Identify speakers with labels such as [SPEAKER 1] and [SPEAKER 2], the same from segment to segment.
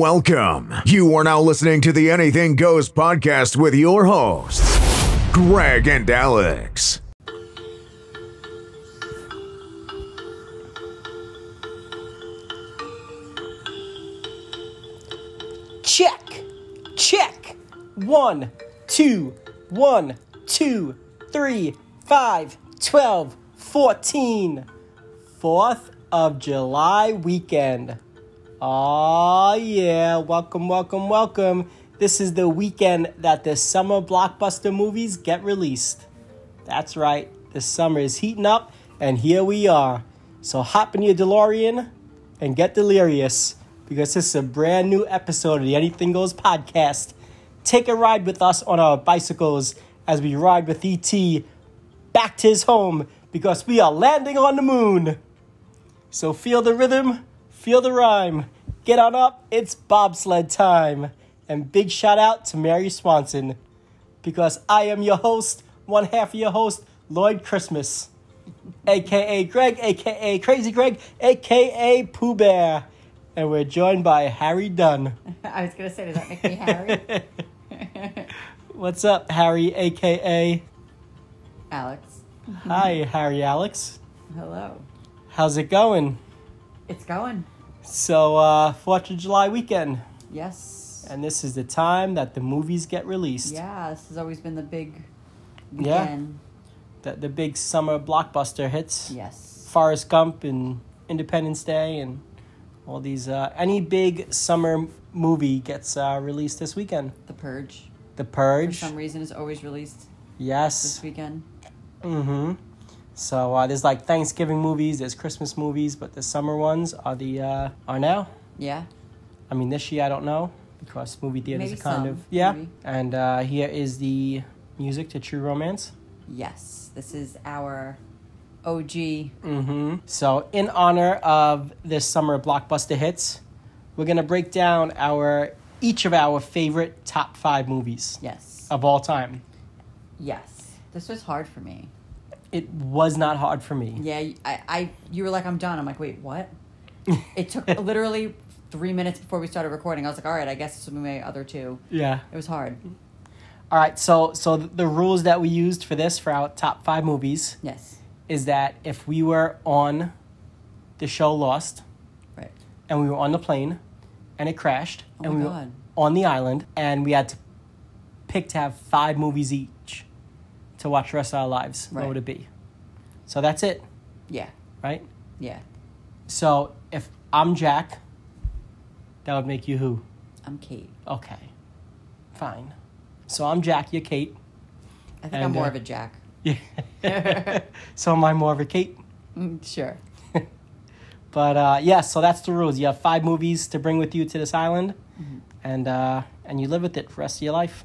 [SPEAKER 1] Welcome. You are now listening to the Anything Goes podcast with your hosts, Greg and Alex.
[SPEAKER 2] Check, check. One, two, one, two, three, five, twelve, fourteen. Fourth of July weekend. Aw, yeah. Welcome, welcome, welcome. This is the weekend that the summer blockbuster movies get released. That's right, the summer is heating up, and here we are. So hop in your DeLorean and get delirious because this is a brand new episode of the Anything Goes podcast. Take a ride with us on our bicycles as we ride with ET back to his home because we are landing on the moon. So feel the rhythm, feel the rhyme. Get on up, it's bobsled time. And big shout out to Mary Swanson because I am your host, one half of your host, Lloyd Christmas, aka Greg, aka Crazy Greg, aka Pooh Bear. And we're joined by Harry Dunn.
[SPEAKER 3] I was gonna say, does that make me Harry?
[SPEAKER 2] What's up, Harry, aka?
[SPEAKER 3] Alex,
[SPEAKER 2] Hi, Harry Alex.
[SPEAKER 3] hello.
[SPEAKER 2] How's it going?
[SPEAKER 3] It's going.
[SPEAKER 2] So, uh, 4th of July weekend.
[SPEAKER 3] Yes.
[SPEAKER 2] And this is the time that the movies get released.
[SPEAKER 3] Yeah, this has always been the big
[SPEAKER 2] Yeah.
[SPEAKER 3] weekend.
[SPEAKER 2] The, the big summer blockbuster hits.
[SPEAKER 3] Yes.
[SPEAKER 2] Forrest Gump and Independence Day and all these. Uh, any big summer movie gets uh, released this weekend.
[SPEAKER 3] The Purge.
[SPEAKER 2] The
[SPEAKER 3] For
[SPEAKER 2] Purge.
[SPEAKER 3] some reason, is always released this
[SPEAKER 2] Yes.
[SPEAKER 3] weekend.
[SPEAKER 2] Mm-hmm. So uh, there's like Thanksgiving movies, there's Christmas movies, but the summer ones are the uh, are now.
[SPEAKER 3] Yeah.
[SPEAKER 2] I mean, this year I don't know because movie theaters
[SPEAKER 3] Maybe
[SPEAKER 2] are kind
[SPEAKER 3] some,
[SPEAKER 2] of yeah.
[SPEAKER 3] maybe.
[SPEAKER 2] And uh, here is the music to True Romance.
[SPEAKER 3] Yes. This is our OG.
[SPEAKER 2] Mm-hmm. So, in honor of this summer blockbuster hits, we're gonna break down our each of our favorite top five movies
[SPEAKER 3] Yes.
[SPEAKER 2] of all time.
[SPEAKER 3] Yes. This was hard for me.
[SPEAKER 2] It was not hard for me.
[SPEAKER 3] Yeah. y- I, I. You were like, I'm done. I'm like, wait, what? it took literally three minutes before we started recording. I was like, all right, I guess this will be my other two.
[SPEAKER 2] Yeah.
[SPEAKER 3] It was hard.
[SPEAKER 2] All right. So, so the rules that we used for this for our top five movies
[SPEAKER 3] Yes.
[SPEAKER 2] is that if we were on the show Lost
[SPEAKER 3] Right.
[SPEAKER 2] and we were on the plane and it crashed
[SPEAKER 3] Oh
[SPEAKER 2] and
[SPEAKER 3] my
[SPEAKER 2] we
[SPEAKER 3] God.
[SPEAKER 2] were on the island and we had to pick to have five movies each to watch the rest of our lives what
[SPEAKER 3] Right.
[SPEAKER 2] would it be so that's it
[SPEAKER 3] Yeah.
[SPEAKER 2] right
[SPEAKER 3] Yeah.
[SPEAKER 2] so if i'm jack that would make you who
[SPEAKER 3] I'm Kate.
[SPEAKER 2] okay fine so i'm jack you're kate
[SPEAKER 3] I think I'm
[SPEAKER 2] And,
[SPEAKER 3] more
[SPEAKER 2] uh,
[SPEAKER 3] of a Jack.
[SPEAKER 2] yeah so am i more of a kate
[SPEAKER 3] Mm, sure.
[SPEAKER 2] But uh, yeah, so that's the rules. You have five movies to bring with you to this island,
[SPEAKER 3] Mm-hmm.
[SPEAKER 2] and uh, and you live with it for the rest of your life.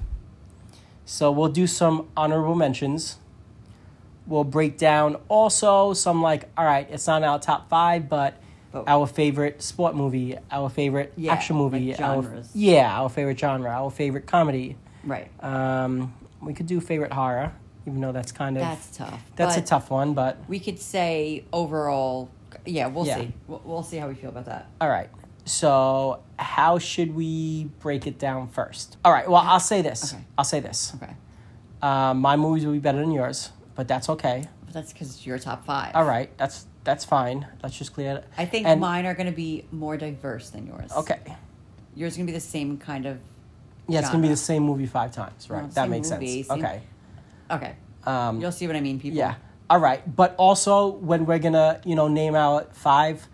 [SPEAKER 2] So we'll do some honorable mentions. We'll break down also some like, all right, it's not our top five, but
[SPEAKER 3] But-
[SPEAKER 2] our favorite sport movie, our favorite
[SPEAKER 3] Oh. Yeah,
[SPEAKER 2] action movie,
[SPEAKER 3] like
[SPEAKER 2] our-
[SPEAKER 3] genres.
[SPEAKER 2] yeah, our favorite genre, our favorite comedy.
[SPEAKER 3] Right.
[SPEAKER 2] Um, we could do favorite horror, even though that's kind of
[SPEAKER 3] That's tough.
[SPEAKER 2] that's a
[SPEAKER 3] But
[SPEAKER 2] tough one, but
[SPEAKER 3] We could say overall. Yeah, we'll
[SPEAKER 2] Yeah.
[SPEAKER 3] see. We'll, we'll see how we feel about that.
[SPEAKER 2] All right. So, how should we break it down first? All right. Well, I'll say this.
[SPEAKER 3] Okay.
[SPEAKER 2] I'll say this.
[SPEAKER 3] Okay.
[SPEAKER 2] Uh, my movies will be better than yours, but that's okay.
[SPEAKER 3] But that's because it's your top five.
[SPEAKER 2] All right. That's that's fine. Let's just clear it.
[SPEAKER 3] I think
[SPEAKER 2] And-
[SPEAKER 3] mine are going to be more diverse than yours.
[SPEAKER 2] Okay.
[SPEAKER 3] Yours going to be the same kind of.
[SPEAKER 2] Yeah, it's gonna be
[SPEAKER 3] Genre.
[SPEAKER 2] the same movie five times, right?
[SPEAKER 3] No,
[SPEAKER 2] that
[SPEAKER 3] same
[SPEAKER 2] makes
[SPEAKER 3] movie,
[SPEAKER 2] sense.
[SPEAKER 3] same-
[SPEAKER 2] Okay.
[SPEAKER 3] Okay.
[SPEAKER 2] Um,
[SPEAKER 3] You'll see what I mean, people.
[SPEAKER 2] yeah. All right. But also, when we're gonna, you know, name out five,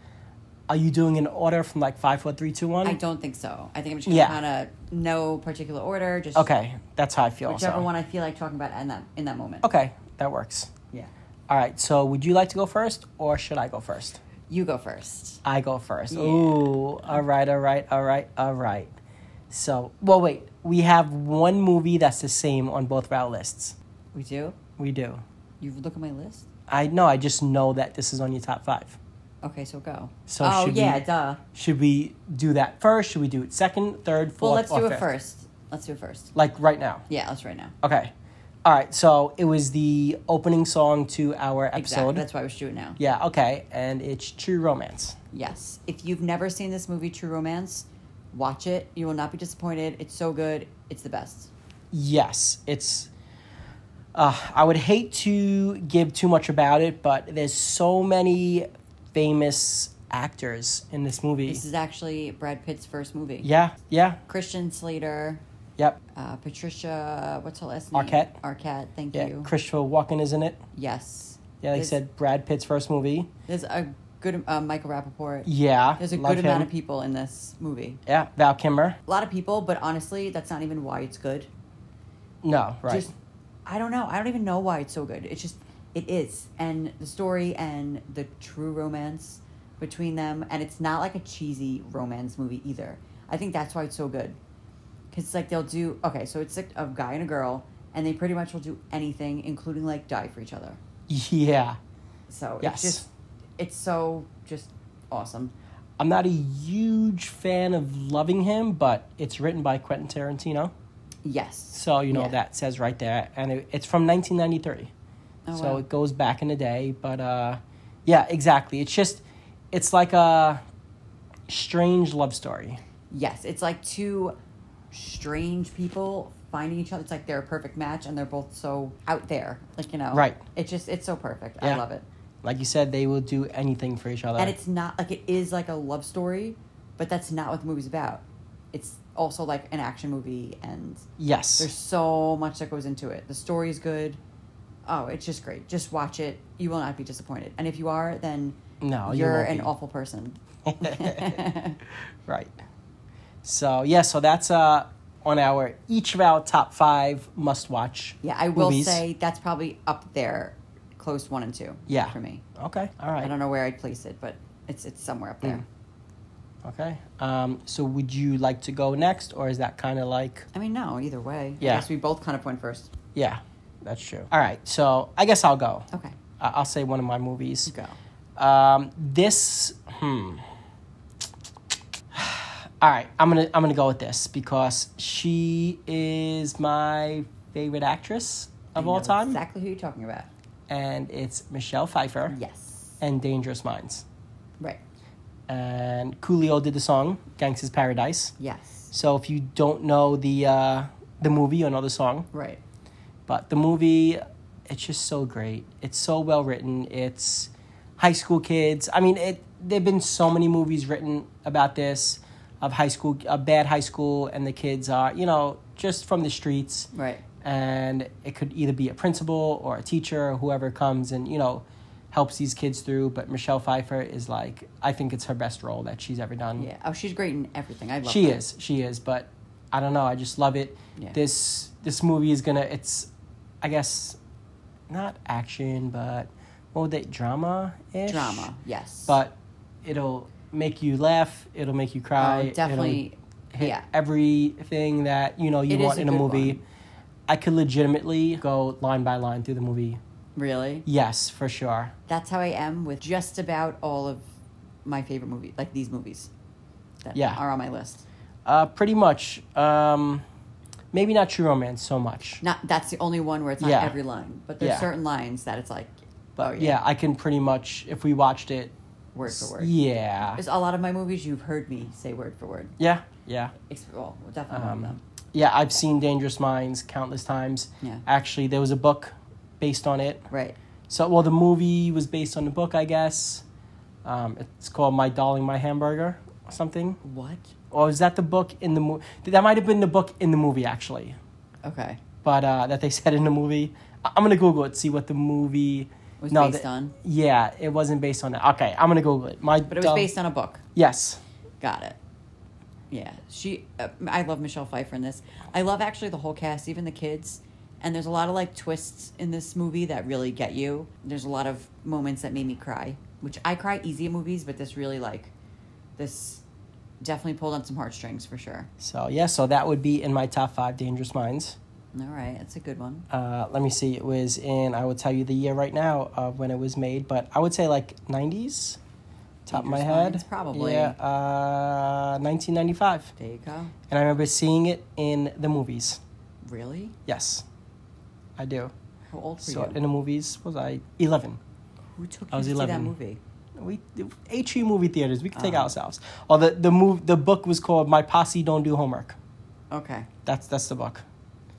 [SPEAKER 2] are you doing an order from like five, four, three, two, one?
[SPEAKER 3] I don't think so. I think I'm just going to
[SPEAKER 2] Yeah.
[SPEAKER 3] kind of no particular order. Just
[SPEAKER 2] Okay. That's how I feel.
[SPEAKER 3] Whichever
[SPEAKER 2] so.
[SPEAKER 3] one I feel like talking about in that in that moment.
[SPEAKER 2] Okay, that works.
[SPEAKER 3] Yeah.
[SPEAKER 2] All right. So, would you like to go first, or should I go first?
[SPEAKER 3] You go first.
[SPEAKER 2] I go first.
[SPEAKER 3] Yeah.
[SPEAKER 2] Ooh, all right, all right, all right, all right. So, well, wait. We have one movie that's the same on both of our lists.
[SPEAKER 3] We do.
[SPEAKER 2] We do.
[SPEAKER 3] You look at my list.
[SPEAKER 2] I know. I just know that this is on your top five.
[SPEAKER 3] Okay, so go.
[SPEAKER 2] So
[SPEAKER 3] oh
[SPEAKER 2] should
[SPEAKER 3] yeah,
[SPEAKER 2] we-
[SPEAKER 3] duh.
[SPEAKER 2] Should we do that first? Should we do it second, third, fourth?
[SPEAKER 3] Well, let's
[SPEAKER 2] or
[SPEAKER 3] do it
[SPEAKER 2] fifth?
[SPEAKER 3] first. Let's do it first.
[SPEAKER 2] Like right now.
[SPEAKER 3] Yeah, let's right now.
[SPEAKER 2] Okay. All right. So it was the opening song to our episode.
[SPEAKER 3] Exactly. That's why we should do it now.
[SPEAKER 2] yeah. Okay. And it's True Romance.
[SPEAKER 3] Yes. If you've never seen this movie, True Romance, Watch it. You will not be disappointed. It's so good. It's the best.
[SPEAKER 2] Yes, it's. Uh, I would hate to give too much about it, but there's so many famous actors in this movie.
[SPEAKER 3] This is actually Brad Pitt's first movie.
[SPEAKER 2] yeah, yeah,
[SPEAKER 3] Christian Slater,
[SPEAKER 2] yep.
[SPEAKER 3] uh, Patricia, what's her last name?
[SPEAKER 2] Arquette.
[SPEAKER 3] Arquette, thank
[SPEAKER 2] Yeah,
[SPEAKER 3] you.
[SPEAKER 2] Christopher Walken is in it.
[SPEAKER 3] yes.
[SPEAKER 2] Yeah, like you
[SPEAKER 3] There's-
[SPEAKER 2] said, Brad Pitt's first movie.
[SPEAKER 3] There's a good, uh, Michael Rappaport.
[SPEAKER 2] Yeah,
[SPEAKER 3] There's a
[SPEAKER 2] love
[SPEAKER 3] good amount
[SPEAKER 2] him.
[SPEAKER 3] of people in this movie.
[SPEAKER 2] Yeah, Val Kimmer.
[SPEAKER 3] A lot of people, but honestly, that's not even why it's good.
[SPEAKER 2] No, right.
[SPEAKER 3] Just, I don't know. I don't even know why it's so good. It's just, it is. And the story and the true romance between them. And it's not like a cheesy romance movie either. I think that's why it's so good. Because it's like they'll do, okay, so it's like a guy and a girl, and they pretty much will do anything, including like die for each other.
[SPEAKER 2] yeah,
[SPEAKER 3] So
[SPEAKER 2] Yes.
[SPEAKER 3] it's just, it's so just awesome.
[SPEAKER 2] I'm not a huge fan of loving him, but it's written by Quentin Tarantino,
[SPEAKER 3] Yes.
[SPEAKER 2] so you know
[SPEAKER 3] Yeah.
[SPEAKER 2] that says right there, and it, it's from 1993,
[SPEAKER 3] Oh,
[SPEAKER 2] so
[SPEAKER 3] wow.
[SPEAKER 2] it goes back in the day. But uh, yeah, exactly. It's just, it's like a strange love story.
[SPEAKER 3] Yes, it's like two strange people finding each other. It's like they're a perfect match, and they're both so out there. Like you know,
[SPEAKER 2] Right.
[SPEAKER 3] It's just it's so perfect.
[SPEAKER 2] Yeah.
[SPEAKER 3] I love it,
[SPEAKER 2] Like you said, they will do anything for each other.
[SPEAKER 3] and it's not like it is like a love story, but that's not what the movie's about. It's also like an action movie, and
[SPEAKER 2] yes,
[SPEAKER 3] there's so much that goes into it. The story is good. Oh, it's just great. Just watch it. You will not be disappointed. And if you are, then
[SPEAKER 2] No, you
[SPEAKER 3] you're
[SPEAKER 2] won't
[SPEAKER 3] an
[SPEAKER 2] be.
[SPEAKER 3] awful person.
[SPEAKER 2] Right. So yeah, so that's uh on our each of our top five must watch.
[SPEAKER 3] Yeah, I will
[SPEAKER 2] movies.
[SPEAKER 3] say that's probably up there, close one and two.
[SPEAKER 2] Yeah.
[SPEAKER 3] for me.
[SPEAKER 2] Okay. All right. Mm.
[SPEAKER 3] I don't know where I'd place it, but it's it's somewhere up there.
[SPEAKER 2] Okay. Um. So would you like to go next, or is that kind of like
[SPEAKER 3] I mean, no, either way.
[SPEAKER 2] Yeah.
[SPEAKER 3] I guess we both kind of went first.
[SPEAKER 2] yeah, that's true. All right. So I guess I'll go.
[SPEAKER 3] Okay.
[SPEAKER 2] I- I'll say one of my movies.
[SPEAKER 3] Go.
[SPEAKER 2] Um. This. Hmm. All right. I'm gonna I'm gonna go with this because she is my favorite actress of
[SPEAKER 3] I
[SPEAKER 2] all
[SPEAKER 3] know
[SPEAKER 2] time,
[SPEAKER 3] Exactly who you're talking about.
[SPEAKER 2] and it's Michelle Pfeiffer.
[SPEAKER 3] Yes.
[SPEAKER 2] and Dangerous Minds.
[SPEAKER 3] Right.
[SPEAKER 2] And Coolio did the song Gangsta's Paradise.
[SPEAKER 3] Yes.
[SPEAKER 2] So if you don't know the uh, the movie, you'll know the song.
[SPEAKER 3] Right.
[SPEAKER 2] But the movie, it's just so great. It's so well written. It's high school kids. I mean, it. There've been so many movies written about this, of high school, a bad high school, and the kids are you know just from the streets
[SPEAKER 3] Right.
[SPEAKER 2] and it could either be a principal or a teacher or whoever comes and you know helps these kids through but michelle pfeiffer is like i think it's her best role that she's ever done
[SPEAKER 3] Yeah. Oh, she's great in everything. I love.
[SPEAKER 2] she
[SPEAKER 3] her.
[SPEAKER 2] is she is but i don't know i just love it
[SPEAKER 3] Yeah.
[SPEAKER 2] this this movie is gonna it's i guess not action but what would they drama ish
[SPEAKER 3] Drama. Yes.
[SPEAKER 2] but it'll make you laugh it'll make you cry
[SPEAKER 3] oh,
[SPEAKER 2] it'll
[SPEAKER 3] definitely.
[SPEAKER 2] hit
[SPEAKER 3] Yeah.
[SPEAKER 2] everything that you know you
[SPEAKER 3] It is
[SPEAKER 2] want
[SPEAKER 3] a
[SPEAKER 2] in a
[SPEAKER 3] good
[SPEAKER 2] movie.
[SPEAKER 3] one.
[SPEAKER 2] I could legitimately go line by line through the movie.
[SPEAKER 3] Really.
[SPEAKER 2] Yes, for sure.
[SPEAKER 3] That's how I am with just about all of my favorite movies, like these movies, that
[SPEAKER 2] Yeah.
[SPEAKER 3] are on my list.
[SPEAKER 2] Uh, pretty much. Um, maybe not True Romance so much,
[SPEAKER 3] Not that's the only one where it's not
[SPEAKER 2] Yeah.
[SPEAKER 3] every line, but there's
[SPEAKER 2] Yeah.
[SPEAKER 3] certain lines that it's like,
[SPEAKER 2] but
[SPEAKER 3] oh
[SPEAKER 2] yeah. I can pretty much if we watched it.
[SPEAKER 3] word for word.
[SPEAKER 2] Yeah.
[SPEAKER 3] There's a lot of my movies you've heard me say word for word.
[SPEAKER 2] yeah. Yeah.
[SPEAKER 3] Ex- Well, definitely
[SPEAKER 2] Um,
[SPEAKER 3] one of them.
[SPEAKER 2] Yeah. I've seen Dangerous Minds countless times.
[SPEAKER 3] Yeah.
[SPEAKER 2] Actually, there was a book based on it.
[SPEAKER 3] Right.
[SPEAKER 2] So, well, the movie was based on the book, I guess. Um, it's called My Darling, My Hamburger or something.
[SPEAKER 3] What?
[SPEAKER 2] or is that the book in the movie? That might have been the book in the movie actually,
[SPEAKER 3] Okay.
[SPEAKER 2] but uh, that they said in the movie. I- am gonna Google it, see what the movie
[SPEAKER 3] Was based
[SPEAKER 2] the-
[SPEAKER 3] on?
[SPEAKER 2] Yeah, it wasn't based on it. Okay, I'm gonna Google it. My
[SPEAKER 3] But it was based on a book.
[SPEAKER 2] Yes,
[SPEAKER 3] Got it. Yeah. She. Uh, I love Michelle Pfeiffer in this. I love actually the whole cast, even the kids. And there's a lot of like twists in this movie that really get you. There's a lot of moments that made me cry, which I cry easy in movies, but this really like, this definitely pulled on some heartstrings for sure.
[SPEAKER 2] so yeah, so that would be in my top five Dangerous Minds.
[SPEAKER 3] All right, that's a good one.
[SPEAKER 2] Uh, let me see. It was in. I will tell you the year right now of when it was made, but I would say like '90s, top of my
[SPEAKER 3] Dangerous
[SPEAKER 2] head.
[SPEAKER 3] Minds, probably.
[SPEAKER 2] Yeah, uh, 1995,
[SPEAKER 3] There you go.
[SPEAKER 2] and I remember seeing it in the movies.
[SPEAKER 3] Really?
[SPEAKER 2] Yes, I do.
[SPEAKER 3] How old were
[SPEAKER 2] So
[SPEAKER 3] you?
[SPEAKER 2] in the movies was I eleven.
[SPEAKER 3] Who took
[SPEAKER 2] I
[SPEAKER 3] you
[SPEAKER 2] was
[SPEAKER 3] to see that
[SPEAKER 2] 11.
[SPEAKER 3] movie?
[SPEAKER 2] We HE movie theaters. We can take ourselves. Or the the move the book was called My Posse Don't Do Homework.
[SPEAKER 3] Okay.
[SPEAKER 2] That's that's the book.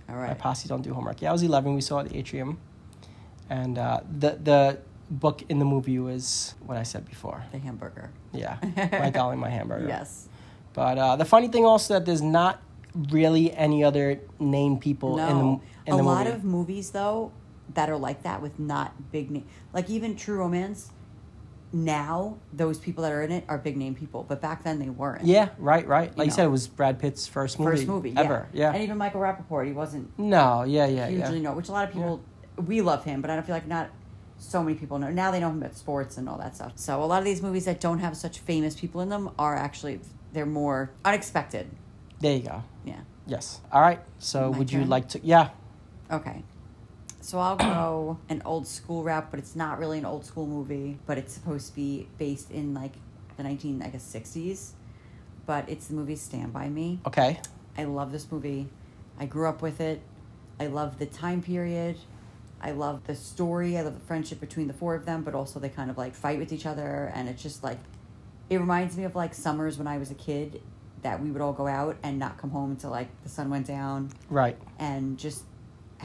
[SPEAKER 3] All
[SPEAKER 2] My
[SPEAKER 3] right.
[SPEAKER 2] posse don't do homework. Yeah, I was eleven. We saw it at the atrium, and uh, the the book in the movie was what I said before.
[SPEAKER 3] The hamburger.
[SPEAKER 2] Yeah, my doll and my hamburger.
[SPEAKER 3] Yes.
[SPEAKER 2] But uh, the funny thing also that there's not really any other named people
[SPEAKER 3] No.
[SPEAKER 2] in the in
[SPEAKER 3] a
[SPEAKER 2] the
[SPEAKER 3] lot
[SPEAKER 2] movie.
[SPEAKER 3] of movies though that are like that with not big name, like even True Romance. Now those people that are in it are big name people, but back then they weren't.
[SPEAKER 2] yeah, right, right. Like you,
[SPEAKER 3] know.
[SPEAKER 2] said, it was Brad Pitt's first movie,
[SPEAKER 3] First movie,
[SPEAKER 2] ever. Yeah.
[SPEAKER 3] And even Michael Rappaport, he wasn't
[SPEAKER 2] no, yeah, yeah,
[SPEAKER 3] hugely
[SPEAKER 2] yeah.
[SPEAKER 3] known, which a lot of people we love him, but I don't feel like not so many people know. Now they know him at sports and all that stuff. So a lot of these movies that don't have such famous people in them are actually they're more unexpected.
[SPEAKER 2] There you go.
[SPEAKER 3] Yeah.
[SPEAKER 2] Yes. All right. So,
[SPEAKER 3] My
[SPEAKER 2] would you
[SPEAKER 3] turn?
[SPEAKER 2] like to? Yeah.
[SPEAKER 3] Okay. So I'll go an old school rap, but it's not really an old school movie, but it's supposed to be based in like the nineteen I guess sixties. But it's the movie Stand By Me.
[SPEAKER 2] Okay.
[SPEAKER 3] I love this movie. I grew up with it. I love the time period. I love the story. I love the friendship between the four of them, but also they kind of like fight with each other. And it's just like, it reminds me of like summers when I was a kid that we would all go out and not come home until like the sun went down
[SPEAKER 2] Right.
[SPEAKER 3] and just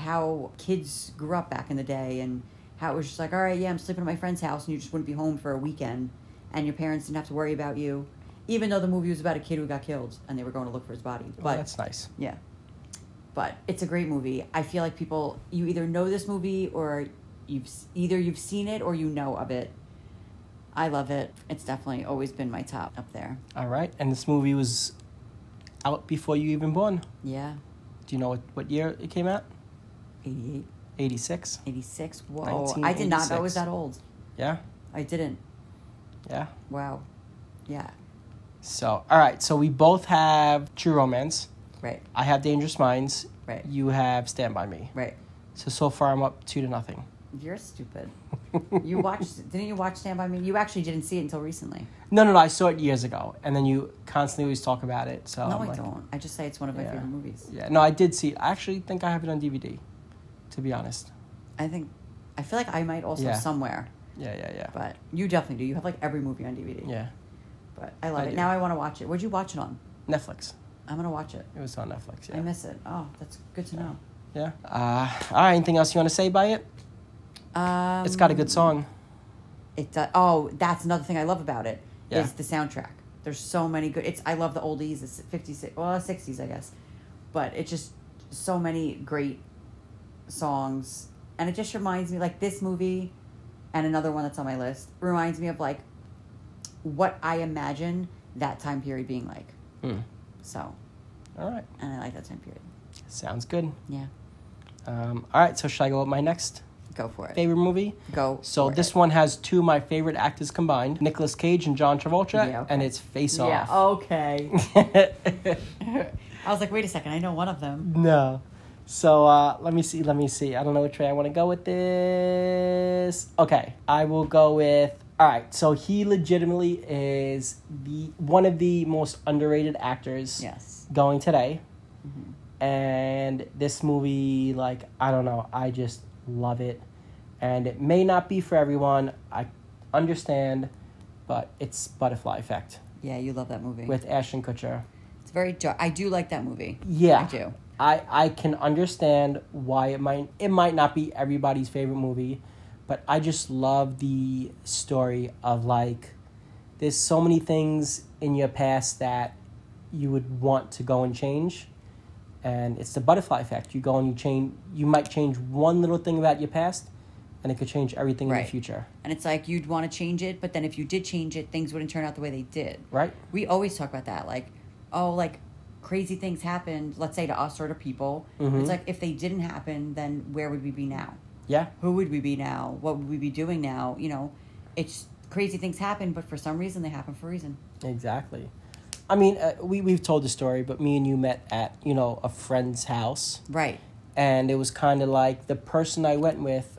[SPEAKER 3] how kids grew up back in the day and how it was just like, all right, yeah, I'm sleeping at my friend's house, and you just wouldn't be home for a weekend, and your parents didn't have to worry about you, even though the movie was about a kid who got killed and they were going to look for his body.
[SPEAKER 2] Well,
[SPEAKER 3] But
[SPEAKER 2] Oh, that's nice.
[SPEAKER 3] yeah, but it's a great movie. I feel like people, you either know this movie or you've s- either you've seen it or you know of it. I love it. It's definitely always been my top up there.
[SPEAKER 2] All right. And this movie was out before you even born.
[SPEAKER 3] Yeah,
[SPEAKER 2] Do you know what, what year it came out?
[SPEAKER 3] 88,
[SPEAKER 2] 86.
[SPEAKER 3] 86. Whoa, I did not know it
[SPEAKER 2] 1986.
[SPEAKER 3] was that old.
[SPEAKER 2] Yeah.
[SPEAKER 3] I didn't.
[SPEAKER 2] Yeah.
[SPEAKER 3] Wow. Yeah.
[SPEAKER 2] So, all right. So, we both have True Romance.
[SPEAKER 3] Right.
[SPEAKER 2] I have Dangerous Minds.
[SPEAKER 3] Right.
[SPEAKER 2] You have Stand By Me.
[SPEAKER 3] Right.
[SPEAKER 2] So, so far, I'm up two to nothing.
[SPEAKER 3] You're stupid. you watched? Didn't you watch Stand by Me? You actually didn't see it until recently.
[SPEAKER 2] No, no, no. I saw it years ago. And then you constantly always talk about it. So
[SPEAKER 3] no,
[SPEAKER 2] Oh, I'm
[SPEAKER 3] I
[SPEAKER 2] like-
[SPEAKER 3] don't. I just say it's one of my
[SPEAKER 2] Yeah.
[SPEAKER 3] favorite movies.
[SPEAKER 2] Yeah. No, I did see it. I actually think I have it on DVD, to be honest.
[SPEAKER 3] I think. I feel like I might also
[SPEAKER 2] Yeah.
[SPEAKER 3] somewhere,
[SPEAKER 2] Yeah, yeah, yeah.
[SPEAKER 3] but you definitely do. You have like every movie on DVD.
[SPEAKER 2] yeah.
[SPEAKER 3] But I love
[SPEAKER 2] I
[SPEAKER 3] it.
[SPEAKER 2] do.
[SPEAKER 3] Now I want to watch it. Where'd you watch it on?
[SPEAKER 2] Netflix.
[SPEAKER 3] I'm gonna watch it.
[SPEAKER 2] It was on Netflix. Yeah.
[SPEAKER 3] I miss it. Oh, that's good to know.
[SPEAKER 2] Yeah. Uh, all right. Anything else you want to say by it?
[SPEAKER 3] Um,
[SPEAKER 2] It's got a good song.
[SPEAKER 3] It does. Oh, that's another thing I love about it is
[SPEAKER 2] Yeah.
[SPEAKER 3] the soundtrack. There's so many good. It's I love the oldies, the fifties, well sixties, I guess, but it's just so many great songs, and it just reminds me like this movie, and another one that's on my list reminds me of like what I imagine that time period being like. So,
[SPEAKER 2] All right.
[SPEAKER 3] and I like that time period.
[SPEAKER 2] Sounds good.
[SPEAKER 3] Yeah,
[SPEAKER 2] Um, all right. So should I go with my next
[SPEAKER 3] go for it.
[SPEAKER 2] favorite movie?
[SPEAKER 3] Go.
[SPEAKER 2] So
[SPEAKER 3] for
[SPEAKER 2] this
[SPEAKER 3] it.
[SPEAKER 2] one has two of my favorite actors combined, Nicolas Cage and John Travolta,
[SPEAKER 3] Yeah, okay.
[SPEAKER 2] and it's Face
[SPEAKER 3] Yeah. Oh.
[SPEAKER 2] Off.
[SPEAKER 3] Okay. I was like, wait a second. I know one of them.
[SPEAKER 2] No. So uh, let me see. Let me see. I don't know which way I want to go with this. Okay, I will go with. All right. So he legitimately is the one of the most underrated actors.
[SPEAKER 3] Yes. Mm-hmm.
[SPEAKER 2] Going today, and this movie, like I don't know, I just love it, and it may not be for everyone. I understand, but it's Butterfly Effect
[SPEAKER 3] Yeah, you love that movie.
[SPEAKER 2] with Ashton Kutcher.
[SPEAKER 3] It's very dark. I do like that movie.
[SPEAKER 2] Yeah.
[SPEAKER 3] I do.
[SPEAKER 2] I, I can understand why it might it might not be everybody's favorite movie, but I just love the story of like there's so many things in your past that you would want to go and change. And it's the butterfly effect. You go and you change you might change one little thing about your past and it could change everything in
[SPEAKER 3] Right.
[SPEAKER 2] the future.
[SPEAKER 3] And it's like you'd want to change it, but then if you did change it, things wouldn't turn out the way they did.
[SPEAKER 2] Right?
[SPEAKER 3] We always talk about that. Like, oh, like crazy things happened, let's say to us or to people.
[SPEAKER 2] Mm-hmm.
[SPEAKER 3] It's like if they didn't happen, then where would we be now?
[SPEAKER 2] Yeah.
[SPEAKER 3] Who would we be now? What would we be doing now? You know, it's crazy things happen, but for some reason they happen for a reason.
[SPEAKER 2] Exactly. I mean, uh, we we've told the story, but me and you met at, you know, a friend's house.
[SPEAKER 3] Right.
[SPEAKER 2] and it was kind of like the person I went with,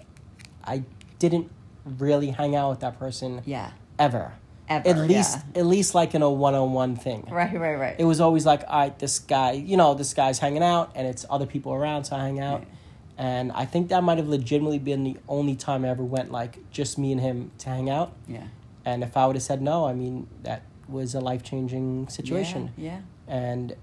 [SPEAKER 2] I didn't really hang out with that person
[SPEAKER 3] Yeah.
[SPEAKER 2] ever.
[SPEAKER 3] Ever,
[SPEAKER 2] At least
[SPEAKER 3] yeah.
[SPEAKER 2] at least like in a one on one thing.
[SPEAKER 3] Right, right, right.
[SPEAKER 2] It was always like, all right, this guy, you know, this guy's hanging out, and it's other people around, so I hang out.
[SPEAKER 3] Right.
[SPEAKER 2] And I think that might have legitimately been the only time I ever went, like just me and him to hang out.
[SPEAKER 3] yeah.
[SPEAKER 2] And if I would have said no, I mean, that was a life changing situation.
[SPEAKER 3] Yeah.
[SPEAKER 2] And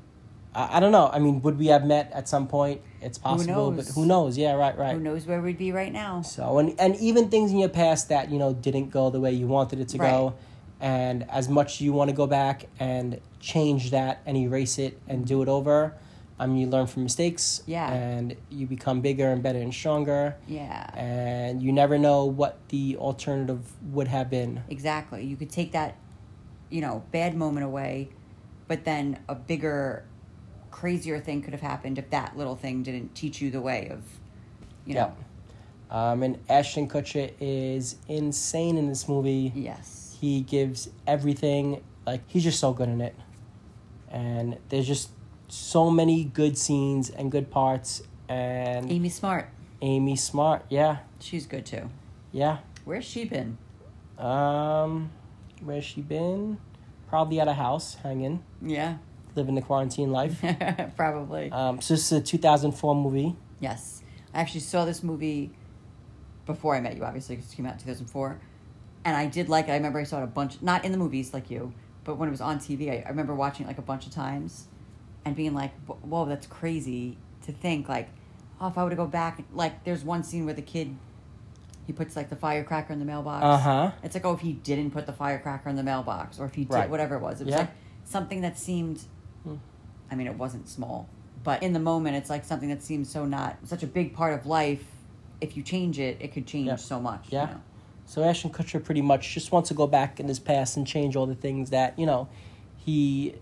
[SPEAKER 2] I, I don't know. I mean, would we have met at some point? It's possible, but
[SPEAKER 3] knows?
[SPEAKER 2] who knows? Yeah, right, right.
[SPEAKER 3] yeah. Who knows where we'd be right now?
[SPEAKER 2] So and and even things in your past that you know didn't go the way you wanted it to
[SPEAKER 3] Right.
[SPEAKER 2] go, and as much you want to go back and change that and erase it and do it over, I mean you learn from mistakes.
[SPEAKER 3] Yeah.
[SPEAKER 2] And you become bigger and better and stronger.
[SPEAKER 3] Yeah.
[SPEAKER 2] And you never know what the alternative would have been.
[SPEAKER 3] Exactly. You could take that, you know, bad moment away, but then a bigger, crazier thing could have happened if that little thing didn't teach you the way of, you know.
[SPEAKER 2] Um, and Ashton Kutcher is insane in this movie.
[SPEAKER 3] Yes.
[SPEAKER 2] He gives everything. Like he's just so good in it. And there's just so many good scenes and good parts. And Amy,
[SPEAKER 3] Amy Smart.
[SPEAKER 2] Smart, yeah,
[SPEAKER 3] She's good too.
[SPEAKER 2] yeah.
[SPEAKER 3] Where's she been?
[SPEAKER 2] Um, where's she been? Probably at a house, hanging,
[SPEAKER 3] Yeah.
[SPEAKER 2] living the quarantine life.
[SPEAKER 3] Probably.
[SPEAKER 2] um, so this is a 2004 movie.
[SPEAKER 3] Yes. I actually saw this movie before I met you, obviously, 'cause it came out in 2004. And I did like it. I remember I saw it a bunch, not in the movies like you, but when it was on TV, I, I remember watching it like a bunch of times and being like, "Wh- whoa, that's crazy to think. Like, oh, if I were to go back, like, there's one scene where the kid, he puts like the firecracker in the mailbox.
[SPEAKER 2] Uh-huh.
[SPEAKER 3] It's like, oh, if he didn't put the firecracker in the mailbox or if he did,
[SPEAKER 2] Right.
[SPEAKER 3] whatever it was. It was
[SPEAKER 2] Yeah.
[SPEAKER 3] like something that seemed I mean, it wasn't small, but in the moment, it's like something that seems so not such a big part of life. If you change it, it could change
[SPEAKER 2] Yep.
[SPEAKER 3] so much. you
[SPEAKER 2] Yeah.
[SPEAKER 3] know?
[SPEAKER 2] So Ashton Kutcher pretty much just wants to go back in his past and change all the things that you know he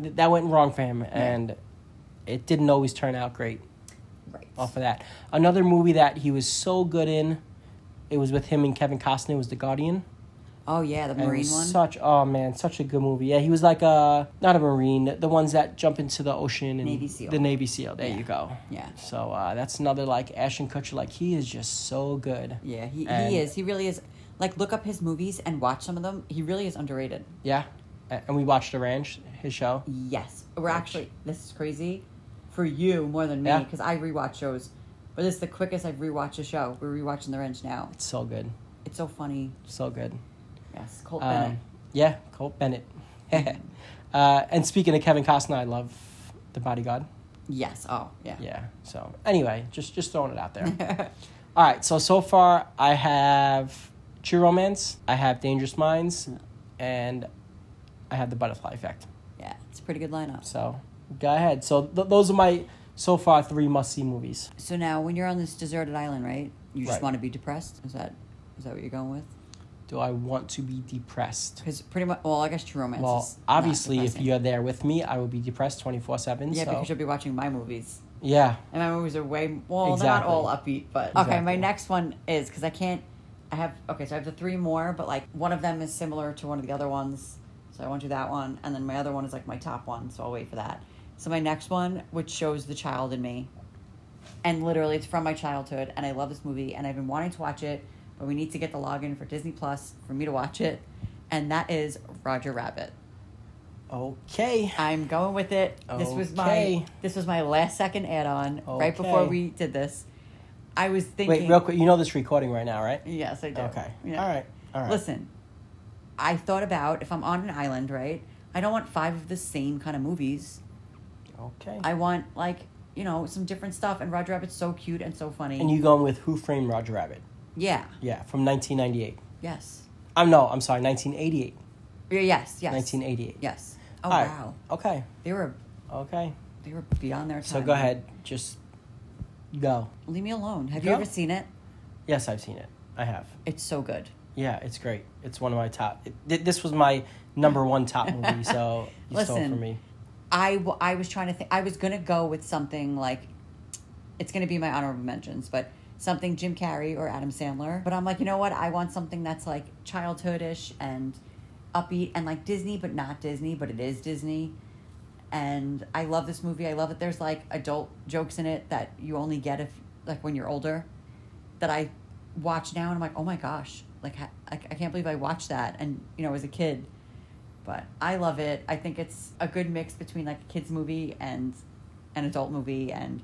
[SPEAKER 2] th- that went wrong for him, and it didn't always turn out great
[SPEAKER 3] Right.
[SPEAKER 2] off of that. Another movie that he was so good in, it was with him and Kevin Costner was The Guardian.
[SPEAKER 3] Oh yeah, the
[SPEAKER 2] And it
[SPEAKER 3] marine
[SPEAKER 2] was
[SPEAKER 3] one.
[SPEAKER 2] Such oh man, such a good movie. Yeah, he was like a not a marine, the ones that jump into the ocean and
[SPEAKER 3] Navy SEAL.
[SPEAKER 2] The Navy SEAL. There
[SPEAKER 3] Yeah.
[SPEAKER 2] you go.
[SPEAKER 3] Yeah.
[SPEAKER 2] So uh, that's another like Ashton Kutcher. Like he is just so good.
[SPEAKER 3] yeah, he,
[SPEAKER 2] And-
[SPEAKER 3] he is. He really is. Like, look up his movies and watch some of them. He really is underrated.
[SPEAKER 2] Yeah, A- and we watched The Ranch, his show.
[SPEAKER 3] Yes, we're actually. This is crazy for you more than me
[SPEAKER 2] Yeah.
[SPEAKER 3] because I rewatch shows. But this is the quickest I've rewatched a show. We're rewatching The Wrench now.
[SPEAKER 2] It's so good,
[SPEAKER 3] It's so funny.
[SPEAKER 2] so good.
[SPEAKER 3] Yes, Colt Bennett.
[SPEAKER 2] Um, yeah, Colt Bennett. uh, and speaking of Kevin Costner, I love The Bodyguard.
[SPEAKER 3] Yes. Oh yeah.
[SPEAKER 2] Yeah. So anyway, just just throwing it out there. All right. So so far I have True Romance, I have Dangerous Minds, and I have The Butterfly Effect.
[SPEAKER 3] Yeah. It's a pretty good lineup.
[SPEAKER 2] So go ahead. So th- those are my so far three must see movies.
[SPEAKER 3] So now, when you're on this deserted island, right? You just
[SPEAKER 2] Right.
[SPEAKER 3] want to be depressed. Is that is that what you're going with?
[SPEAKER 2] Do I want to be depressed?
[SPEAKER 3] Because pretty much, well, I guess True Romance.
[SPEAKER 2] Well,
[SPEAKER 3] is not
[SPEAKER 2] obviously, if
[SPEAKER 3] depressing.
[SPEAKER 2] you're there with me, I will be depressed twenty four seven.
[SPEAKER 3] yeah,
[SPEAKER 2] so.
[SPEAKER 3] because you'll be watching my movies,
[SPEAKER 2] yeah.
[SPEAKER 3] and my movies are way well, they're not
[SPEAKER 2] Exactly.
[SPEAKER 3] all upbeat, but okay. My
[SPEAKER 2] Exactly.
[SPEAKER 3] next one is because I can't. I have okay, so I have the three more, but like one of them is similar to one of the other ones, so I won't do that one, and then my other one is like my top one, so I'll wait for that. So my next one, which shows the child in me, and literally it's from my childhood and i love this movie and i've been wanting to watch it but we need to get the login for disney plus for me to watch it and that is roger rabbit
[SPEAKER 2] Okay.
[SPEAKER 3] i'm going with it this was my
[SPEAKER 2] Okay.
[SPEAKER 3] this was my last second add-on right before
[SPEAKER 2] Okay.
[SPEAKER 3] we did this i was thinking
[SPEAKER 2] Wait, real quick. You know this recording right now, right?
[SPEAKER 3] yes i do
[SPEAKER 2] Okay.
[SPEAKER 3] Yeah.
[SPEAKER 2] All right. All right.
[SPEAKER 3] listen i thought about if i'm on an island right i don't want five of the same kind of movies
[SPEAKER 2] Okay.
[SPEAKER 3] i want like you know some different stuff and roger rabbit's so cute and so funny
[SPEAKER 2] and you going with Who Framed Roger Rabbit?
[SPEAKER 3] yeah
[SPEAKER 2] Yeah, from 1998.
[SPEAKER 3] yes
[SPEAKER 2] I'm no, I'm sorry, 1988.
[SPEAKER 3] Yeah, Yes, yes.
[SPEAKER 2] 1988.
[SPEAKER 3] Yes.
[SPEAKER 2] All
[SPEAKER 3] Oh
[SPEAKER 2] right.
[SPEAKER 3] wow.
[SPEAKER 2] Okay.
[SPEAKER 3] They were
[SPEAKER 2] Okay.
[SPEAKER 3] they were beyond their time.
[SPEAKER 2] So go ahead, just go.
[SPEAKER 3] Leave me alone. Have you
[SPEAKER 2] Go.
[SPEAKER 3] ever seen it?
[SPEAKER 2] Yes, I've seen it. I have.
[SPEAKER 3] It's so good.
[SPEAKER 2] Yeah, it's great. It's one of my top. It, th- this was my number one top movie, so you stole it
[SPEAKER 3] Listen.
[SPEAKER 2] from me.
[SPEAKER 3] I, w- I was trying to think. I was gonna go with something like, it's gonna be my honorable mentions, but something Jim Carrey or Adam Sandler. But I'm like, you know what? I want something that's like childhoodish and upbeat and like Disney, but not Disney, but it is Disney. And I love this movie. I love that there's like adult jokes in it that you only get if like when you're older. That I watch now and I'm like, oh my gosh, like ha- I, I can't believe I watched that. And you know, as a kid, but I love it. I think it's a good mix between like a kids movie and an adult movie and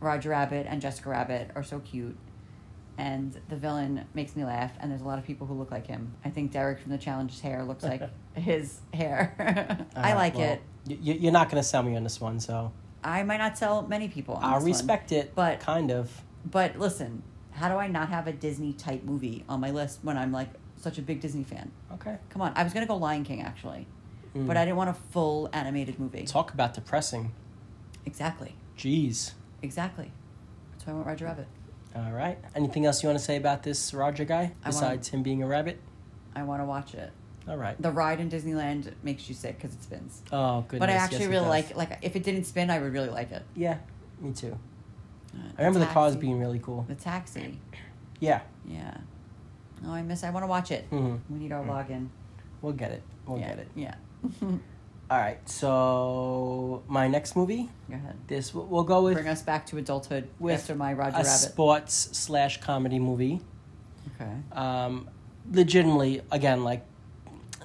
[SPEAKER 3] Roger Rabbit and Jessica Rabbit are so cute. and the villain makes me laugh. And there's a lot of people who look like him. I think Derek from the Challenge's hair looks like his hair. I
[SPEAKER 2] Uh,
[SPEAKER 3] like
[SPEAKER 2] well,
[SPEAKER 3] it.
[SPEAKER 2] y- y- you're not going to sell me on this one, so
[SPEAKER 3] I might not tell many people. On
[SPEAKER 2] I
[SPEAKER 3] this one,
[SPEAKER 2] respect it,
[SPEAKER 3] but
[SPEAKER 2] kind of.
[SPEAKER 3] but listen, how do I not have a Disney type movie on my list when I'm like such a big Disney fan?
[SPEAKER 2] Okay. Mm.
[SPEAKER 3] Come on, I was gonna go Lion King actually,
[SPEAKER 2] Hmm.
[SPEAKER 3] but I didn't want a full animated movie.
[SPEAKER 2] Talk about depressing.
[SPEAKER 3] Exactly,
[SPEAKER 2] Jeez.
[SPEAKER 3] exactly. That's why I want Roger Rabbit.
[SPEAKER 2] All right. Anything else you want to say about this Roger guy
[SPEAKER 3] I wanna-
[SPEAKER 2] besides him being a rabbit?
[SPEAKER 3] I want to watch it.
[SPEAKER 2] All right.
[SPEAKER 3] The ride in Disneyland makes you sick because it spins.
[SPEAKER 2] Oh goodness.
[SPEAKER 3] but I
[SPEAKER 2] yes,
[SPEAKER 3] actually
[SPEAKER 2] it
[SPEAKER 3] really
[SPEAKER 2] does.
[SPEAKER 3] like like if it didn't spin, I would really like it.
[SPEAKER 2] Yeah, me too.
[SPEAKER 3] Uh,
[SPEAKER 2] I remember the cars
[SPEAKER 3] taxi-
[SPEAKER 2] being really cool.
[SPEAKER 3] the taxi.
[SPEAKER 2] Yeah,
[SPEAKER 3] Yeah. No, I miss. I want to watch it.
[SPEAKER 2] Mhm.
[SPEAKER 3] We need our login.
[SPEAKER 2] we'll get it. We'll
[SPEAKER 3] yeah.
[SPEAKER 2] get it.
[SPEAKER 3] Yeah.
[SPEAKER 2] All right. So my next movie,
[SPEAKER 3] Go ahead.
[SPEAKER 2] this we'll- we'll go with
[SPEAKER 3] Bring us back to adulthood
[SPEAKER 2] with
[SPEAKER 3] after my Roger
[SPEAKER 2] a
[SPEAKER 3] Rabbit.
[SPEAKER 2] sports slash comedy movie.
[SPEAKER 3] okay.
[SPEAKER 2] um, legitimately again like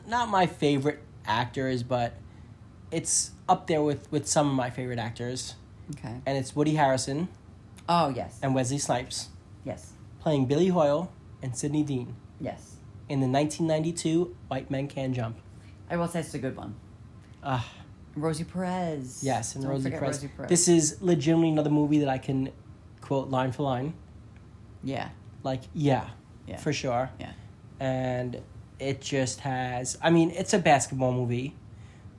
[SPEAKER 2] not my favorite actors but it's up there with, with some of my favorite actors
[SPEAKER 3] Okay.
[SPEAKER 2] and it's woody harrison
[SPEAKER 3] Oh yes.
[SPEAKER 2] and wesley snipes
[SPEAKER 3] yes.
[SPEAKER 2] playing billy hoyle and sidney dean
[SPEAKER 3] Yes.
[SPEAKER 2] in the 1992 white men can jump
[SPEAKER 3] I will say it's a good one.
[SPEAKER 2] ah
[SPEAKER 3] Rosie Perez.
[SPEAKER 2] yes and
[SPEAKER 3] Don't
[SPEAKER 2] rosie
[SPEAKER 3] forget
[SPEAKER 2] perez.
[SPEAKER 3] Rosie Perez.
[SPEAKER 2] this is legitimately another movie that i can quote line for line
[SPEAKER 3] yeah.
[SPEAKER 2] like yeah,
[SPEAKER 3] Yeah.
[SPEAKER 2] for sure
[SPEAKER 3] Yeah.
[SPEAKER 2] and it just has i mean it's a basketball movie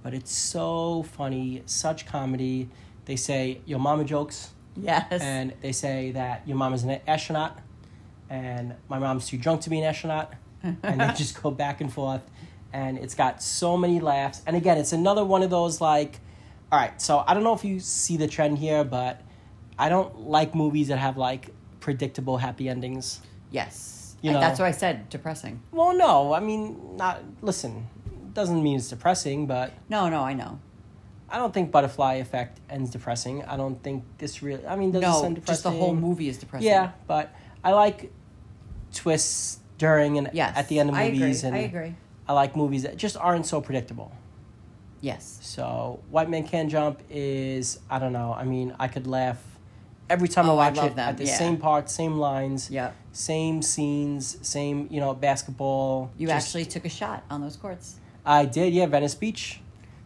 [SPEAKER 2] but it's so funny such comedy they say your mama jokes
[SPEAKER 3] Yes.
[SPEAKER 2] and they say that your mom is an astronaut and my mom's too drunk to be an astronaut and they just go back and forth and it's got so many laughs and again it's another one of those like all right so i don't know if you see the trend here but i don't like movies that have like predictable happy endings
[SPEAKER 3] yes.
[SPEAKER 2] You
[SPEAKER 3] I-
[SPEAKER 2] know.
[SPEAKER 3] that's what I said. Depressing.
[SPEAKER 2] Well, no, I mean, not. Listen, doesn't mean it's depressing, but
[SPEAKER 3] No, no, I know.
[SPEAKER 2] I don't think Butterfly Effect ends depressing. I don't think this really. I mean, does this
[SPEAKER 3] No,
[SPEAKER 2] end depressing?
[SPEAKER 3] just the whole movie is depressing.
[SPEAKER 2] Yeah, but I like twists during and
[SPEAKER 3] Yes.
[SPEAKER 2] at the end of
[SPEAKER 3] I agree,
[SPEAKER 2] movies, and
[SPEAKER 3] I agree.
[SPEAKER 2] I like movies that just aren't so predictable.
[SPEAKER 3] Yes.
[SPEAKER 2] So, White Man Can Jump is I don't know. I mean, I could laugh every time I
[SPEAKER 3] Oh, I
[SPEAKER 2] watch
[SPEAKER 3] love
[SPEAKER 2] it
[SPEAKER 3] them,
[SPEAKER 2] at the
[SPEAKER 3] yeah.
[SPEAKER 2] same parts, same lines,
[SPEAKER 3] Yep.
[SPEAKER 2] same scenes, same you know basketball.
[SPEAKER 3] You
[SPEAKER 2] just-
[SPEAKER 3] actually took a shot on those courts.
[SPEAKER 2] I did, yeah, Venice Beach.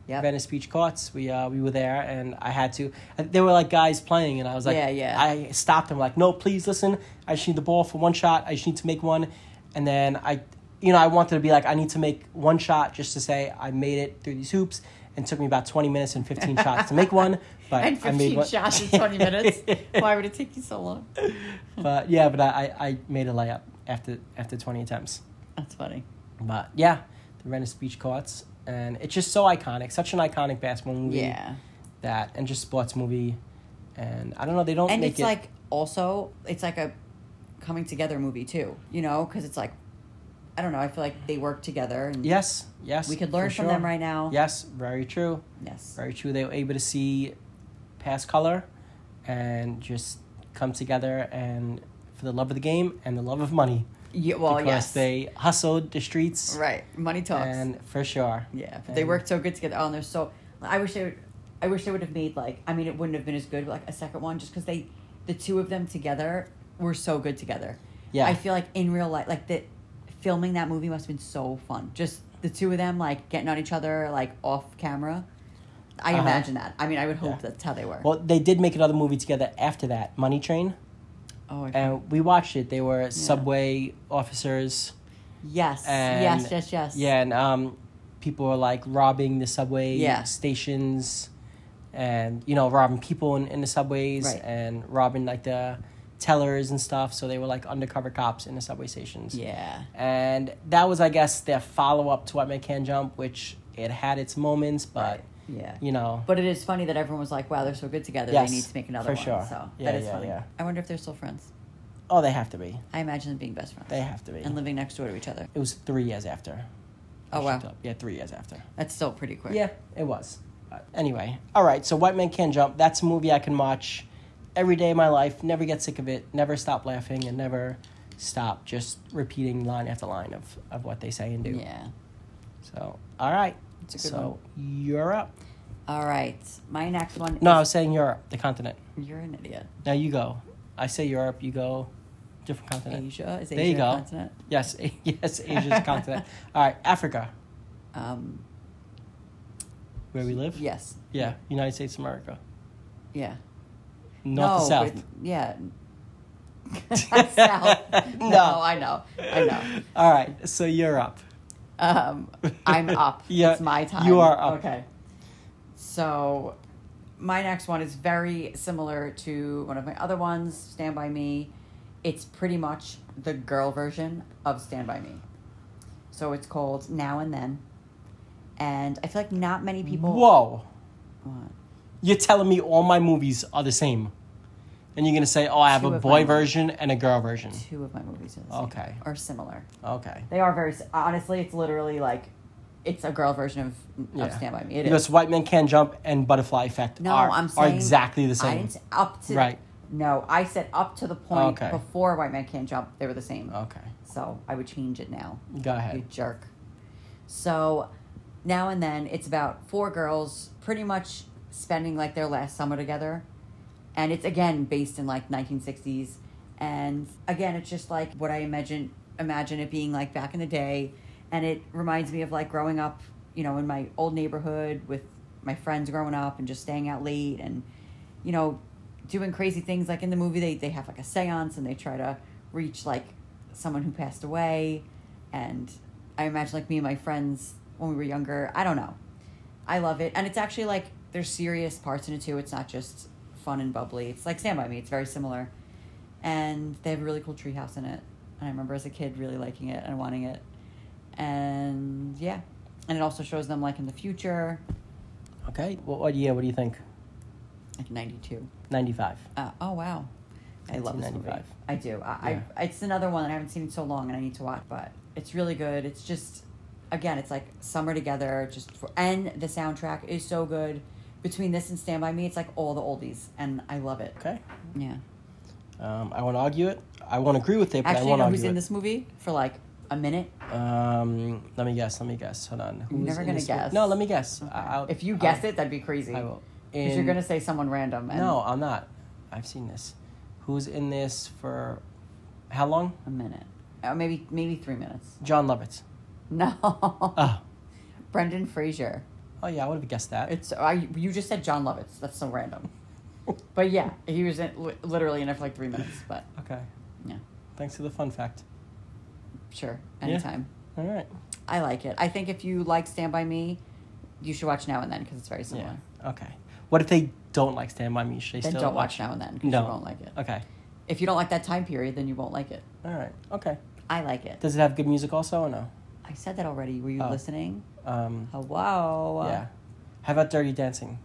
[SPEAKER 3] Yep.
[SPEAKER 2] Venice Beach courts. We uh, we were there, and I had to. There were like guys playing, and I was like,
[SPEAKER 3] Yeah, yeah.
[SPEAKER 2] I stopped him, like, no, please listen. I just need the ball for one shot. I just need to make one, and then I, you know, I wanted to be like, I need to make one shot just to say I made it through these hoops. And took me about twenty minutes and fifteen shots to make one, but
[SPEAKER 3] and
[SPEAKER 2] I made
[SPEAKER 3] 15
[SPEAKER 2] one.
[SPEAKER 3] shots in 20 minutes. Why would it take you so long?
[SPEAKER 2] But yeah, but I, I, I made a layup after after twenty attempts.
[SPEAKER 3] That's funny.
[SPEAKER 2] But yeah, the Venice Beach courts, and it's just so iconic. Such an iconic basketball movie.
[SPEAKER 3] Yeah.
[SPEAKER 2] that and just sports movie and i don't know they don't
[SPEAKER 3] And
[SPEAKER 2] make
[SPEAKER 3] it's
[SPEAKER 2] it
[SPEAKER 3] like also, it's like a coming together movie too, you know? Because it's like, I don't know, I feel like they work together. And
[SPEAKER 2] yes yes
[SPEAKER 3] We could learn
[SPEAKER 2] for
[SPEAKER 3] from them right now.
[SPEAKER 2] yes very true
[SPEAKER 3] Yes.
[SPEAKER 2] very true they were able to see past color and just come together and for the love of the game and the love of money
[SPEAKER 3] Yeah, well,
[SPEAKER 2] because
[SPEAKER 3] yes.
[SPEAKER 2] they hustled the streets
[SPEAKER 3] right. Money talks.
[SPEAKER 2] and for sure
[SPEAKER 3] yeah. But they
[SPEAKER 2] And-
[SPEAKER 3] worked so good together. Oh, and they're so, I wish they would, I wish they would have made like, I mean, it wouldn't have been as good, but like a second one just because they, the two of them together were so good together.
[SPEAKER 2] Yeah.
[SPEAKER 3] I feel like in real life, like the, filming that movie must have been so fun. Just the two of them like getting on each other, like off camera. I
[SPEAKER 2] Uh-huh.
[SPEAKER 3] imagine that. I mean, I would hope
[SPEAKER 2] Yeah.
[SPEAKER 3] that's how they were.
[SPEAKER 2] well they did make another movie together after that money train
[SPEAKER 3] oh, I
[SPEAKER 2] and we watched it they were subway officers
[SPEAKER 3] yes,
[SPEAKER 2] and
[SPEAKER 3] yes, yes, yes.
[SPEAKER 2] Yeah, and um, people were like robbing the subway
[SPEAKER 3] Yeah.
[SPEAKER 2] stations, and you know robbing people in, in the subways
[SPEAKER 3] Right.
[SPEAKER 2] and robbing like the tellers and stuff. So they were like undercover cops in the subway stations.
[SPEAKER 3] yeah,
[SPEAKER 2] and that was I guess their follow up to What Man Can Jump, which it had its moments, but
[SPEAKER 3] yeah.
[SPEAKER 2] you know,
[SPEAKER 3] But it is funny that everyone was like, "Wow, they're so good together.
[SPEAKER 2] Yes,
[SPEAKER 3] they need to make another
[SPEAKER 2] for
[SPEAKER 3] one."
[SPEAKER 2] sure.
[SPEAKER 3] So
[SPEAKER 2] Yeah,
[SPEAKER 3] that is
[SPEAKER 2] yeah,
[SPEAKER 3] funny.
[SPEAKER 2] yeah.
[SPEAKER 3] I wonder if they're still friends.
[SPEAKER 2] oh, they have to be,
[SPEAKER 3] I imagine them being best friends
[SPEAKER 2] they have to be.
[SPEAKER 3] and living next door to each other.
[SPEAKER 2] it was three years after.
[SPEAKER 3] Oh wow,
[SPEAKER 2] Yeah, three years after.
[SPEAKER 3] that's still pretty quick.
[SPEAKER 2] Yeah, it was. Uh, Anyway, all right. So White Man Can Jump. That's a movie I can watch every day of my life. Never get sick of it. Never stop laughing and never stop just repeating line after line of, of what they say and do.
[SPEAKER 3] Yeah.
[SPEAKER 2] So all right.
[SPEAKER 3] It's a good
[SPEAKER 2] so you're up.
[SPEAKER 3] All right, my next one.
[SPEAKER 2] No, I
[SPEAKER 3] is,
[SPEAKER 2] was saying Europe, the continent.
[SPEAKER 3] you're an idiot.
[SPEAKER 2] Now you go. I say Europe. You go. different continent.
[SPEAKER 3] Asia is Asia
[SPEAKER 2] Uh, There you
[SPEAKER 3] a
[SPEAKER 2] go.
[SPEAKER 3] continent.
[SPEAKER 2] Yes, a- yes, Asia's a continent. All right, Africa,
[SPEAKER 3] Um,
[SPEAKER 2] where we live.
[SPEAKER 3] yes.
[SPEAKER 2] Yeah, United States of America,
[SPEAKER 3] Yeah.
[SPEAKER 2] north to
[SPEAKER 3] No,
[SPEAKER 2] south.
[SPEAKER 3] but- yeah. south. No.
[SPEAKER 2] No.
[SPEAKER 3] I know. I know.
[SPEAKER 2] All right, so Europe.
[SPEAKER 3] Um, I'm up.
[SPEAKER 2] Yeah,
[SPEAKER 3] It's my time.
[SPEAKER 2] you are up.
[SPEAKER 3] Okay. So, my next one is very similar to one of my other ones, Stand By Me. It's pretty much the girl version of Stand By Me. So, it's called Now and Then. And I feel like not many people.
[SPEAKER 2] Whoa,
[SPEAKER 3] What?
[SPEAKER 2] you're telling me all my movies are the same, and you're gonna say, "Oh, I have
[SPEAKER 3] Two
[SPEAKER 2] a
[SPEAKER 3] of my
[SPEAKER 2] boy
[SPEAKER 3] movies.
[SPEAKER 2] version and a girl version."
[SPEAKER 3] Two of my movies are the same,
[SPEAKER 2] Okay.
[SPEAKER 3] Or similar.
[SPEAKER 2] Okay.
[SPEAKER 3] They are very. s- Honestly, it's literally like. It's a girl version of, of Stand By Me. It is.
[SPEAKER 2] because White Man Can Jump and Butterfly Effect
[SPEAKER 3] No,
[SPEAKER 2] are,
[SPEAKER 3] I'm
[SPEAKER 2] are
[SPEAKER 3] saying
[SPEAKER 2] exactly
[SPEAKER 3] I
[SPEAKER 2] the same.
[SPEAKER 3] didn't- up to
[SPEAKER 2] Right.
[SPEAKER 3] No, I said up to the point
[SPEAKER 2] Okay. Oh.
[SPEAKER 3] before White Man Can't Jump, they were the same.
[SPEAKER 2] Okay.
[SPEAKER 3] So I would change it now.
[SPEAKER 2] Go ahead.
[SPEAKER 3] You jerk. So now and then it's about four girls pretty much spending like their last summer together. And it's again based in like 1960s. And again, it's just like what I imagine imagine it being like back in the day. And it reminds me of like growing up, you know, in my old neighborhood with my friends growing up and just staying out late and, you know, doing crazy things. Like in the movie, they, they have like a seance and they try to reach like someone who passed away and I imagine like me and my friends when we were younger. I don't know. I love it, and it's actually like there's serious parts in it too. It's not just fun and bubbly. It's like Stand by Me. It's very similar, and they have a really cool treehouse in it. And I remember as a kid really liking it and wanting it, and yeah, and it also shows them like in the future,
[SPEAKER 2] Okay. What, what year? What do you think?
[SPEAKER 3] like ninety two.
[SPEAKER 2] Ninety-five.
[SPEAKER 3] Uh, oh wow, I love this movie.
[SPEAKER 2] 1995.
[SPEAKER 3] I do. I, I it's another one that I haven't seen in so long, and I need to watch. But it's really good. It's just again, it's like summer together. Just for, and the soundtrack is so good. Between this and Stand by Me, it's like all the oldies, and I love it.
[SPEAKER 2] Okay.
[SPEAKER 3] Yeah.
[SPEAKER 2] Um, I won't argue it. I won't agree with it, but
[SPEAKER 3] Actually,
[SPEAKER 2] I
[SPEAKER 3] you
[SPEAKER 2] won't
[SPEAKER 3] know
[SPEAKER 2] argue
[SPEAKER 3] who's
[SPEAKER 2] it.
[SPEAKER 3] in this movie for like a minute?
[SPEAKER 2] Um, let me guess. Let me guess. Hold on. Who's
[SPEAKER 3] never
[SPEAKER 2] in
[SPEAKER 3] gonna
[SPEAKER 2] this movie?
[SPEAKER 3] guess.
[SPEAKER 2] No, let me guess. I, I'll-
[SPEAKER 3] If you guess
[SPEAKER 2] I'll-
[SPEAKER 3] it, that'd be crazy.
[SPEAKER 2] I will.
[SPEAKER 3] Because you're
[SPEAKER 2] In-
[SPEAKER 3] gonna say someone random. And
[SPEAKER 2] No, I'm not. I've seen this. Who's in this for how long?
[SPEAKER 3] A minute. Or maybe maybe three minutes.
[SPEAKER 2] John Lovitz.
[SPEAKER 3] No.
[SPEAKER 2] Oh,
[SPEAKER 3] Brendan Fraser.
[SPEAKER 2] oh yeah, I would have guessed that.
[SPEAKER 3] It's I, you just said John Lovitz. That's so random. but yeah, he was in, li- literally in it for like three minutes. But
[SPEAKER 2] okay.
[SPEAKER 3] yeah,
[SPEAKER 2] Thanks for the fun fact.
[SPEAKER 3] sure,
[SPEAKER 2] Yeah.
[SPEAKER 3] anytime.
[SPEAKER 2] All right.
[SPEAKER 3] I like it. I think if you like Stand by Me, you should watch Now and Then because it's very similar.
[SPEAKER 2] Yeah. Okay. What if they don't like Stand by Me? Should they
[SPEAKER 3] Then
[SPEAKER 2] still
[SPEAKER 3] don't watch Now and Then because
[SPEAKER 2] No.
[SPEAKER 3] you won't like it.
[SPEAKER 2] Okay.
[SPEAKER 3] If you don't like that time period, then you won't like it.
[SPEAKER 2] All right. Okay.
[SPEAKER 3] I like it.
[SPEAKER 2] Does it have good music also or no?
[SPEAKER 3] I said that already. Were you
[SPEAKER 2] Oh.
[SPEAKER 3] listening? Oh,
[SPEAKER 2] Um,
[SPEAKER 3] Hello.
[SPEAKER 2] yeah. How about Dirty Dancing?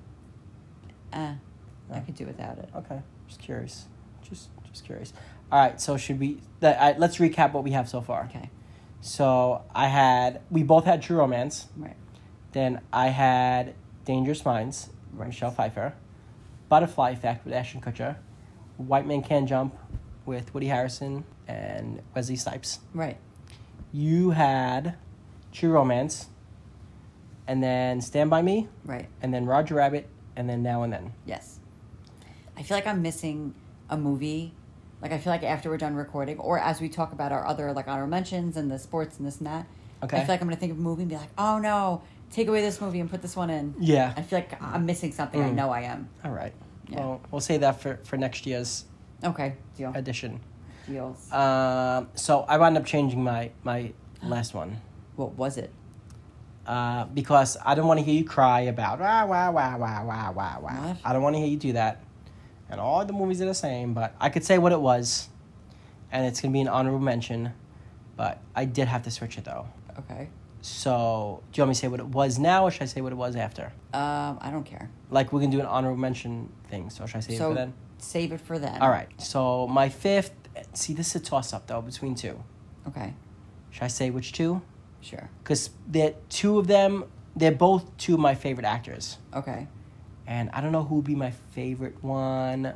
[SPEAKER 3] Eh, I
[SPEAKER 2] Oh.
[SPEAKER 3] could do without it.
[SPEAKER 2] Okay. Just curious. Just just curious. All right. So should we? That, I, let's recap what we have so far.
[SPEAKER 3] Okay.
[SPEAKER 2] So I had we both had True Romance.
[SPEAKER 3] Right.
[SPEAKER 2] Then I had Dangerous Minds,
[SPEAKER 3] Right.
[SPEAKER 2] Michelle Pfeiffer, Butterfly Effect with Ashton Kutcher, White Man Can Jump with Woody Harrison and Wesley Snipes.
[SPEAKER 3] Right.
[SPEAKER 2] You had True Romance, and then Stand by Me,
[SPEAKER 3] Right.
[SPEAKER 2] and then Roger Rabbit, and then Now and Then.
[SPEAKER 3] Yes. I feel like I'm missing a movie. Like I feel like after we're done recording, or as we talk about our other like honorable mentions and the sports and this and that,
[SPEAKER 2] Okay.
[SPEAKER 3] I feel like I'm gonna think of a movie and be like, oh no, take away this movie and put this one in.
[SPEAKER 2] Yeah. Mm.
[SPEAKER 3] I feel like I'm missing something. I know I am.
[SPEAKER 2] All right.
[SPEAKER 3] Yeah.
[SPEAKER 2] Well, we'll say that for, for next year's
[SPEAKER 3] Okay, deal.
[SPEAKER 2] edition.
[SPEAKER 3] Deals.
[SPEAKER 2] Um, so I wound up changing my, my last one.
[SPEAKER 3] what was it?
[SPEAKER 2] uh, because I don't want to hear you cry about wah wah wah wah wah wah wah.
[SPEAKER 3] What?
[SPEAKER 2] I don't want to hear you do that. And all the movies are the same, but I could say what it was, and it's gonna be an honorable mention. But I did have to switch it though.
[SPEAKER 3] Okay.
[SPEAKER 2] So do you want me to say what it was now, or should I say what it was after?
[SPEAKER 3] Um, I don't care.
[SPEAKER 2] Like we can do an honorable mention thing. So should I say it
[SPEAKER 3] so
[SPEAKER 2] for then?
[SPEAKER 3] save it for then.
[SPEAKER 2] All right. So my fifth. See, this is a toss up though between two.
[SPEAKER 3] Okay.
[SPEAKER 2] Should I say which two?
[SPEAKER 3] Sure.
[SPEAKER 2] Because they're two of them. They're both two of my favorite actors.
[SPEAKER 3] Okay.
[SPEAKER 2] And I don't know who would be my favorite one.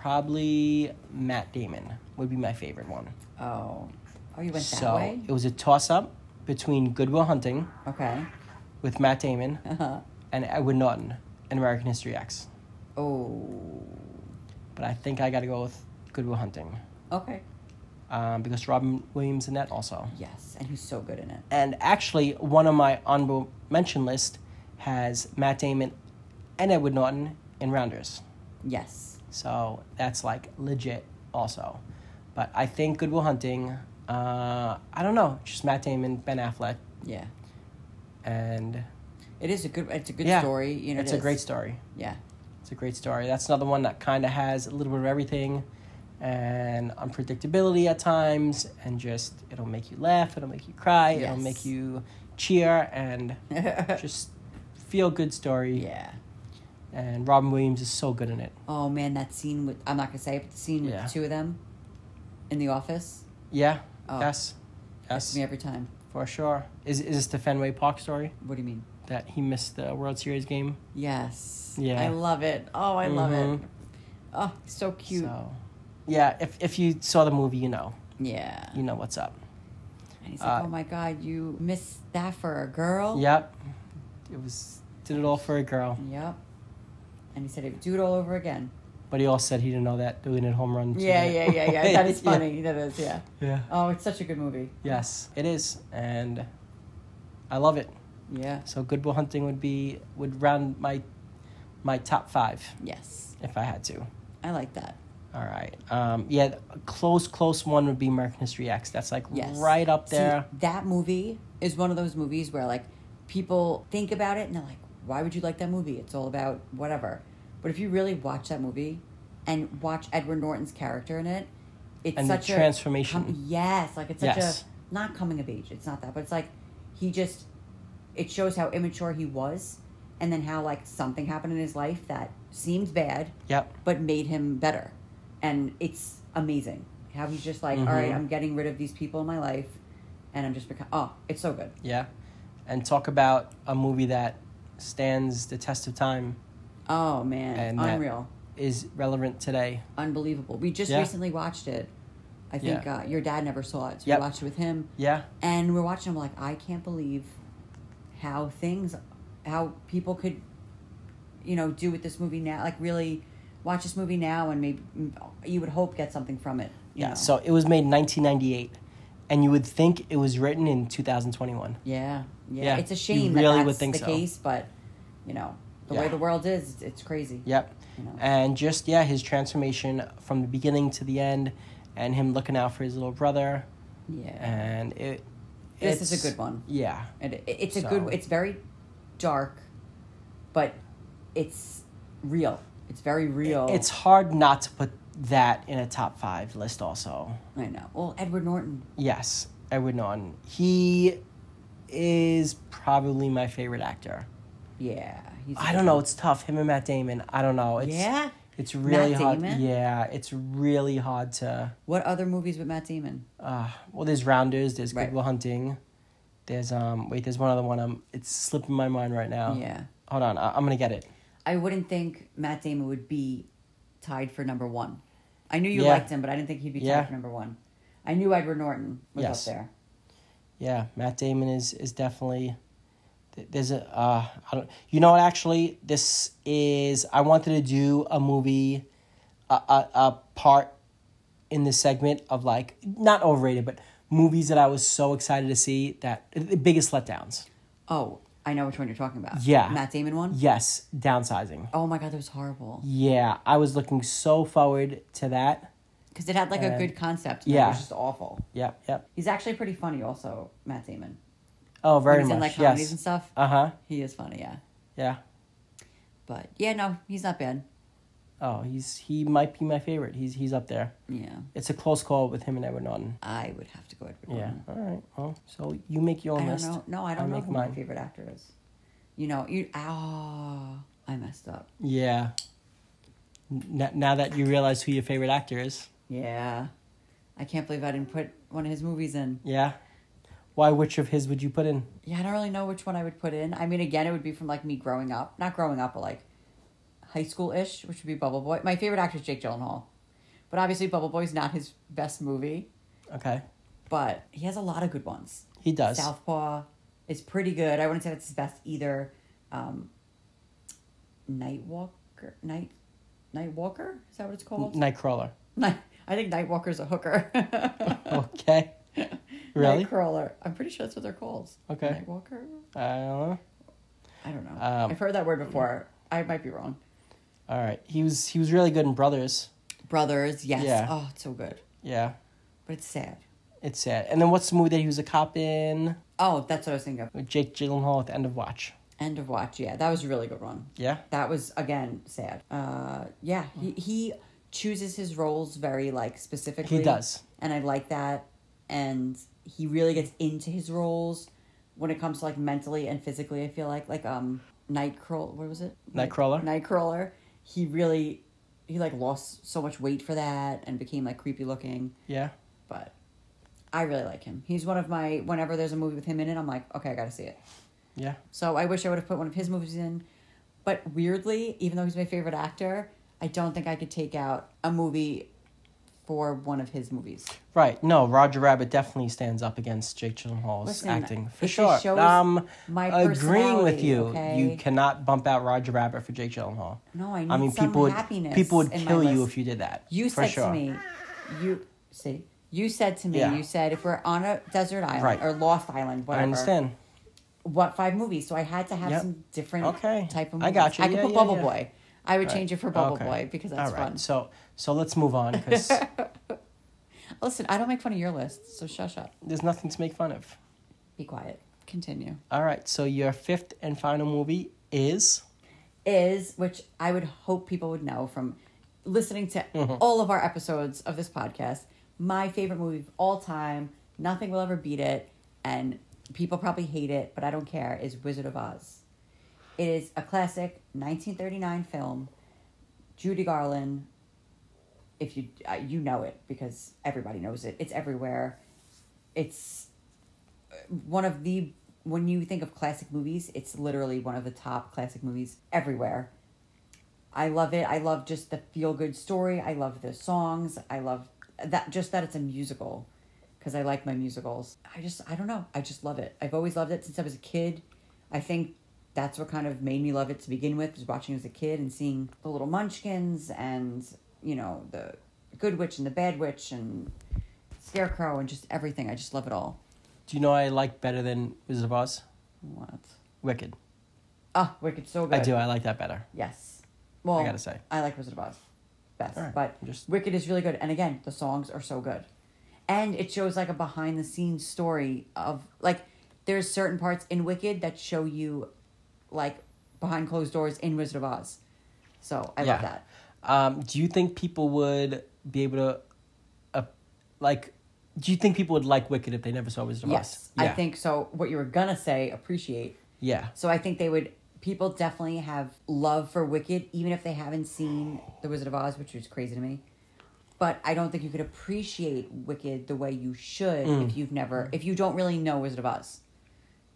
[SPEAKER 2] Probably Matt Damon would be my favorite one.
[SPEAKER 3] Oh. Oh, you went that
[SPEAKER 2] so
[SPEAKER 3] way.
[SPEAKER 2] it was a toss up between Goodwill Hunting
[SPEAKER 3] Okay.
[SPEAKER 2] with Matt Damon
[SPEAKER 3] Uh huh.
[SPEAKER 2] and Edward Norton in American History X.
[SPEAKER 3] Oh.
[SPEAKER 2] But I think I gotta go with Goodwill Hunting.
[SPEAKER 3] Okay.
[SPEAKER 2] um, because Robin Williams in that also.
[SPEAKER 3] Yes, and he's so good in it.
[SPEAKER 2] And actually, one of my honorable mention list has Matt Damon and Edward Norton in Rounders.
[SPEAKER 3] Yes.
[SPEAKER 2] So that's like legit also. But I think Goodwill Hunting, uh, I don't know, just Matt Damon, Ben Affleck,
[SPEAKER 3] Yeah.
[SPEAKER 2] and
[SPEAKER 3] It is a good. It's a good
[SPEAKER 2] yeah,
[SPEAKER 3] story. You know, it
[SPEAKER 2] it's a
[SPEAKER 3] is.
[SPEAKER 2] great story.
[SPEAKER 3] Yeah.
[SPEAKER 2] It's a great story. That's another one that kind of has a little bit of everything and unpredictability at times, and just it'll make you laugh, it'll make you cry, it'll
[SPEAKER 3] Yes.
[SPEAKER 2] make you cheer, and just feel good story.
[SPEAKER 3] Yeah.
[SPEAKER 2] And Robin Williams is so good in it.
[SPEAKER 3] Oh man, that scene with I'm not gonna say it, but the scene with
[SPEAKER 2] Yeah.
[SPEAKER 3] the two of them in the office
[SPEAKER 2] Yeah.
[SPEAKER 3] Oh.
[SPEAKER 2] Yes.
[SPEAKER 3] gets
[SPEAKER 2] Yes.
[SPEAKER 3] me every time.
[SPEAKER 2] For sure. Is is this the Fenway Park story
[SPEAKER 3] What do you mean?
[SPEAKER 2] that he missed the World Series game?
[SPEAKER 3] Yes.
[SPEAKER 2] Yeah.
[SPEAKER 3] I love it. Oh, I love it.
[SPEAKER 2] Mhm.
[SPEAKER 3] Oh, so cute.
[SPEAKER 2] So, yeah. If if you saw the movie, you know,
[SPEAKER 3] Yeah.
[SPEAKER 2] you know what's up.
[SPEAKER 3] And he's like,
[SPEAKER 2] Uh,
[SPEAKER 3] oh my god, you missed that for a girl.
[SPEAKER 2] Yep. It was did it all for a girl.
[SPEAKER 3] Yep. And he said he would do it all over again.
[SPEAKER 2] But he also said he didn't know that doing it home run.
[SPEAKER 3] Yeah, yeah, yeah, yeah. That is
[SPEAKER 2] Yeah.
[SPEAKER 3] funny. That is, yeah.
[SPEAKER 2] Yeah.
[SPEAKER 3] Oh, it's such a good movie.
[SPEAKER 2] Yes, it is, and I love it.
[SPEAKER 3] Yeah.
[SPEAKER 2] So Goodwill Hunting would be would round my my top five
[SPEAKER 3] Yes.
[SPEAKER 2] if I had to.
[SPEAKER 3] I like that.
[SPEAKER 2] All right. Um, yeah, a close, close one would be American History X. That's like
[SPEAKER 3] Yes.
[SPEAKER 2] right up
[SPEAKER 3] See,
[SPEAKER 2] there.
[SPEAKER 3] that movie is one of those movies where like people think about it and they're like, why would you like that movie? It's all about whatever. But if you really watch that movie and watch Edward Norton's character in it, it's
[SPEAKER 2] And the
[SPEAKER 3] such a
[SPEAKER 2] transformation.
[SPEAKER 3] com- yes, like it's such
[SPEAKER 2] Yes.
[SPEAKER 3] a not coming of age. It's not that, but it's like he just it shows how immature he was and then how like something happened in his life that seemed bad
[SPEAKER 2] Yep.
[SPEAKER 3] but made him better. And it's amazing how he's just like, "All
[SPEAKER 2] Mm-hmm.
[SPEAKER 3] right, I'm getting rid of these people in my life, and I'm just become. Oh, it's so good.
[SPEAKER 2] Yeah, and talk about a movie that stands the test of time.
[SPEAKER 3] Oh man,
[SPEAKER 2] And that-
[SPEAKER 3] unreal,
[SPEAKER 2] Is relevant today.
[SPEAKER 3] unbelievable. We just
[SPEAKER 2] Yeah.
[SPEAKER 3] recently watched it. I think
[SPEAKER 2] Yeah.
[SPEAKER 3] uh, your dad never saw it, so
[SPEAKER 2] Yep.
[SPEAKER 3] we watched it with him,
[SPEAKER 2] Yeah.
[SPEAKER 3] and we're watching. I'm like, I can't believe how things, how people could, you know, do with this movie now. Like really. Watch this movie now, and maybe you would hope get something from it. you
[SPEAKER 2] Yeah.
[SPEAKER 3] know?
[SPEAKER 2] So it was made in 1998, and you would think it was written in 2021.
[SPEAKER 3] Yeah, yeah.
[SPEAKER 2] Yeah,
[SPEAKER 3] It's a
[SPEAKER 2] you
[SPEAKER 3] shame
[SPEAKER 2] really
[SPEAKER 3] that
[SPEAKER 2] would
[SPEAKER 3] that's
[SPEAKER 2] think
[SPEAKER 3] the
[SPEAKER 2] so.
[SPEAKER 3] case, but you know the way
[SPEAKER 2] Yeah.
[SPEAKER 3] the world is, it's- it's crazy.
[SPEAKER 2] Yep.
[SPEAKER 3] You know.
[SPEAKER 2] And just yeah, his transformation from the beginning to the end, and him looking out for his little brother,
[SPEAKER 3] yeah.
[SPEAKER 2] and it.
[SPEAKER 3] This is a
[SPEAKER 2] it's-
[SPEAKER 3] good one.
[SPEAKER 2] Yeah.
[SPEAKER 3] And it, it's a good.
[SPEAKER 2] So-
[SPEAKER 3] It's very dark, but it's real. It's very real.
[SPEAKER 2] It's hard not to put that in a top five list. Also,
[SPEAKER 3] I know. Well, Edward Norton.
[SPEAKER 2] yes, Edward Norton. He is probably my favorite actor.
[SPEAKER 3] Yeah. He's a
[SPEAKER 2] I
[SPEAKER 3] good
[SPEAKER 2] don't know.
[SPEAKER 3] one.
[SPEAKER 2] It's tough. Him and Matt Damon. I don't know. It's,
[SPEAKER 3] Yeah?
[SPEAKER 2] It's really hard.
[SPEAKER 3] Damon?
[SPEAKER 2] Yeah, it's really hard to.
[SPEAKER 3] What other movies with Matt Damon?
[SPEAKER 2] Uh, well, there's Rounders. There's
[SPEAKER 3] Right.
[SPEAKER 2] Goodwill Hunting. There's um. Wait, there's one other one. Um, it's slipping my mind right now.
[SPEAKER 3] Yeah.
[SPEAKER 2] Hold on. I- I'm gonna get it.
[SPEAKER 3] I wouldn't think Matt Damon would be tied for number one. I knew you
[SPEAKER 2] Yeah.
[SPEAKER 3] liked him, but I didn't think he'd be tied
[SPEAKER 2] Yeah.
[SPEAKER 3] for number one. I knew Edward Norton was
[SPEAKER 2] Yes.
[SPEAKER 3] up there.
[SPEAKER 2] Yeah, Matt Damon is is definitely. th- There's a uh. I don't. You know what? Actually, this is. I wanted to do a movie, a a, a part, in this segment of like not overrated, but movies that I was so excited to see that the biggest letdowns.
[SPEAKER 3] Oh, I know which one you're talking about.
[SPEAKER 2] Yeah.
[SPEAKER 3] Matt Damon one?
[SPEAKER 2] Yes, downsizing.
[SPEAKER 3] Oh my god, that was horrible.
[SPEAKER 2] Yeah, I was looking so forward to that.
[SPEAKER 3] Because it had like a
[SPEAKER 2] And-
[SPEAKER 3] good concept. And yeah. It
[SPEAKER 2] yeah.
[SPEAKER 3] was just awful.
[SPEAKER 2] Yep, yep.
[SPEAKER 3] He's actually pretty funny also, Matt Damon.
[SPEAKER 2] Oh, very
[SPEAKER 3] When he's
[SPEAKER 2] much.
[SPEAKER 3] in like comedies
[SPEAKER 2] yes.
[SPEAKER 3] and stuff.
[SPEAKER 2] Uh huh.
[SPEAKER 3] He is funny, yeah.
[SPEAKER 2] Yeah.
[SPEAKER 3] But yeah, no, he's not bad.
[SPEAKER 2] Oh, he's he might be my favorite. He's he's up there.
[SPEAKER 3] Yeah.
[SPEAKER 2] It's a close call with him and Edward Norton.
[SPEAKER 3] I would have to go Edward
[SPEAKER 2] Yeah.
[SPEAKER 3] Norton.
[SPEAKER 2] Mm-hmm. All right. Well, so you make your
[SPEAKER 3] I
[SPEAKER 2] own
[SPEAKER 3] don't
[SPEAKER 2] list.
[SPEAKER 3] know. No, I don't know
[SPEAKER 2] make
[SPEAKER 3] who my
[SPEAKER 2] mine.
[SPEAKER 3] favorite actor is. You know, you oh I messed up.
[SPEAKER 2] Yeah. N- now that you realize who your favorite actor is,
[SPEAKER 3] Yeah. I can't believe I didn't put one of his movies in.
[SPEAKER 2] yeah. Why? Which of his would you put in?
[SPEAKER 3] Yeah, I don't really know which one I would put in. I mean, again, it would be from like me growing up, not growing up, but like high school ish, which would be Bubble Boy. My favorite actor is Jake Gyllenhaal, but obviously Bubble Boy's not his best movie,
[SPEAKER 2] Okay.
[SPEAKER 3] but he has a lot of good ones.
[SPEAKER 2] He does.
[SPEAKER 3] Southpaw is pretty good. I wouldn't say that's his best either. Um, Nightwalker, Night, Nightwalker, is that what it's called?
[SPEAKER 2] Nightcrawler.
[SPEAKER 3] Night. I think Nightwalker's a hooker.
[SPEAKER 2] Okay. Really?
[SPEAKER 3] Nightcrawler. I'm pretty sure that's what they're called.
[SPEAKER 2] Okay.
[SPEAKER 3] Nightwalker?
[SPEAKER 2] I don't know.
[SPEAKER 3] I don't know.
[SPEAKER 2] Um,
[SPEAKER 3] I've heard that word before. I might be wrong.
[SPEAKER 2] All right. He was he was really good in Brothers.
[SPEAKER 3] Brothers, yes.
[SPEAKER 2] Yeah.
[SPEAKER 3] Oh, it's so good.
[SPEAKER 2] Yeah.
[SPEAKER 3] But it's sad.
[SPEAKER 2] It's sad. And then what's the movie that he was a cop in?
[SPEAKER 3] Oh, that's what I was thinking of.
[SPEAKER 2] With Jake Gyllenhaal at the end of Watch.
[SPEAKER 3] End of watch. Yeah, that was a really good one.
[SPEAKER 2] Yeah.
[SPEAKER 3] That was again sad. Uh, yeah,
[SPEAKER 2] Hmm.
[SPEAKER 3] he, he chooses his roles very like specifically.
[SPEAKER 2] He does.
[SPEAKER 3] and I like that. And he really gets into his roles when it comes to like mentally and physically. I feel like like um Nightcrawler. What was it?
[SPEAKER 2] Nightcrawler.
[SPEAKER 3] Nightcrawler. He really he like lost so much weight for that and became like creepy looking.
[SPEAKER 2] Yeah.
[SPEAKER 3] But I really like him. He's one of my whenever there's a movie with him in it, I'm like, okay, I gotta see it.
[SPEAKER 2] Yeah.
[SPEAKER 3] So I wish I would have put one of his movies in. But weirdly, even though he's my favorite actor, I don't think I could take out a movie for one of his movies.
[SPEAKER 2] Right. No, Roger Rabbit definitely stands up against Jake Gyllenhaal's
[SPEAKER 3] Listen,
[SPEAKER 2] acting for
[SPEAKER 3] it just
[SPEAKER 2] sure.
[SPEAKER 3] shows
[SPEAKER 2] um,
[SPEAKER 3] my
[SPEAKER 2] agreeing with
[SPEAKER 3] personality,
[SPEAKER 2] you.
[SPEAKER 3] okay?
[SPEAKER 2] You cannot bump out Roger Rabbit for Jake Gyllenhaal.
[SPEAKER 3] No, I
[SPEAKER 2] I
[SPEAKER 3] need
[SPEAKER 2] mean,
[SPEAKER 3] some
[SPEAKER 2] people would
[SPEAKER 3] happiness
[SPEAKER 2] people would
[SPEAKER 3] in my
[SPEAKER 2] kill you
[SPEAKER 3] list.
[SPEAKER 2] if you did that.
[SPEAKER 3] You
[SPEAKER 2] for
[SPEAKER 3] said
[SPEAKER 2] sure.
[SPEAKER 3] to me, you see, you said to me,
[SPEAKER 2] Yeah.
[SPEAKER 3] you said if we're on a desert island
[SPEAKER 2] Right.
[SPEAKER 3] or lost island, whatever.
[SPEAKER 2] I understand.
[SPEAKER 3] What five movies? So I had to have
[SPEAKER 2] Yep.
[SPEAKER 3] some different
[SPEAKER 2] Okay.
[SPEAKER 3] type of movies.
[SPEAKER 2] I got you.
[SPEAKER 3] I could
[SPEAKER 2] Yeah,
[SPEAKER 3] put
[SPEAKER 2] yeah,
[SPEAKER 3] Bubble
[SPEAKER 2] yeah.
[SPEAKER 3] Boy. I would change it for Bubble
[SPEAKER 2] Okay.
[SPEAKER 3] Boy because that's
[SPEAKER 2] All right.
[SPEAKER 3] fun.
[SPEAKER 2] So so let's move on because
[SPEAKER 3] Listen, I don't make fun of your list, so shush up.
[SPEAKER 2] there's nothing to make fun of.
[SPEAKER 3] Be quiet. Continue.
[SPEAKER 2] All right. So your fifth and final movie is
[SPEAKER 3] is, which I would hope people would know from listening to all of our episodes of this podcast, my favorite movie of all time. Nothing will ever beat it, and people probably hate it, but I don't care. Is Wizard of Oz. It is a classic 1939 film. Judy Garland. If you uh, you know it because everybody knows it. It's everywhere. It's one of the when you think of classic movies, it's literally one of the top classic movies everywhere. I love it. I love just the feel good story. I love the songs. I love that just that it's a musical because I like my musicals. I just I don't know. I just love it. I've always loved it since I was a kid. I think that's what kind of made me love it to begin with, was watching it as a kid and seeing the little munchkins and, you know, the good witch and the bad witch and scarecrow and just everything. I just love it all.
[SPEAKER 2] Do you know I like better than Wizard of Oz?
[SPEAKER 3] What?
[SPEAKER 2] Wicked.
[SPEAKER 3] Ah, Wicked, so good.
[SPEAKER 2] I do. I like that better.
[SPEAKER 3] Yes. Well,
[SPEAKER 2] I gotta say.
[SPEAKER 3] I like Wizard of Oz best,
[SPEAKER 2] All right,
[SPEAKER 3] but
[SPEAKER 2] just-
[SPEAKER 3] Wicked is really good. And again, the songs are so good, and it shows like a behind the scenes story of like there's certain parts in Wicked that show you like behind closed doors in Wizard of Oz. So I love that.
[SPEAKER 2] Um, do you think people would be able to, uh, like, do you think people would like Wicked if they never saw Wizard of
[SPEAKER 3] Yes,
[SPEAKER 2] Oz? Yeah.
[SPEAKER 3] I think so. What you were gonna say, appreciate.
[SPEAKER 2] Yeah.
[SPEAKER 3] So I think they would. People definitely have love for Wicked, even if they haven't seen The Wizard of Oz, which was crazy to me. But I don't think you could appreciate Wicked the way you should if you've never, if you don't really know Wizard of Oz.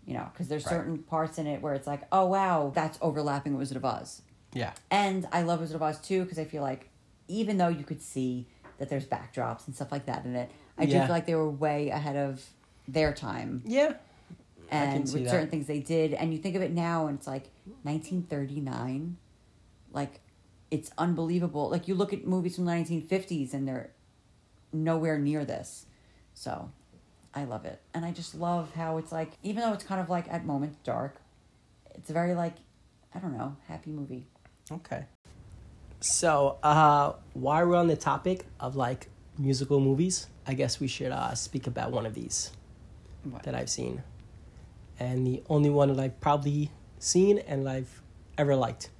[SPEAKER 3] You know, because there's certain parts in it where it's like, oh wow, that's overlapping with Wizard of Oz.
[SPEAKER 2] Yeah.
[SPEAKER 3] And I love Wizard of Oz too because I feel like even though you could see that there's backdrops and stuff like that in it, I do
[SPEAKER 2] Yeah.
[SPEAKER 3] feel like they were way ahead of their time
[SPEAKER 2] Yeah. I can
[SPEAKER 3] and with
[SPEAKER 2] see that.
[SPEAKER 3] certain things they did. And you think of it now, and it's like 1939. Like, it's unbelievable. Like, you look at movies from the 1950s, and they're nowhere near this. So, I love it. And I just love how it's like, even though it's kind of like at moments dark, it's a very, like, I don't know, happy movie.
[SPEAKER 2] Okay. So, uh, while we're on the topic of like musical movies, I guess we should uh, speak about one of these
[SPEAKER 3] What?
[SPEAKER 2] that I've seen, and the only one that I've probably seen and I've ever liked.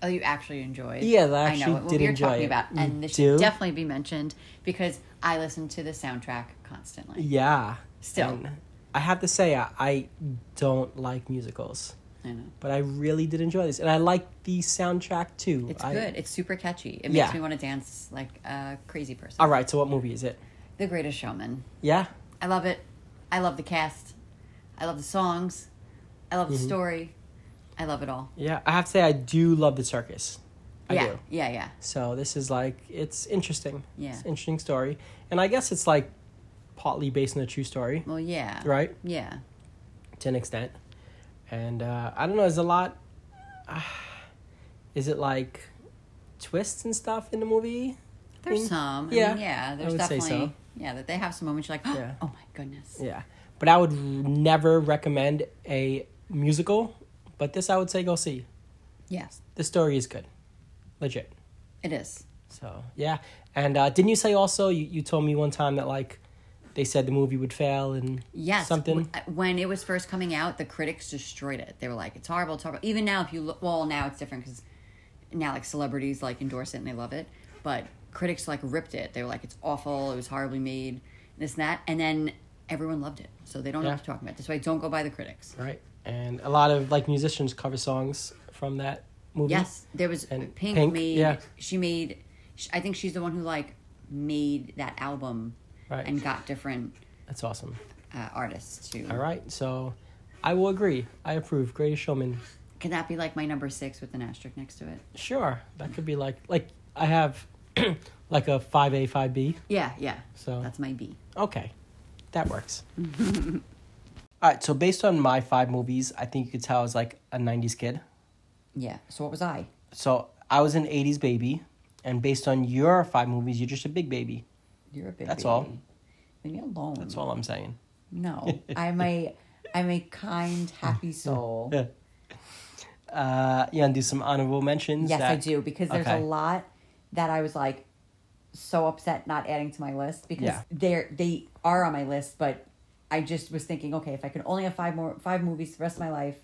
[SPEAKER 3] Oh, you actually enjoyed.
[SPEAKER 2] Yeah, that I
[SPEAKER 3] I
[SPEAKER 2] actually
[SPEAKER 3] know
[SPEAKER 2] know
[SPEAKER 3] it.
[SPEAKER 2] it, what did we were enjoy
[SPEAKER 3] talking
[SPEAKER 2] talking it.
[SPEAKER 3] about,
[SPEAKER 2] about,
[SPEAKER 3] and
[SPEAKER 2] and
[SPEAKER 3] this
[SPEAKER 2] this should Do?
[SPEAKER 3] should definitely
[SPEAKER 2] definitely
[SPEAKER 3] be mentioned because I listen to the soundtrack constantly.
[SPEAKER 2] Yeah.
[SPEAKER 3] Still.
[SPEAKER 2] And I have to say, I, I don't like musicals.
[SPEAKER 3] I know.
[SPEAKER 2] but I really did enjoy this, and I like the soundtrack too.
[SPEAKER 3] It's
[SPEAKER 2] I-
[SPEAKER 3] good. It's super catchy. It makes
[SPEAKER 2] Yeah.
[SPEAKER 3] me want to dance like a crazy person.
[SPEAKER 2] All right, so what movie is it?
[SPEAKER 3] The Greatest Showman.
[SPEAKER 2] Yeah,
[SPEAKER 3] I love it. I love the cast. I love the songs. I love the
[SPEAKER 2] Mm-hmm.
[SPEAKER 3] story. I love it all.
[SPEAKER 2] yeah. I have to say, I do love the circus. I
[SPEAKER 3] yeah.
[SPEAKER 2] do.
[SPEAKER 3] Yeah, yeah.
[SPEAKER 2] So this is like it's interesting.
[SPEAKER 3] Yeah.
[SPEAKER 2] it's an interesting story, and I guess it's like partly based on a true story
[SPEAKER 3] Well, yeah.
[SPEAKER 2] Right.
[SPEAKER 3] Yeah.
[SPEAKER 2] to an extent, and uh, I don't know. Is a lot. Uh, is it like twists and stuff in the movie?
[SPEAKER 3] There's
[SPEAKER 2] in-
[SPEAKER 3] some. I
[SPEAKER 2] yeah,
[SPEAKER 3] mean, yeah.
[SPEAKER 2] I
[SPEAKER 3] There's
[SPEAKER 2] would say
[SPEAKER 3] definitely.
[SPEAKER 2] so.
[SPEAKER 3] Yeah, that they have some moments you're like,
[SPEAKER 2] Yeah.
[SPEAKER 3] oh my goodness.
[SPEAKER 2] Yeah. But I would r- never recommend a musical, but this I would say go see.
[SPEAKER 3] Yes,
[SPEAKER 2] The story is good. Legit.
[SPEAKER 3] it is.
[SPEAKER 2] So, yeah. And uh, didn't you say also, you, you told me one time that, like, they said the movie would fail and
[SPEAKER 3] Yes.
[SPEAKER 2] something?
[SPEAKER 3] w- uh, When it was first coming out, the critics destroyed it. They were like, it's horrible, it's horrible. Even now, if you look, well, now it's different because now, like, celebrities, like, endorse it and they love it. But critics, like, ripped it. They were like, it's awful, it was horribly made, this and that. And then everyone loved it. So they don't know
[SPEAKER 2] Yeah.
[SPEAKER 3] what to talk about. That's why don't go by the critics.
[SPEAKER 2] Right. And a lot of, like, musicians cover songs from that movie.
[SPEAKER 3] Yes, there was
[SPEAKER 2] And
[SPEAKER 3] Pink,
[SPEAKER 2] Pink,
[SPEAKER 3] made.
[SPEAKER 2] yeah.
[SPEAKER 3] She made. sh I think she's the one who like made that album
[SPEAKER 2] Right.
[SPEAKER 3] and got different
[SPEAKER 2] That's awesome.
[SPEAKER 3] uh, artists to.
[SPEAKER 2] All right. So, I will agree. I approve. Greatest Showman.
[SPEAKER 3] Could that be like my number six with an asterisk next to it?
[SPEAKER 2] Sure. That could be like, like, I have, like, a 5A, 5B.
[SPEAKER 3] Yeah, yeah.
[SPEAKER 2] So-
[SPEAKER 3] that's my B.
[SPEAKER 2] Okay, that works. All right, so based on my five movies, I think you could tell I was like a 90s kid.
[SPEAKER 3] Yeah. So what was I?
[SPEAKER 2] So I was an 80s baby, and based on your five movies, you're just a big baby.
[SPEAKER 3] You're a big.
[SPEAKER 2] That's all.
[SPEAKER 3] baby. Leave me alone.
[SPEAKER 2] That's all I'm saying.
[SPEAKER 3] No, I'm a, I'm a kind, happy soul.
[SPEAKER 2] Uh, you want to do some honorable mentions?
[SPEAKER 3] Yes, I
[SPEAKER 2] that-
[SPEAKER 3] do because there's
[SPEAKER 2] Okay.
[SPEAKER 3] a lot that I was like so upset not adding to my list because
[SPEAKER 2] Yeah.
[SPEAKER 3] they're they are on my list, but I just was thinking, okay, if I could only have five more five movies the rest of my life,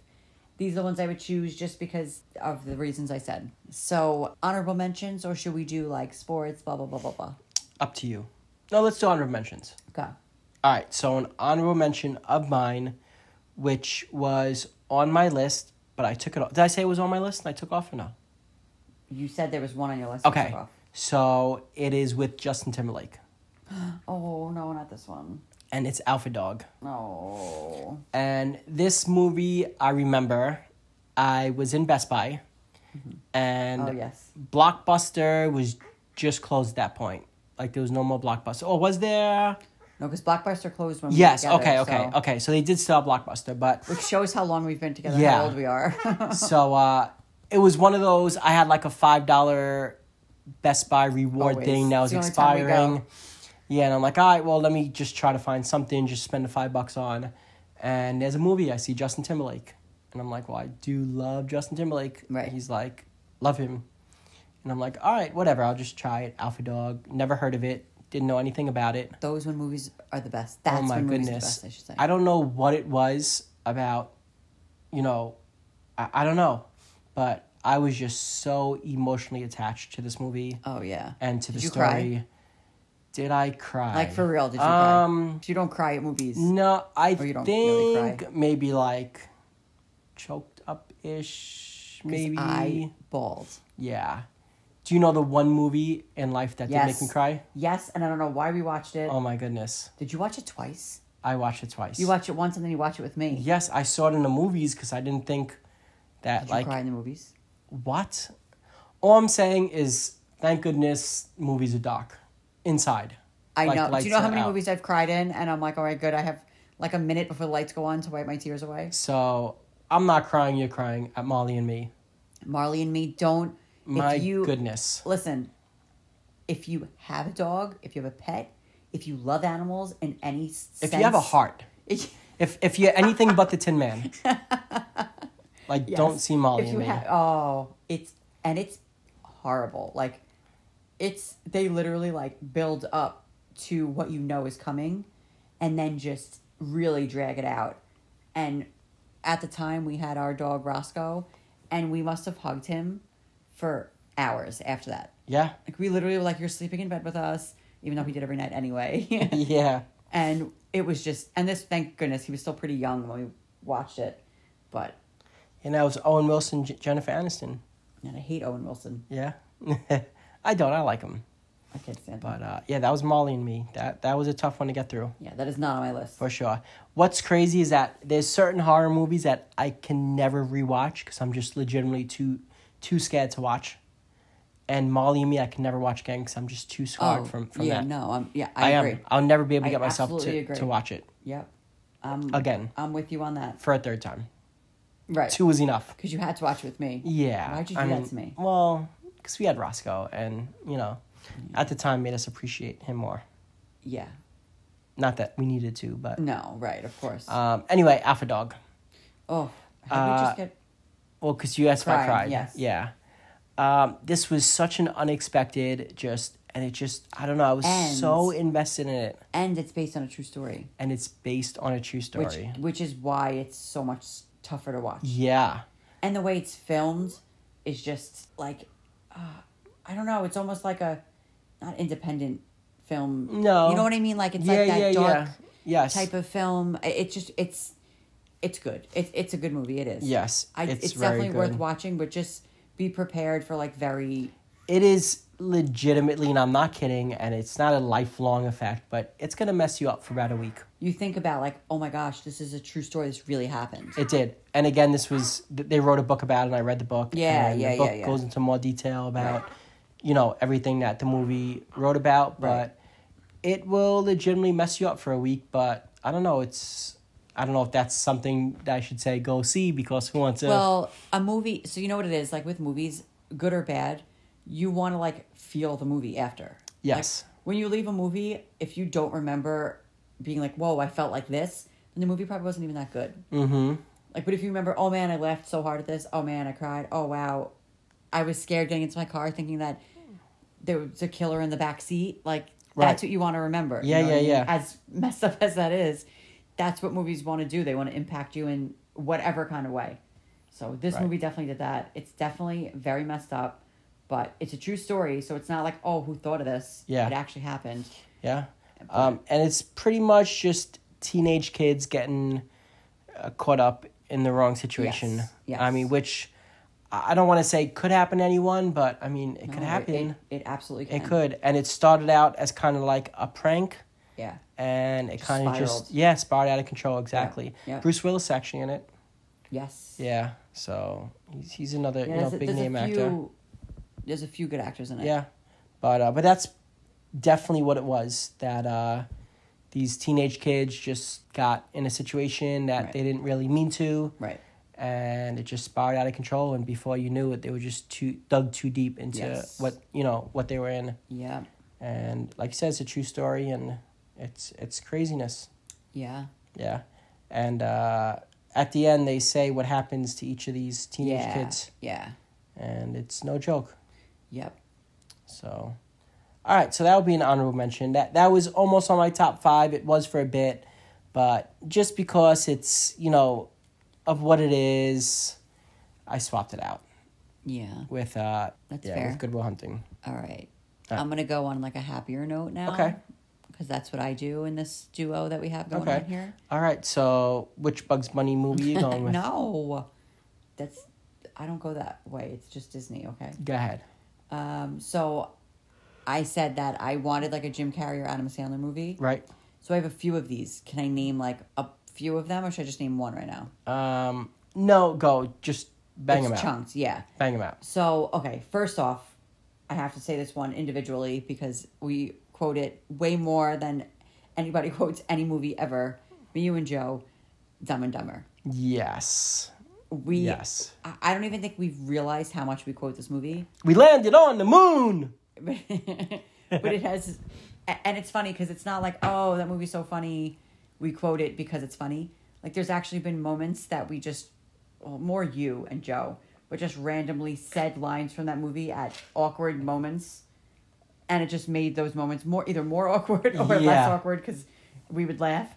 [SPEAKER 3] these are the ones I would choose just because of the reasons I said. So honorable mentions, or should we do like sports, blah blah blah blah blah?
[SPEAKER 2] Up to you. No, let's do honorable mentions.
[SPEAKER 3] Go.
[SPEAKER 2] All right, so an honorable mention of mine, which was on my list, but I took it off. Did I say it was on my list and I took off or no?
[SPEAKER 3] You said there was one on your list.
[SPEAKER 2] Okay, so it is with Justin Timberlake,
[SPEAKER 3] Oh no, not this one.
[SPEAKER 2] and it's Alpha Dog.
[SPEAKER 3] No.
[SPEAKER 2] And this movie, I remember, I was in Best Buy, and
[SPEAKER 3] Oh, yes.
[SPEAKER 2] Blockbuster was just closed at that point. Like there was no more Blockbuster. Oh, was there?
[SPEAKER 3] No, because Blockbuster closed when we were
[SPEAKER 2] Yes.
[SPEAKER 3] together,
[SPEAKER 2] okay. Okay.
[SPEAKER 3] so-
[SPEAKER 2] Okay. So they did still have Blockbuster, but
[SPEAKER 3] Which shows how long we've been together,
[SPEAKER 2] Yeah.
[SPEAKER 3] how old we are.
[SPEAKER 2] so uh, it was one of those. I had like a five dollar Best Buy reward
[SPEAKER 3] Always.
[SPEAKER 2] thing that was
[SPEAKER 3] It's the only time we
[SPEAKER 2] expiring.
[SPEAKER 3] go.
[SPEAKER 2] Yeah, and I'm like, all right, well, let me just try to find something, just spend the five bucks on. And there's a movie I see Justin Timberlake, and I'm like, well, I do love Justin Timberlake.
[SPEAKER 3] Right.
[SPEAKER 2] He's like, love him, and I'm like, all right, whatever, I'll just try it. Alpha Dog, never heard of it, didn't know anything about it.
[SPEAKER 3] Those when movies are the best. That's
[SPEAKER 2] oh my
[SPEAKER 3] when movies are the
[SPEAKER 2] goodness
[SPEAKER 3] best, I should say.
[SPEAKER 2] I don't know what it was about you know I, I don't know but i was just so emotionally attached to this movie
[SPEAKER 3] oh, yeah.
[SPEAKER 2] and to the
[SPEAKER 3] Did you
[SPEAKER 2] story
[SPEAKER 3] cry?
[SPEAKER 2] did i cry
[SPEAKER 3] Like, for real, did you cry?
[SPEAKER 2] um
[SPEAKER 3] You don't cry at movies.
[SPEAKER 2] no i
[SPEAKER 3] Or you don't
[SPEAKER 2] think
[SPEAKER 3] really cry?
[SPEAKER 2] maybe like choked up ish
[SPEAKER 3] 'Cause
[SPEAKER 2] maybe
[SPEAKER 3] I bawled.
[SPEAKER 2] yeah do you know the one movie in life that
[SPEAKER 3] Yes.
[SPEAKER 2] did make me cry
[SPEAKER 3] Yes, and I don't know why we watched it.
[SPEAKER 2] oh my goodness
[SPEAKER 3] did you watch it twice?
[SPEAKER 2] i watched it twice
[SPEAKER 3] You watch it once and then you watch it with me.
[SPEAKER 2] Yes, I saw it in the movies because I didn't think that
[SPEAKER 3] Did you
[SPEAKER 2] like
[SPEAKER 3] cry in the movies?
[SPEAKER 2] what. All I'm saying is, thank goodness movies are dark inside.
[SPEAKER 3] I
[SPEAKER 2] Like,
[SPEAKER 3] know. Do
[SPEAKER 2] lights
[SPEAKER 3] you know how
[SPEAKER 2] are
[SPEAKER 3] many
[SPEAKER 2] out.
[SPEAKER 3] movies I've cried in? And I'm like, all right, good. I have like a minute before the lights go on to wipe my tears away.
[SPEAKER 2] So I'm not crying. You're crying at Molly and me.
[SPEAKER 3] Marley and me don't.
[SPEAKER 2] My
[SPEAKER 3] if you,
[SPEAKER 2] goodness.
[SPEAKER 3] Listen, if you have a dog, if you have a pet, if you love animals in any sense.
[SPEAKER 2] If you have a heart,
[SPEAKER 3] If-
[SPEAKER 2] if if you're anything but the Tin Man, like don't
[SPEAKER 3] Yes.
[SPEAKER 2] see Molly
[SPEAKER 3] If
[SPEAKER 2] and
[SPEAKER 3] you
[SPEAKER 2] me.
[SPEAKER 3] ha- oh, it's and it's horrible. Like it's they literally like build up to what you know is coming, and then just really drag it out. And at the time, we had our dog Roscoe, and we must have hugged him for hours after that.
[SPEAKER 2] yeah,
[SPEAKER 3] Like we literally were like, "You're sleeping in bed with us," even though he did every night anyway.
[SPEAKER 2] yeah.
[SPEAKER 3] and it was just and this thank goodness he was still pretty young when we watched it, but
[SPEAKER 2] And that was Owen Wilson, J- Jennifer Aniston.
[SPEAKER 3] and I hate Owen Wilson.
[SPEAKER 2] Yeah, I don't. I like him.
[SPEAKER 3] I can't stand
[SPEAKER 2] But uh, yeah, that was Molly and me. That that was a tough one to get through
[SPEAKER 3] Yeah, that is not on my list.
[SPEAKER 2] for sure. What's crazy is that there's certain horror movies that I can never rewatch because I'm just legitimately too too scared to watch. And Molly and me, I can never watch again because I'm just too scarred from from
[SPEAKER 3] Oh, yeah,
[SPEAKER 2] that.
[SPEAKER 3] no, I'm yeah,
[SPEAKER 2] I,
[SPEAKER 3] I,
[SPEAKER 2] am.
[SPEAKER 3] agree.
[SPEAKER 2] I'll never be able to
[SPEAKER 3] I
[SPEAKER 2] get myself
[SPEAKER 3] absolutely
[SPEAKER 2] to,
[SPEAKER 3] agree.
[SPEAKER 2] to watch it
[SPEAKER 3] Yep. Um,
[SPEAKER 2] Again.
[SPEAKER 3] I'm with you on that.
[SPEAKER 2] for a third time.
[SPEAKER 3] Right.
[SPEAKER 2] Two was enough.
[SPEAKER 3] Because you had to watch it with me.
[SPEAKER 2] Yeah.
[SPEAKER 3] Why'd you do
[SPEAKER 2] I
[SPEAKER 3] that
[SPEAKER 2] mean,
[SPEAKER 3] to me?
[SPEAKER 2] Well, because we had Roscoe, and you know, at the time made us appreciate him more.
[SPEAKER 3] Yeah.
[SPEAKER 2] Not that we needed to, but
[SPEAKER 3] No, right, of course.
[SPEAKER 2] um, anyway, Alpha Dog.
[SPEAKER 3] oh, how did we
[SPEAKER 2] uh,
[SPEAKER 3] just get
[SPEAKER 2] Well, because you asked if I
[SPEAKER 3] Cried,
[SPEAKER 2] cried.
[SPEAKER 3] yes.
[SPEAKER 2] Yeah. Um, this was such an unexpected, just, and it just, I don't know, I was
[SPEAKER 3] And-
[SPEAKER 2] so invested in it.
[SPEAKER 3] and it's based on a true story,
[SPEAKER 2] And it's based on a true story.
[SPEAKER 3] which which is why it's so much tougher to watch.
[SPEAKER 2] yeah.
[SPEAKER 3] And the way it's filmed is just like uh, I don't know, it's almost like a not independent film.
[SPEAKER 2] No.
[SPEAKER 3] You know what I mean? Like it's
[SPEAKER 2] Yeah,
[SPEAKER 3] like that
[SPEAKER 2] yeah,
[SPEAKER 3] dark
[SPEAKER 2] yeah. Yes.
[SPEAKER 3] type of film. I- It just it's it's good. It's it's a good movie, it is.
[SPEAKER 2] Yes,
[SPEAKER 3] I,
[SPEAKER 2] it's
[SPEAKER 3] it's,
[SPEAKER 2] very
[SPEAKER 3] definitely worth
[SPEAKER 2] good.
[SPEAKER 3] watching, but just be prepared for like very
[SPEAKER 2] It is legitimately, and I'm not kidding, and it's not a lifelong effect, but it's going to mess you up for about a week.
[SPEAKER 3] you think about like, oh my gosh, this is a true story. This really happened.
[SPEAKER 2] It did. And again, this was th- they wrote a book about it, and I read the book.
[SPEAKER 3] Yeah,
[SPEAKER 2] and
[SPEAKER 3] yeah,
[SPEAKER 2] The book
[SPEAKER 3] yeah, yeah.
[SPEAKER 2] goes into more detail about,
[SPEAKER 3] Right.
[SPEAKER 2] you know, everything that the movie wrote about. But
[SPEAKER 3] Right.
[SPEAKER 2] it will legitimately mess you up for a week. But I don't know. It's I don't know if that's something that I should say go see because who wants to?
[SPEAKER 3] Well, a movie. So you know what it is like with movies, good or bad, you want to like feel the movie after.
[SPEAKER 2] Yes.
[SPEAKER 3] Like, when you leave a movie, if you don't remember being like, "Whoa, I felt like this," then the movie probably wasn't even that good. Mm-hmm. Like, but if you remember, oh man, I laughed so hard at this. Oh man, I cried. Oh wow, I was scared getting into my car, thinking that there was a killer in the back seat. Like
[SPEAKER 2] Right.
[SPEAKER 3] that's what you want to remember. you
[SPEAKER 2] Yeah,
[SPEAKER 3] know what
[SPEAKER 2] yeah,
[SPEAKER 3] I mean?
[SPEAKER 2] yeah.
[SPEAKER 3] As messed up as that is, that's what movies want to do. They want to impact you in whatever kind of way. So this
[SPEAKER 2] Right.
[SPEAKER 3] movie definitely did that. It's definitely very messed up, but it's a true story. So it's not like oh, who thought of this?
[SPEAKER 2] Yeah.
[SPEAKER 3] it actually happened.
[SPEAKER 2] Yeah. Um, and it's pretty much just teenage kids getting uh, caught up in the wrong situation.
[SPEAKER 3] Yes, yes.
[SPEAKER 2] I mean, which I I don't want to say could happen to anyone, but I mean, it could
[SPEAKER 3] No, it-
[SPEAKER 2] happen. It,
[SPEAKER 3] It, it absolutely can.
[SPEAKER 2] could. And it started out as kind of like a prank.
[SPEAKER 3] Yeah.
[SPEAKER 2] And it kind of just
[SPEAKER 3] spiraled.
[SPEAKER 2] yeah spiraled out of control exactly.
[SPEAKER 3] yeah.
[SPEAKER 2] Bruce Willis is actually in it.
[SPEAKER 3] Yes.
[SPEAKER 2] Yeah, so he's he's another
[SPEAKER 3] Yeah,
[SPEAKER 2] you know
[SPEAKER 3] there's a-
[SPEAKER 2] big
[SPEAKER 3] there's a
[SPEAKER 2] name actor.
[SPEAKER 3] few- There's a few good actors in it.
[SPEAKER 2] Yeah, but uh, but that's definitely what it was that uh, these teenage kids just got in a situation that
[SPEAKER 3] Right.
[SPEAKER 2] they didn't really mean to,
[SPEAKER 3] Right.
[SPEAKER 2] and it just spiraled out of control. And before you knew it, they were just too dug too deep into
[SPEAKER 3] Yes.
[SPEAKER 2] what you know what they were in.
[SPEAKER 3] Yeah.
[SPEAKER 2] And like you said, it's a true story, and it's it's craziness.
[SPEAKER 3] Yeah.
[SPEAKER 2] Yeah, and uh, at the end, they say what happens to each of these teenage
[SPEAKER 3] yeah.
[SPEAKER 2] kids,
[SPEAKER 3] Yeah.
[SPEAKER 2] and it's no joke.
[SPEAKER 3] Yep.
[SPEAKER 2] So, all right. So that would be an honorable mention. That that was almost on my top five. It was for a bit, but just because it's you know of what it is, I swapped it out
[SPEAKER 3] Yeah.
[SPEAKER 2] with uh
[SPEAKER 3] That's
[SPEAKER 2] yeah
[SPEAKER 3] fair.
[SPEAKER 2] with Goodwill Hunting.
[SPEAKER 3] All right. I'm gonna go on like a happier note now.
[SPEAKER 2] Okay.
[SPEAKER 3] Because that's what I do in this duo that we have going
[SPEAKER 2] Okay.
[SPEAKER 3] on here.
[SPEAKER 2] All right. So which Bugs Bunny movie you going with?
[SPEAKER 3] no, that's I don't go that way. It's just Disney. Okay.
[SPEAKER 2] Go ahead.
[SPEAKER 3] Um. So, I said that I wanted like a Jim Carrey or Adam Sandler movie.
[SPEAKER 2] Right.
[SPEAKER 3] So I have a few of these. Can I name like a few of them, or should I just name one right now?
[SPEAKER 2] Um. No. Go. Just bang
[SPEAKER 3] it's
[SPEAKER 2] them out.
[SPEAKER 3] chunks. Yeah.
[SPEAKER 2] Bang them out.
[SPEAKER 3] So, okay, first off, I have to say this one individually because we quote it way more than anybody quotes any movie ever. Me, you, and Joe, Dumb and Dumber.
[SPEAKER 2] Yes.
[SPEAKER 3] We,
[SPEAKER 2] Yes.
[SPEAKER 3] I, I don't even think we've realized how much we quote this movie,
[SPEAKER 2] We landed on the moon.
[SPEAKER 3] but, but it has, a- and it's funny because it's not like, oh, that movie's so funny. We quote it because it's funny. Like, there's actually been moments that we just, well, more you and Joe, but just randomly said lines from that movie at awkward moments. and it just made those moments more either more awkward or less
[SPEAKER 2] Yeah.
[SPEAKER 3] awkward because we would laugh.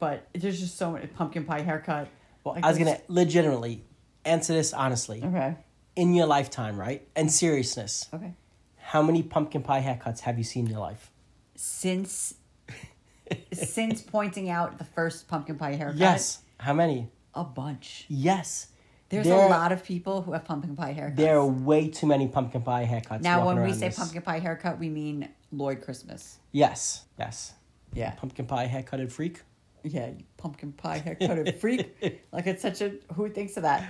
[SPEAKER 3] But there's just so many pumpkin pie haircut.
[SPEAKER 2] Well,
[SPEAKER 3] Like,
[SPEAKER 2] I was
[SPEAKER 3] there's-
[SPEAKER 2] gonna legitimately answer this honestly.
[SPEAKER 3] Okay.
[SPEAKER 2] in your lifetime, right? And seriousness,
[SPEAKER 3] Okay.
[SPEAKER 2] how many pumpkin pie haircuts have you seen in your life?
[SPEAKER 3] Since since pointing out the first pumpkin pie haircut,
[SPEAKER 2] Yes. How many?
[SPEAKER 3] a bunch.
[SPEAKER 2] Yes.
[SPEAKER 3] There's a lot of people who have pumpkin pie haircuts.
[SPEAKER 2] There are way too many pumpkin pie haircuts.
[SPEAKER 3] now,
[SPEAKER 2] walking
[SPEAKER 3] when we
[SPEAKER 2] around
[SPEAKER 3] say
[SPEAKER 2] this.
[SPEAKER 3] pumpkin pie haircut, we mean Lloyd Christmas.
[SPEAKER 2] yes, yes,
[SPEAKER 3] Yeah.
[SPEAKER 2] pumpkin pie haircutted freak.
[SPEAKER 3] Yeah, you pumpkin pie haircutted freak. Like it's such a who thinks of that?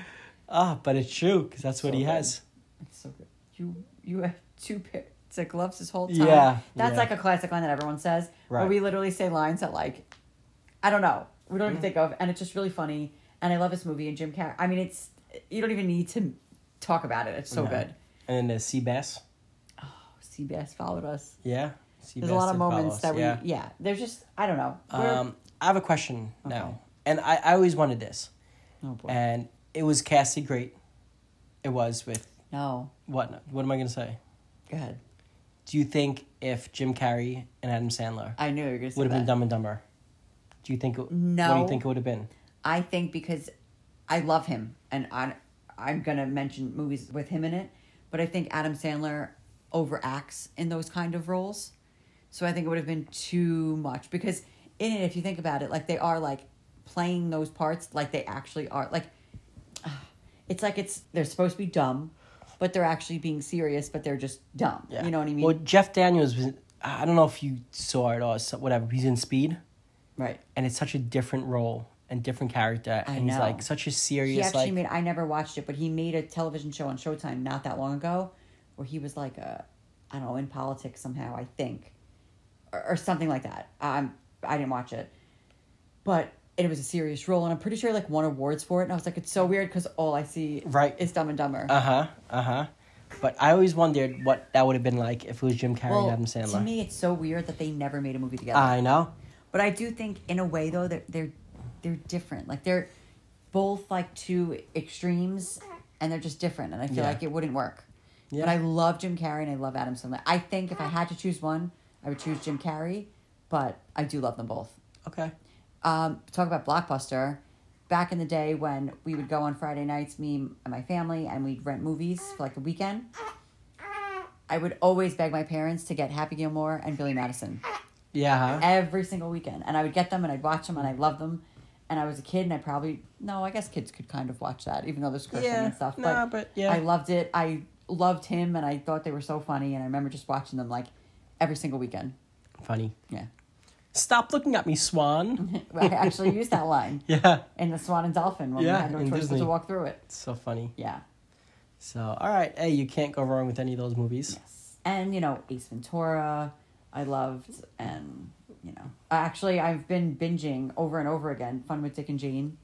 [SPEAKER 2] Ah, but it's true because that's what
[SPEAKER 3] So
[SPEAKER 2] he
[SPEAKER 3] good.
[SPEAKER 2] has.
[SPEAKER 3] It's so good. You you have two pairs of gloves this whole time.
[SPEAKER 2] Yeah,
[SPEAKER 3] That's
[SPEAKER 2] yeah.
[SPEAKER 3] like a classic line that everyone says.
[SPEAKER 2] Right.
[SPEAKER 3] Right. Where we literally say lines that like I don't know. We
[SPEAKER 2] Mm.
[SPEAKER 3] don't even think of and it's just really funny. And I love this movie and Jim Carrey. I mean it's you don't even need to talk about it. It's so
[SPEAKER 2] No.
[SPEAKER 3] good.
[SPEAKER 2] And then the sea bass.
[SPEAKER 3] Oh, sea CBS followed us.
[SPEAKER 2] Yeah.
[SPEAKER 3] There's a lot of moments that we,
[SPEAKER 2] yeah.
[SPEAKER 3] yeah. There's just, I don't know. We're-
[SPEAKER 2] Um, I have a question now, and I, I always wanted this,
[SPEAKER 3] oh boy.
[SPEAKER 2] and it was Cassie Great. It was with
[SPEAKER 3] no,
[SPEAKER 2] what? What am I gonna say?
[SPEAKER 3] go ahead.
[SPEAKER 2] Do you think if Jim Carrey and Adam Sandler
[SPEAKER 3] I knew you were going to say
[SPEAKER 2] would have been
[SPEAKER 3] that.
[SPEAKER 2] Dumb and Dumber, do you think? It, What do
[SPEAKER 3] No.
[SPEAKER 2] you think it would have been?
[SPEAKER 3] I think because I love him, and I, I'm gonna mention movies with him in it, but I think Adam Sandler overacts in those kind of roles, so I think it would have been too much. Because in it, if you think about it, like they are like playing those parts like they actually are. Like it's like it's they're supposed to be dumb, but they're actually being serious, but they're just dumb. You know what I mean?
[SPEAKER 2] Well, Jeff Daniels was. I don't know if you saw it or so- whatever. He's in Speed,
[SPEAKER 3] right.
[SPEAKER 2] and it's such a different role and different character,
[SPEAKER 3] I
[SPEAKER 2] and he's
[SPEAKER 3] know.
[SPEAKER 2] like such a
[SPEAKER 3] He
[SPEAKER 2] serious
[SPEAKER 3] actually
[SPEAKER 2] like.
[SPEAKER 3] made. I never watched it, but he made a television show on Showtime not that long ago, where he was like a, I don't know, in politics somehow. I think, or, or something like that. Um, I didn't watch it, but it was a serious role, and I'm pretty sure he, like won awards for it. And I was like, it's so weird because all I see
[SPEAKER 2] Right.
[SPEAKER 3] is Dumb and Dumber.
[SPEAKER 2] uh huh. Uh huh. But I always wondered what that would have been like if it was Jim Carrey
[SPEAKER 3] well,
[SPEAKER 2] and Adam Sandler. Uh,
[SPEAKER 3] to me, it's so weird that they never made a movie together.
[SPEAKER 2] I know.
[SPEAKER 3] But I do think, in a way, though, they're they're, they're different. Like they're both like two extremes, and they're just different. And I feel
[SPEAKER 2] Yeah.
[SPEAKER 3] like it wouldn't work. But
[SPEAKER 2] Yeah.
[SPEAKER 3] I love Jim Carrey and I love Adam Sandler. I think if I had to choose one, I would choose Jim Carrey. But I do love them both.
[SPEAKER 2] Okay.
[SPEAKER 3] Um, talk about blockbuster. Back in the day when we would go on Friday nights, me and my family, and we'd rent movies for like a weekend. I would always beg my parents to get Happy Gilmore and Billy Madison
[SPEAKER 2] Yeah. Huh?
[SPEAKER 3] every single weekend. And I would get them and I'd watch them and I loved them. And I was a kid and I probably, no, I guess kids could kind of watch that, even though there's cursing
[SPEAKER 2] Yeah,
[SPEAKER 3] and stuff.
[SPEAKER 2] nah, but yeah.
[SPEAKER 3] I loved it. I loved him and I thought they were so funny. And I remember just watching them like every single weekend.
[SPEAKER 2] Funny.
[SPEAKER 3] Yeah.
[SPEAKER 2] Stop looking at me, Swan.
[SPEAKER 3] I actually used that line
[SPEAKER 2] yeah.
[SPEAKER 3] in The Swan and Dolphin when
[SPEAKER 2] Yeah,
[SPEAKER 3] we had no
[SPEAKER 2] in
[SPEAKER 3] choice but
[SPEAKER 2] Disney.
[SPEAKER 3] to walk through it.
[SPEAKER 2] It's so funny.
[SPEAKER 3] Yeah.
[SPEAKER 2] So, all right. Hey, you can't go wrong with any of those movies.
[SPEAKER 3] And, you know, Ace Ventura, I loved. And, you know, actually, I've been binging over and over again Fun with Dick and Jane.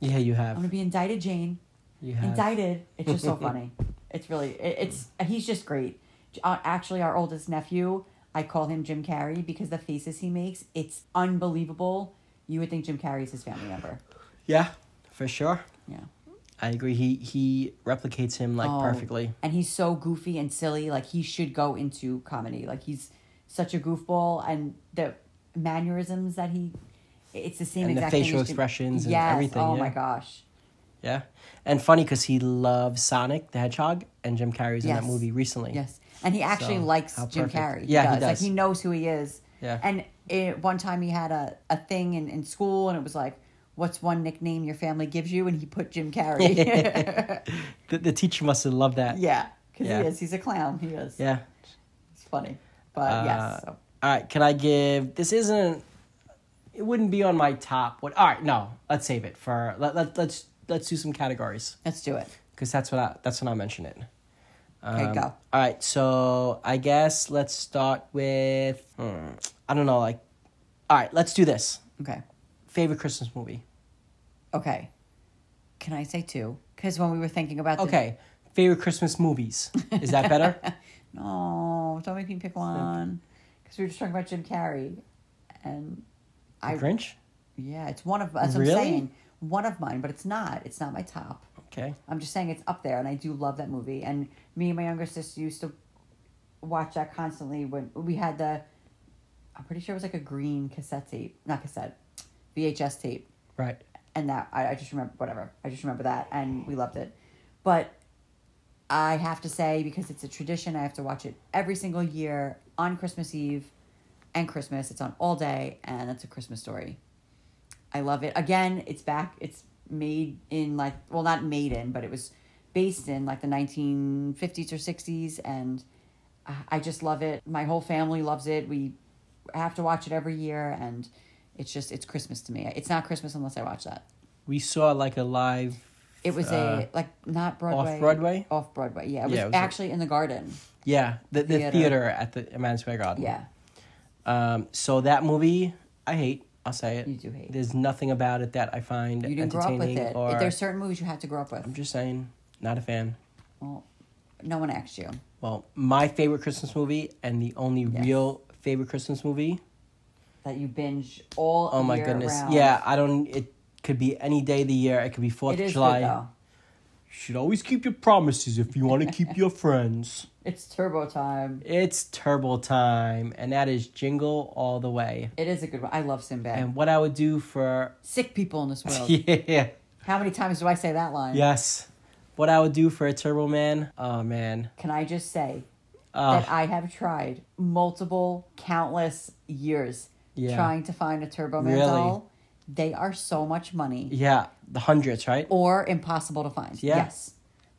[SPEAKER 2] Yeah, you
[SPEAKER 3] I'm going
[SPEAKER 2] have.
[SPEAKER 3] to be indicted, Jane.
[SPEAKER 2] You have.
[SPEAKER 3] indicted. It's just so funny. It's really it, it's he's just great. Uh, actually, our oldest nephew, I call him Jim Carrey because the faces he makes, it's unbelievable. You would think Jim Carrey is his family member.
[SPEAKER 2] Yeah, for sure.
[SPEAKER 3] Yeah.
[SPEAKER 2] I agree. He he replicates him like
[SPEAKER 3] Oh,
[SPEAKER 2] perfectly.
[SPEAKER 3] And he's so goofy and silly. Like he should go into comedy. Like he's such a goofball, and the mannerisms that he, it's the same
[SPEAKER 2] And the
[SPEAKER 3] exact
[SPEAKER 2] facial
[SPEAKER 3] thing as Jim-
[SPEAKER 2] expressions and
[SPEAKER 3] Yes.
[SPEAKER 2] everything,
[SPEAKER 3] Oh
[SPEAKER 2] yeah.
[SPEAKER 3] my gosh.
[SPEAKER 2] Yeah, and funny because he loves Sonic the Hedgehog, and Jim Carrey's in that
[SPEAKER 3] Yes.
[SPEAKER 2] movie recently.
[SPEAKER 3] Yes, and he actually
[SPEAKER 2] So,
[SPEAKER 3] likes
[SPEAKER 2] how
[SPEAKER 3] Jim
[SPEAKER 2] perfect.
[SPEAKER 3] Carrey.
[SPEAKER 2] Yeah, he
[SPEAKER 3] Like
[SPEAKER 2] does.
[SPEAKER 3] he knows who he is.
[SPEAKER 2] Yeah.
[SPEAKER 3] And it, one time he had a, a thing in, in school, and it was like, "What's one nickname your family gives you?" And he put Jim Carrey.
[SPEAKER 2] the, the teacher must have loved that.
[SPEAKER 3] yeah, because
[SPEAKER 2] Yeah.
[SPEAKER 3] he is. He's a clown. He is.
[SPEAKER 2] yeah.
[SPEAKER 3] It's funny, but
[SPEAKER 2] Uh,
[SPEAKER 3] Oh, yes. So.
[SPEAKER 2] All right, can I give? This isn't. It wouldn't be on my top. What? All right, no. Let's save it for. Let, let let's let's do some categories
[SPEAKER 3] Let's do it.
[SPEAKER 2] because that's what I, that's when I mention it.
[SPEAKER 3] Okay,
[SPEAKER 2] Um,
[SPEAKER 3] go.
[SPEAKER 2] All right, so I guess let's start with. hmm, I don't know. Like, all right, let's do this.
[SPEAKER 3] Okay.
[SPEAKER 2] Favorite Christmas movie.
[SPEAKER 3] Okay. Can I say two? Because when we were thinking about the-
[SPEAKER 2] Okay. Favorite Christmas movies. Is that better?
[SPEAKER 3] no, Oh, don't make me pick one. Because we were just talking about Jim Carrey, and
[SPEAKER 2] The
[SPEAKER 3] I
[SPEAKER 2] Grinch?
[SPEAKER 3] Yeah, it's one of as
[SPEAKER 2] Really?
[SPEAKER 3] I'm saying, one of mine, but it's not. It's not my top.
[SPEAKER 2] Okay.
[SPEAKER 3] I'm just saying it's up there, and I do love that movie. And me and my younger sister used to watch that constantly when we had the. I'm pretty sure it was like a green cassette tape, not cassette, VHS tape,
[SPEAKER 2] Right.
[SPEAKER 3] and that I, I just remember whatever. I just remember that, and we loved it. But I have to say because it's a tradition, I have to watch it every single year on Christmas Eve and Christmas. It's on all day, and it's a Christmas story. I love it. Again, it's back. It's made in like well, not made in, but it was based in like the nineteen fifties or sixties, and I- I just love it. My whole family loves it. We have to watch it every year, and it's just it's Christmas to me. It's not Christmas unless I watch that.
[SPEAKER 2] We saw like a live.
[SPEAKER 3] It was
[SPEAKER 2] Uh,
[SPEAKER 3] a like not Broadway,
[SPEAKER 2] Broadway?
[SPEAKER 3] off Broadway. Yeah, it was,
[SPEAKER 2] Yeah, it was a-
[SPEAKER 3] actually in the garden.
[SPEAKER 2] Yeah, the, the theater.
[SPEAKER 3] Theater.
[SPEAKER 2] at the Madison Square Garden.
[SPEAKER 3] Yeah,
[SPEAKER 2] Um, so that movie, I hate. I'll say it.
[SPEAKER 3] You do hate.
[SPEAKER 2] There's nothing about it that I find
[SPEAKER 3] you didn't grow up
[SPEAKER 2] entertaining
[SPEAKER 3] with it.
[SPEAKER 2] or.
[SPEAKER 3] There's certain movies you had to grow up with.
[SPEAKER 2] I'm just saying, not a fan.
[SPEAKER 3] Well, no one asked you.
[SPEAKER 2] Well, my favorite Christmas movie and the only real favorite Christmas movie.
[SPEAKER 3] that you binge all.
[SPEAKER 2] Oh my
[SPEAKER 3] year
[SPEAKER 2] goodness.
[SPEAKER 3] round.
[SPEAKER 2] Yeah, I don't it could be any day of the year. It could be 4th
[SPEAKER 3] it
[SPEAKER 2] of
[SPEAKER 3] is
[SPEAKER 2] July.
[SPEAKER 3] good though.
[SPEAKER 2] You should always keep your promises if you want to keep your friends.
[SPEAKER 3] It's turbo time.
[SPEAKER 2] It's turbo time and that is jingle all the way.
[SPEAKER 3] It is a good one. I love Sinbad.
[SPEAKER 2] And what I would do for
[SPEAKER 3] Sick people in this world.
[SPEAKER 2] Yeah.
[SPEAKER 3] How many times do I say that line?
[SPEAKER 2] Yes. What I would do for a Turbo Man. Oh man.
[SPEAKER 3] Can I just say
[SPEAKER 2] Ah.
[SPEAKER 3] that I have tried multiple, countless years
[SPEAKER 2] Yeah.
[SPEAKER 3] trying to find a Turbo Man
[SPEAKER 2] Really?
[SPEAKER 3] doll. They are so much money
[SPEAKER 2] Yeah, the hundreds, right?
[SPEAKER 3] or impossible to find.
[SPEAKER 2] Yeah.
[SPEAKER 3] Yes.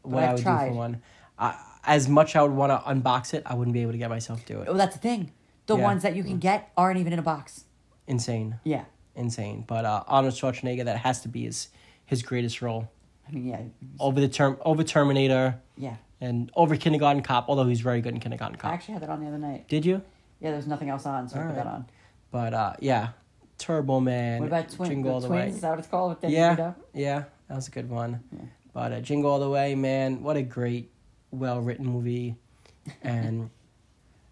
[SPEAKER 3] But
[SPEAKER 2] what i
[SPEAKER 3] Oh, I've
[SPEAKER 2] would
[SPEAKER 3] tried.
[SPEAKER 2] do for one. I, as much I would want to unbox it, I wouldn't be able to get myself to it.
[SPEAKER 3] Oh, that's the thing. The
[SPEAKER 2] Yeah.
[SPEAKER 3] ones that you can get aren't even in a box.
[SPEAKER 2] Insane,
[SPEAKER 3] Yeah.
[SPEAKER 2] insane. But uh, Arnold Schwarzenegger, that has to be his his greatest role
[SPEAKER 3] I mean, yeah.
[SPEAKER 2] over the term over Terminator
[SPEAKER 3] Yeah.
[SPEAKER 2] and over Kindergarten Cop. Although he's very good in Kindergarten
[SPEAKER 3] I
[SPEAKER 2] Cop.
[SPEAKER 3] actually had that on the other night.
[SPEAKER 2] Did you?
[SPEAKER 3] Yeah, there was nothing else on, so I put
[SPEAKER 2] Alright.
[SPEAKER 3] that on.
[SPEAKER 2] But uh, yeah, Turbo Man.
[SPEAKER 3] What about twin,
[SPEAKER 2] Jingle all
[SPEAKER 3] the
[SPEAKER 2] the
[SPEAKER 3] twins? Is
[SPEAKER 2] way.
[SPEAKER 3] that what it's called? With Danny
[SPEAKER 2] Yeah,
[SPEAKER 3] DeVito?
[SPEAKER 2] yeah, that was a good one. But uh, Jingle All the Way, man, what a great, well written movie, and.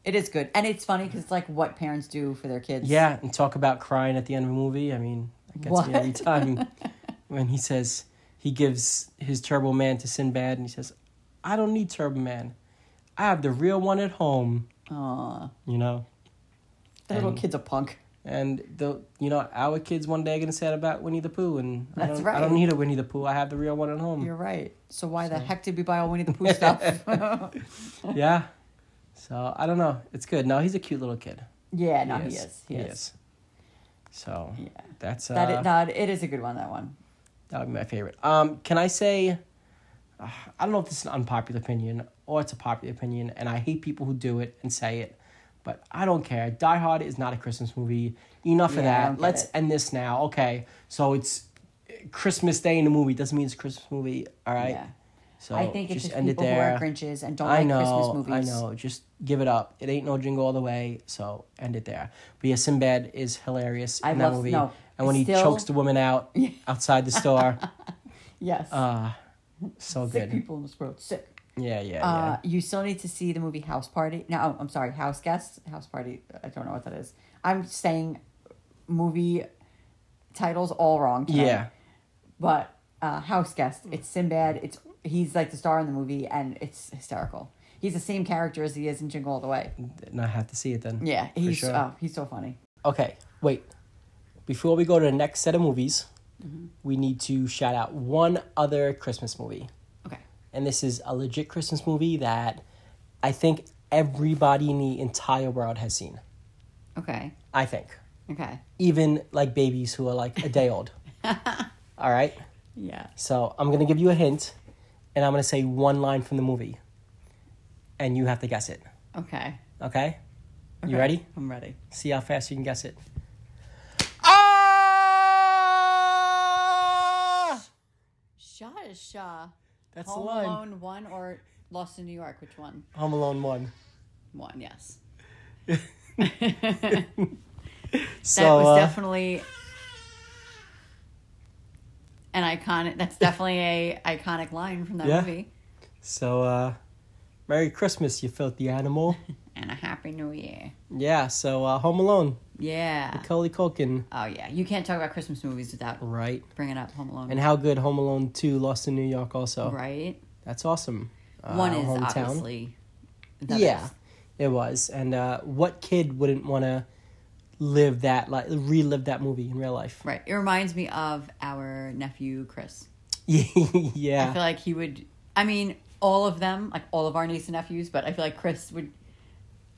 [SPEAKER 3] It is good. And it's funny because it's like what parents do for their kids.
[SPEAKER 2] Yeah, and talk about crying at the end of a movie. I mean, that gets
[SPEAKER 3] What?
[SPEAKER 2] me every time when he says he gives his Turbo Man to Sinbad, and he says, "I don't need Turbo Man, I have the real one at home."
[SPEAKER 3] Aw.
[SPEAKER 2] You know,
[SPEAKER 3] The little
[SPEAKER 2] And-
[SPEAKER 3] kid's a punk.
[SPEAKER 2] and the you know our kids one day are gonna say that about Winnie the Pooh, and I
[SPEAKER 3] That's
[SPEAKER 2] don't, I
[SPEAKER 3] right.
[SPEAKER 2] don't need a Winnie the Pooh. I have the real one at home.
[SPEAKER 3] You're right. So why the heck did we buy all Winnie the Pooh stuff?
[SPEAKER 2] yeah, so I don't know. It's good. No, he's a cute little kid.
[SPEAKER 3] yeah, no, he is. He, is.
[SPEAKER 2] So
[SPEAKER 3] Yeah.
[SPEAKER 2] that's uh,
[SPEAKER 3] That it, no, it is a good one. That one.
[SPEAKER 2] That would be my favorite. Um, can I say, uh, I don't know if this is an unpopular opinion or it's a popular opinion, and I hate people who do it and say it, but I don't care. Die Hard is not a Christmas movie. Enough
[SPEAKER 3] Yeah,
[SPEAKER 2] of
[SPEAKER 3] I don't
[SPEAKER 2] that.
[SPEAKER 3] get
[SPEAKER 2] Let's
[SPEAKER 3] it.
[SPEAKER 2] end this now. Okay, so it's Christmas Day in the movie. Doesn't mean it's a Christmas movie. All right.
[SPEAKER 3] Yeah.
[SPEAKER 2] So
[SPEAKER 3] I think it's
[SPEAKER 2] just
[SPEAKER 3] just
[SPEAKER 2] end it
[SPEAKER 3] people
[SPEAKER 2] there.
[SPEAKER 3] who are Grinches and don't
[SPEAKER 2] I
[SPEAKER 3] like
[SPEAKER 2] know,
[SPEAKER 3] Christmas movies.
[SPEAKER 2] I know. Just give it up. It ain't no jingle all the way, so end it there. But yeah, Sinbad is hilarious
[SPEAKER 3] I
[SPEAKER 2] in
[SPEAKER 3] love-
[SPEAKER 2] that movie.
[SPEAKER 3] no,
[SPEAKER 2] and when he
[SPEAKER 3] still-
[SPEAKER 2] chokes the woman out outside the store,
[SPEAKER 3] Yes.
[SPEAKER 2] Ah, so
[SPEAKER 3] Sick
[SPEAKER 2] good.
[SPEAKER 3] people in this world. Sick.
[SPEAKER 2] Yeah, yeah,
[SPEAKER 3] Uh, you still need to see the movie House Party. No, oh, I'm- I'm sorry, House Guest, House Party. I don't know what that is. I'm saying movie titles all wrong.
[SPEAKER 2] yeah.
[SPEAKER 3] Tonight.
[SPEAKER 2] Yeah,
[SPEAKER 3] but uh, House Guest. It's Sinbad. It's he's like the star in the movie, and it's hysterical. He's the same character as he is in Jingle All the Way.
[SPEAKER 2] and I have to see it then.
[SPEAKER 3] Yeah,
[SPEAKER 2] for
[SPEAKER 3] he's
[SPEAKER 2] sure.
[SPEAKER 3] oh, he's so funny.
[SPEAKER 2] Okay, wait. Before we go to the next set of movies,
[SPEAKER 3] Mm-hmm.
[SPEAKER 2] we need to shout out one other Christmas movie.
[SPEAKER 3] Okay,
[SPEAKER 2] And this is a legit Christmas movie that I think everybody in the entire world has seen.
[SPEAKER 3] okay,
[SPEAKER 2] I think.
[SPEAKER 3] okay.
[SPEAKER 2] Even like babies who are like a day old. All right?
[SPEAKER 3] Yeah.
[SPEAKER 2] So I'm going to give you a hint and I'm going to say one line from the movie. And you have to guess it.
[SPEAKER 3] Okay.
[SPEAKER 2] Okay? You ready?
[SPEAKER 3] I'm ready.
[SPEAKER 2] See how fast you can guess it.
[SPEAKER 3] Shah is Shah.
[SPEAKER 2] That's
[SPEAKER 3] Home
[SPEAKER 2] the line.
[SPEAKER 3] Alone one or Lost in New York? Which one?
[SPEAKER 2] Home Alone 1.
[SPEAKER 3] One. Yes.
[SPEAKER 2] So,
[SPEAKER 3] That was
[SPEAKER 2] uh,
[SPEAKER 3] definitely an iconic. That's definitely a iconic line from that
[SPEAKER 2] Yeah.
[SPEAKER 3] movie.
[SPEAKER 2] so uh, Merry Christmas, you filthy animal.
[SPEAKER 3] And a happy new year.
[SPEAKER 2] yeah, so uh, Home Alone,
[SPEAKER 3] Yeah.
[SPEAKER 2] Cully Culkin.
[SPEAKER 3] Oh yeah, you can't talk about Christmas movies without
[SPEAKER 2] Right.
[SPEAKER 3] bringing up Home Alone.
[SPEAKER 2] And how good Home Alone 2 Lost in New York also.
[SPEAKER 3] right?
[SPEAKER 2] That's awesome. Uh,
[SPEAKER 3] One is
[SPEAKER 2] hometown.
[SPEAKER 3] obviously the
[SPEAKER 2] yeah,
[SPEAKER 3] best.
[SPEAKER 2] it was. And uh, what kid wouldn't want to live that, like relive that movie in real life?
[SPEAKER 3] Right. It reminds me of our nephew Chris. I
[SPEAKER 2] yeah,
[SPEAKER 3] feel like he would. I mean, all of them, like all of our nieces and nephews, but I feel like Chris would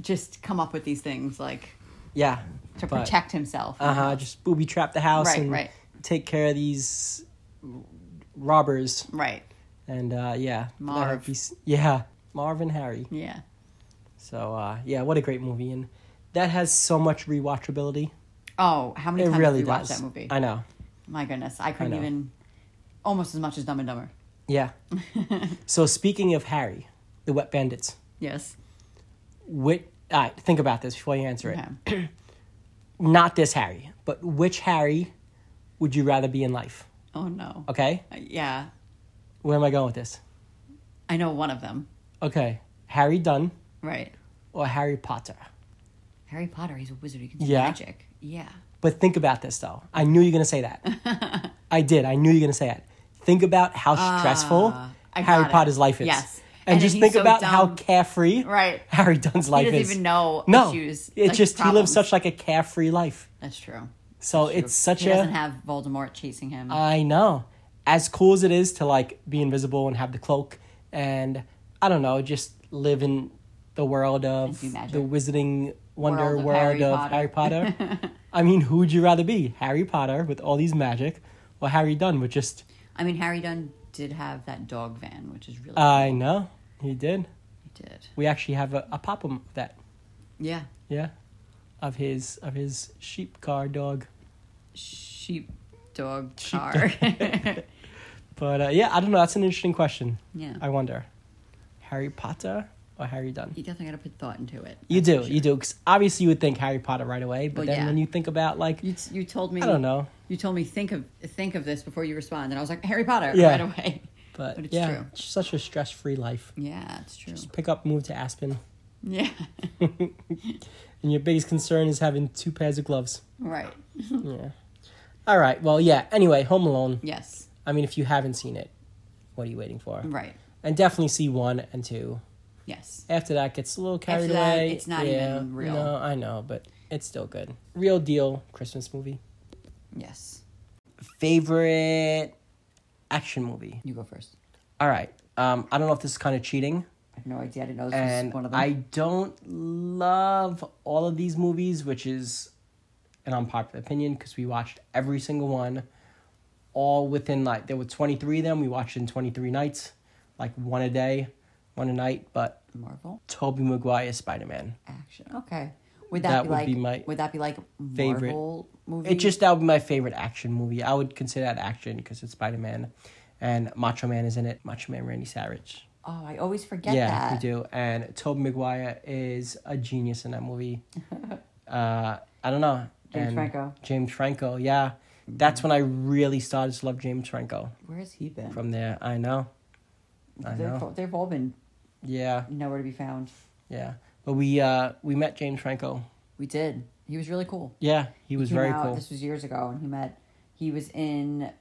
[SPEAKER 3] just come up with these things like
[SPEAKER 2] yeah.
[SPEAKER 3] to
[SPEAKER 2] But-
[SPEAKER 3] protect himself.
[SPEAKER 2] Uh huh. Just booby trap the house
[SPEAKER 3] Right,
[SPEAKER 2] and
[SPEAKER 3] right.
[SPEAKER 2] take care of these robbers.
[SPEAKER 3] Right.
[SPEAKER 2] And uh, yeah,
[SPEAKER 3] Marv.
[SPEAKER 2] that'd be s- yeah, Marv and Harry.
[SPEAKER 3] Yeah.
[SPEAKER 2] So uh, yeah, what a great movie, and that has so much rewatchability.
[SPEAKER 3] Oh, how many
[SPEAKER 2] It
[SPEAKER 3] times
[SPEAKER 2] really
[SPEAKER 3] did we watch
[SPEAKER 2] does.
[SPEAKER 3] that movie?
[SPEAKER 2] I know.
[SPEAKER 3] My goodness, I couldn't
[SPEAKER 2] know.
[SPEAKER 3] even. Almost as much as Dumb and Dumber.
[SPEAKER 2] Yeah. so speaking of Harry, the Wet Bandits.
[SPEAKER 3] Yes.
[SPEAKER 2] Which, all right, think about this before you answer it. Not this Harry, but which Harry would you rather be in life?
[SPEAKER 3] Oh no.
[SPEAKER 2] Okay,
[SPEAKER 3] Uh, Yeah,
[SPEAKER 2] where am I going with this?
[SPEAKER 3] I know one of them.
[SPEAKER 2] Okay, Harry Dunn
[SPEAKER 3] Right.
[SPEAKER 2] or Harry Potter.
[SPEAKER 3] Harry Potter, he's a wizard. He can do
[SPEAKER 2] Yeah.
[SPEAKER 3] magic. Yeah.
[SPEAKER 2] But think about this though. I knew you were gonna say that. I did. I knew you were gonna say that. Think about how stressful
[SPEAKER 3] Ah, I
[SPEAKER 2] Harry
[SPEAKER 3] got it.
[SPEAKER 2] Potter's life is.
[SPEAKER 3] Yes.
[SPEAKER 2] And,
[SPEAKER 3] And then
[SPEAKER 2] just
[SPEAKER 3] he's
[SPEAKER 2] think
[SPEAKER 3] so
[SPEAKER 2] about how
[SPEAKER 3] dumb.
[SPEAKER 2] carefree
[SPEAKER 3] Right.
[SPEAKER 2] Harry Dunn's life is.
[SPEAKER 3] doesn't even know
[SPEAKER 2] no,
[SPEAKER 3] issues,
[SPEAKER 2] It's
[SPEAKER 3] like,
[SPEAKER 2] just he lives
[SPEAKER 3] problems.
[SPEAKER 2] such like a carefree life.
[SPEAKER 3] That's true.
[SPEAKER 2] So
[SPEAKER 3] That's true.
[SPEAKER 2] it's such
[SPEAKER 3] he
[SPEAKER 2] a.
[SPEAKER 3] doesn't have Voldemort chasing him.
[SPEAKER 2] I know. As cool as it is to like be invisible and have the cloak and I don't know, just live in the world of
[SPEAKER 3] do magic.
[SPEAKER 2] the wizarding wonder
[SPEAKER 3] World
[SPEAKER 2] world,
[SPEAKER 3] of Harry
[SPEAKER 2] of
[SPEAKER 3] Potter.
[SPEAKER 2] Harry Potter. I mean, who would you rather be? Harry Potter with all these magic or Harry Dunn with just
[SPEAKER 3] I mean, Harry Dunn did have that dog van, which is really
[SPEAKER 2] I know. He did.
[SPEAKER 3] he did.
[SPEAKER 2] We actually have a, a pop of that.
[SPEAKER 3] Yeah,
[SPEAKER 2] Yeah. Of his of his sheep car dog.
[SPEAKER 3] sheep dog car.
[SPEAKER 2] But uh, yeah, I don't know, that's an interesting question.
[SPEAKER 3] Yeah.
[SPEAKER 2] I wonder. Harry Potter or Harry Dunn?
[SPEAKER 3] you definitely got to put thought into it.
[SPEAKER 2] You
[SPEAKER 3] that's
[SPEAKER 2] do,
[SPEAKER 3] for
[SPEAKER 2] you
[SPEAKER 3] sure.
[SPEAKER 2] do. Because obviously, you would think Harry Potter right away, but
[SPEAKER 3] Well,
[SPEAKER 2] then
[SPEAKER 3] yeah.
[SPEAKER 2] when you think about like,
[SPEAKER 3] You, t- you told me.
[SPEAKER 2] I don't know.
[SPEAKER 3] You told me think of think of this before you respond, and I was like Harry Potter
[SPEAKER 2] Yeah.
[SPEAKER 3] right away.
[SPEAKER 2] but,
[SPEAKER 3] it's
[SPEAKER 2] yeah,
[SPEAKER 3] true.
[SPEAKER 2] it's such a stress-free life.
[SPEAKER 3] Yeah, it's true.
[SPEAKER 2] Just pick up, move to Aspen,
[SPEAKER 3] Yeah,
[SPEAKER 2] and your biggest concern is having two pairs of gloves.
[SPEAKER 3] right.
[SPEAKER 2] Yeah. All right. Well, yeah. Anyway, Home Alone.
[SPEAKER 3] Yes,
[SPEAKER 2] I mean, if you haven't seen it, what are you waiting for?
[SPEAKER 3] right.
[SPEAKER 2] And definitely see one and two.
[SPEAKER 3] Yes,
[SPEAKER 2] After that, gets a little carried
[SPEAKER 3] After that,
[SPEAKER 2] away.
[SPEAKER 3] it's not even real.
[SPEAKER 2] No, I know, but it's still good. Real deal Christmas movie.
[SPEAKER 3] yes.
[SPEAKER 2] Favorite action movie.
[SPEAKER 3] You go first.
[SPEAKER 2] All right. Um, I don't know if this is kind of cheating,
[SPEAKER 3] I have no idea. I didn't know this
[SPEAKER 2] and
[SPEAKER 3] was one of them.
[SPEAKER 2] I don't love all of these movies, which is an unpopular opinion because we watched every single one, all within like there were twenty three of them. We watched in twenty three nights, like one a day, one a night. But
[SPEAKER 3] Marvel
[SPEAKER 2] Tobey Maguire Spider Man.
[SPEAKER 3] action. Okay. Would that,
[SPEAKER 2] That
[SPEAKER 3] be
[SPEAKER 2] would
[SPEAKER 3] like?
[SPEAKER 2] be my
[SPEAKER 3] would that be like
[SPEAKER 2] favorite.
[SPEAKER 3] Marvel movie?
[SPEAKER 2] It just that would be my favorite action movie. I would consider that action because it's Spider Man, and Macho Man is in it. Macho Man Randy Savage.
[SPEAKER 3] Oh, I always forget
[SPEAKER 2] yeah,
[SPEAKER 3] that.
[SPEAKER 2] we do. And Tobey Maguire is a genius in that movie. uh, I don't know.
[SPEAKER 3] James
[SPEAKER 2] And
[SPEAKER 3] Franco.
[SPEAKER 2] James Franco, yeah. That's when I really started to love James Franco.
[SPEAKER 3] Where has he been?
[SPEAKER 2] From there, I know. I
[SPEAKER 3] they've,
[SPEAKER 2] know.
[SPEAKER 3] all- they've all been
[SPEAKER 2] Yeah,
[SPEAKER 3] nowhere to be found.
[SPEAKER 2] yeah. But we uh, we met James Franco.
[SPEAKER 3] We did. He was really cool.
[SPEAKER 2] Yeah, he was
[SPEAKER 3] came
[SPEAKER 2] very
[SPEAKER 3] out-
[SPEAKER 2] cool.
[SPEAKER 3] This was years ago, and he met. He was in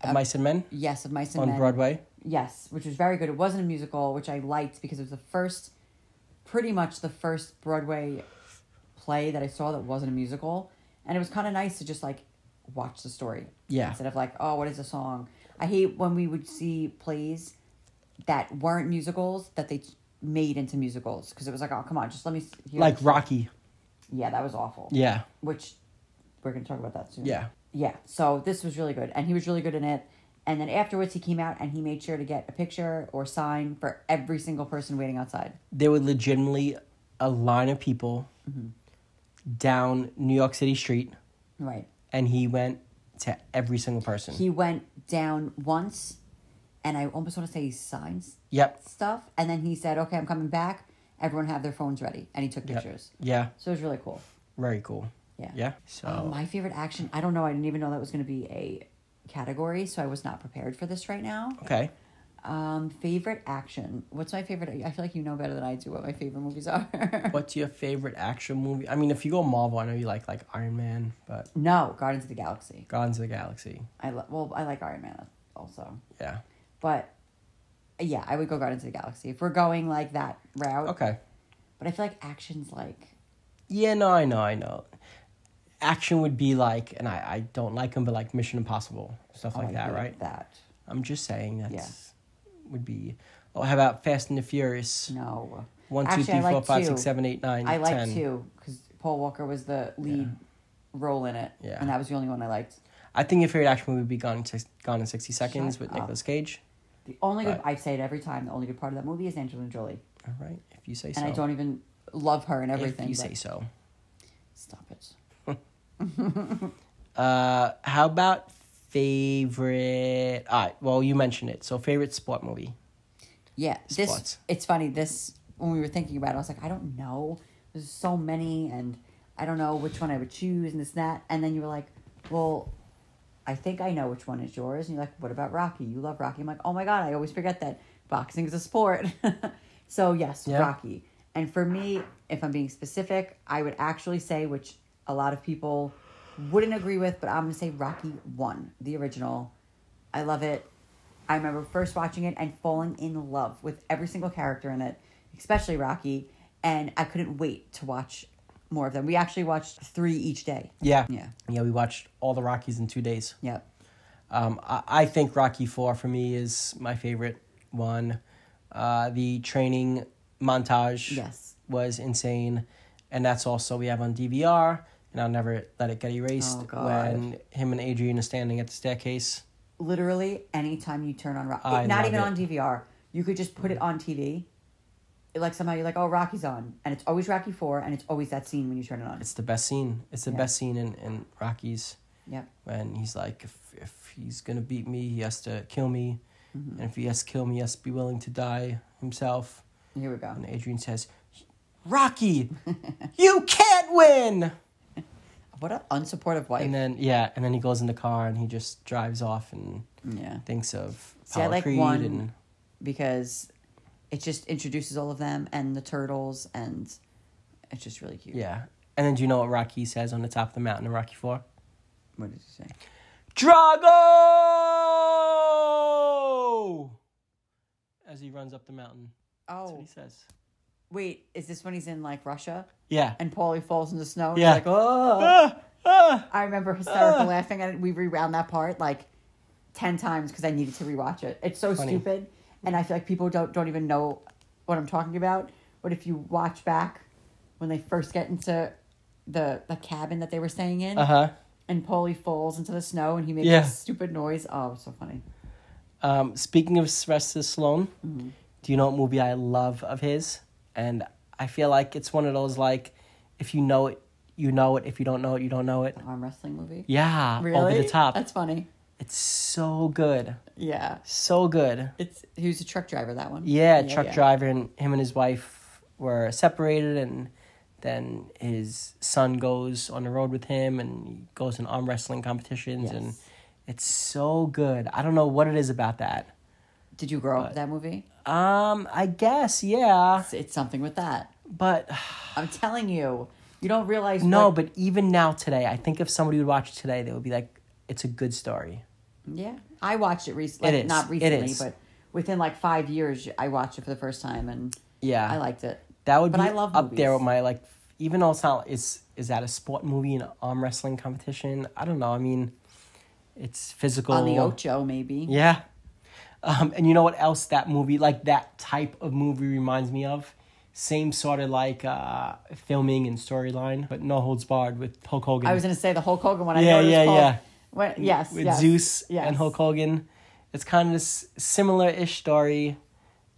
[SPEAKER 2] Of Mice and Men
[SPEAKER 3] Yes of Mice and
[SPEAKER 2] on
[SPEAKER 3] Men.
[SPEAKER 2] Broadway.
[SPEAKER 3] Yes, which was very good. It wasn't a musical, which I liked because it was the first, pretty much the first Broadway play that I saw that wasn't a musical, and it was kind of nice to just like watch the story.
[SPEAKER 2] Yeah.
[SPEAKER 3] Instead of like, oh, what is the song? I hate when we would see plays that weren't musicals that they made into musicals because it was like, oh, come on, just let me s- hear.
[SPEAKER 2] Like
[SPEAKER 3] this."
[SPEAKER 2] Rocky.
[SPEAKER 3] Yeah, that was awful
[SPEAKER 2] Yeah,
[SPEAKER 3] which we're going to talk about that soon.
[SPEAKER 2] Yeah.
[SPEAKER 3] Yeah. So this was really good. And he was really good in it. And then afterwards, he came out and he made sure to get a picture or sign for every single person waiting outside.
[SPEAKER 2] there were legitimately a line of people
[SPEAKER 3] Mm-hmm.
[SPEAKER 2] down New York City street,
[SPEAKER 3] Right.
[SPEAKER 2] and he went to every single person.
[SPEAKER 3] He went down once, and I almost want to say he signs
[SPEAKER 2] Yep.
[SPEAKER 3] stuff. And then he said, okay, I'm coming back. Everyone have their phones ready. And he took pictures.
[SPEAKER 2] Yeah.
[SPEAKER 3] So it was really cool.
[SPEAKER 2] Very cool.
[SPEAKER 3] Yeah.
[SPEAKER 2] Yeah. So
[SPEAKER 3] Oh, my favorite action. I don't know. I didn't even know that was going to be a category. So I was not prepared for this right now.
[SPEAKER 2] okay.
[SPEAKER 3] Um, favorite action. What's my favorite? I feel like you know better than I do what my favorite movies are.
[SPEAKER 2] What's your favorite action movie? I mean, if you go Marvel, I know you like like Iron Man, but
[SPEAKER 3] no, Guardians of the Galaxy.
[SPEAKER 2] Guardians of the Galaxy.
[SPEAKER 3] I lo- well, I like Iron Man also,
[SPEAKER 2] Yeah.
[SPEAKER 3] but yeah, I would go Guardians of the Galaxy if we're going like that route.
[SPEAKER 2] Okay.
[SPEAKER 3] But I feel like action's like
[SPEAKER 2] Yeah. No, I know. I know. Action would be like, and I I don't like them, but like Mission Impossible stuff
[SPEAKER 3] I
[SPEAKER 2] like that,
[SPEAKER 3] hate
[SPEAKER 2] right?
[SPEAKER 3] That
[SPEAKER 2] I'm just saying that's would be. Oh, how about Fast and the Furious?
[SPEAKER 3] no.
[SPEAKER 2] One, two,
[SPEAKER 3] Actually,
[SPEAKER 2] three,
[SPEAKER 3] I
[SPEAKER 2] four,
[SPEAKER 3] like
[SPEAKER 2] five,
[SPEAKER 3] two.
[SPEAKER 2] six, seven, eight, nine,
[SPEAKER 3] I like
[SPEAKER 2] 10.
[SPEAKER 3] two because Paul Walker was the lead role in it,
[SPEAKER 2] Yeah.
[SPEAKER 3] and that was the only one I liked.
[SPEAKER 2] I think your favorite action movie would be Gone in, Six- Gone in 60 Seconds
[SPEAKER 3] Shut
[SPEAKER 2] with
[SPEAKER 3] up.
[SPEAKER 2] Nicolas Cage.
[SPEAKER 3] The only good
[SPEAKER 2] But-
[SPEAKER 3] I say it every time. The only good part of that movie is Angelina Jolie,
[SPEAKER 2] All right, if you say so.
[SPEAKER 3] and I don't even love her and
[SPEAKER 2] if
[SPEAKER 3] everything.
[SPEAKER 2] you
[SPEAKER 3] but-
[SPEAKER 2] say so.
[SPEAKER 3] Stop it.
[SPEAKER 2] Uh, how about favorite? All right. Well, you mentioned it. So favorite sport movie.
[SPEAKER 3] Yeah, this
[SPEAKER 2] Spots.
[SPEAKER 3] it's funny. This when we were thinking about it, I was like, I don't know. There's so many, and I don't know which one I would choose, and this and that. And then you were like, Well, I think I know which one is yours. And you're like, What about Rocky? You love Rocky. I'm like, Oh my god, I always forget that boxing is a sport. So yes,
[SPEAKER 2] Yeah.
[SPEAKER 3] Rocky. And for me, if I'm being specific, I would actually say, which a lot of people wouldn't agree with, but I'm gonna say Rocky One, the original. I love it. I remember first watching it and falling in love with every single character in it, especially Rocky. And I couldn't wait to watch more of them. We actually watched three each day.
[SPEAKER 2] Yeah.
[SPEAKER 3] Yeah.
[SPEAKER 2] Yeah, we watched all the Rockies in two days.
[SPEAKER 3] Yep.
[SPEAKER 2] Um, I, I think Rocky Four for me is my favorite one. Uh, the training montage
[SPEAKER 3] Yes.
[SPEAKER 2] was insane, and that's also we have on DVR, and I'll never let it get erased.
[SPEAKER 3] Oh, God.
[SPEAKER 2] When him and Adrian are standing at the staircase,
[SPEAKER 3] literally anytime you turn on Rocky,
[SPEAKER 2] I
[SPEAKER 3] not
[SPEAKER 2] love
[SPEAKER 3] even
[SPEAKER 2] it.
[SPEAKER 3] on DVR. You could just put it on TV. It, like somehow you're like, oh, Rocky's on, and it's always Rocky Four, and it's always that scene when you turn it on.
[SPEAKER 2] it's the best scene. It's the
[SPEAKER 3] Yeah.
[SPEAKER 2] best scene in, in Rockies
[SPEAKER 3] Yep.
[SPEAKER 2] when he's like, if if he's gonna beat me, he has to kill me,
[SPEAKER 3] Mm-hmm.
[SPEAKER 2] and if he has to kill me, he has to be willing to die himself.
[SPEAKER 3] Here we go.
[SPEAKER 2] And Adrian says, Rocky, you can't win.
[SPEAKER 3] What an unsupportive wife.
[SPEAKER 2] And then, yeah, and then he goes in the car and he just drives off and
[SPEAKER 3] yeah.
[SPEAKER 2] thinks of
[SPEAKER 3] See, I
[SPEAKER 2] Power
[SPEAKER 3] like
[SPEAKER 2] Creed
[SPEAKER 3] one
[SPEAKER 2] and
[SPEAKER 3] because it just introduces all of them and the turtles, and it's just really cute.
[SPEAKER 2] yeah. And then do you know what Rocky says on the top of the mountain in Rocky Four?
[SPEAKER 3] What did you say?
[SPEAKER 2] Drago! As he runs up the mountain. That's what
[SPEAKER 3] Oh,
[SPEAKER 2] he says.
[SPEAKER 3] wait, is this when he's in like Russia
[SPEAKER 2] Yeah.
[SPEAKER 3] and Paulie falls in the snow? and he's
[SPEAKER 2] Yeah.
[SPEAKER 3] Like, oh.
[SPEAKER 2] Ah, ah.
[SPEAKER 3] I remember hysterical laughing at it. We rewound that part like ten times because I needed to rewatch it. It's so
[SPEAKER 2] Funny.
[SPEAKER 3] stupid, and I feel like people don't don't even know what I'm talking about. But if you watch back when they first get into the the cabin that they were staying in,
[SPEAKER 2] Uh-huh.
[SPEAKER 3] and Polly falls into the snow and he makes
[SPEAKER 2] Yeah.
[SPEAKER 3] this stupid noise. Oh, it's so funny.
[SPEAKER 2] Um, speaking of Sylvester Stallone,
[SPEAKER 3] Mm-hmm.
[SPEAKER 2] do you know what movie I love of his? And I feel like it's one of those like, if you know it, you know it. If you don't know it, you don't know it.
[SPEAKER 3] Arm wrestling movie.
[SPEAKER 2] Yeah,
[SPEAKER 3] Really?
[SPEAKER 2] over the top.
[SPEAKER 3] That's funny.
[SPEAKER 2] It's so good,
[SPEAKER 3] Yeah.
[SPEAKER 2] so good.
[SPEAKER 3] It's he was a truck driver that one.
[SPEAKER 2] Yeah, truck
[SPEAKER 3] yeah.
[SPEAKER 2] driver and him and his wife were separated, and then his son goes on the road with him, and he goes in arm wrestling competitions, and
[SPEAKER 3] Yes.
[SPEAKER 2] it's so good. I don't know what it is about that.
[SPEAKER 3] Did you grow up with that movie?
[SPEAKER 2] Um, I guess yeah,
[SPEAKER 3] It's, it's something with that.
[SPEAKER 2] but
[SPEAKER 3] I'm telling you, you don't realize
[SPEAKER 2] no.
[SPEAKER 3] what-
[SPEAKER 2] But even now today, I think if somebody would watch it today, they would be like, "It's a good story."
[SPEAKER 3] Yeah, I watched it recently.
[SPEAKER 2] It
[SPEAKER 3] Like,
[SPEAKER 2] is.
[SPEAKER 3] Not
[SPEAKER 2] It
[SPEAKER 3] recently,
[SPEAKER 2] is.
[SPEAKER 3] but within like five years, I watched it for the first time, and
[SPEAKER 2] Yeah.
[SPEAKER 3] I liked it.
[SPEAKER 2] That would
[SPEAKER 3] But
[SPEAKER 2] be
[SPEAKER 3] I love
[SPEAKER 2] up there
[SPEAKER 3] movies.
[SPEAKER 2] with my like. Even though it's not, is is that a sport movie an arm wrestling competition? I don't know. I mean, it's physical.
[SPEAKER 3] on the Ocho, maybe.
[SPEAKER 2] Yeah. Um, and you know what else that movie, like that type of movie, reminds me of? Same sort of like uh, filming and storyline, but no holds barred with Hulk Hogan.
[SPEAKER 3] I was gonna say the Hulk Hogan one. I
[SPEAKER 2] Yeah,
[SPEAKER 3] know what
[SPEAKER 2] yeah,
[SPEAKER 3] it's called.
[SPEAKER 2] yeah.
[SPEAKER 3] When- yes,
[SPEAKER 2] with
[SPEAKER 3] yes,
[SPEAKER 2] Zeus
[SPEAKER 3] yes.
[SPEAKER 2] and Hulk Hogan. It's kind of this similar ish story,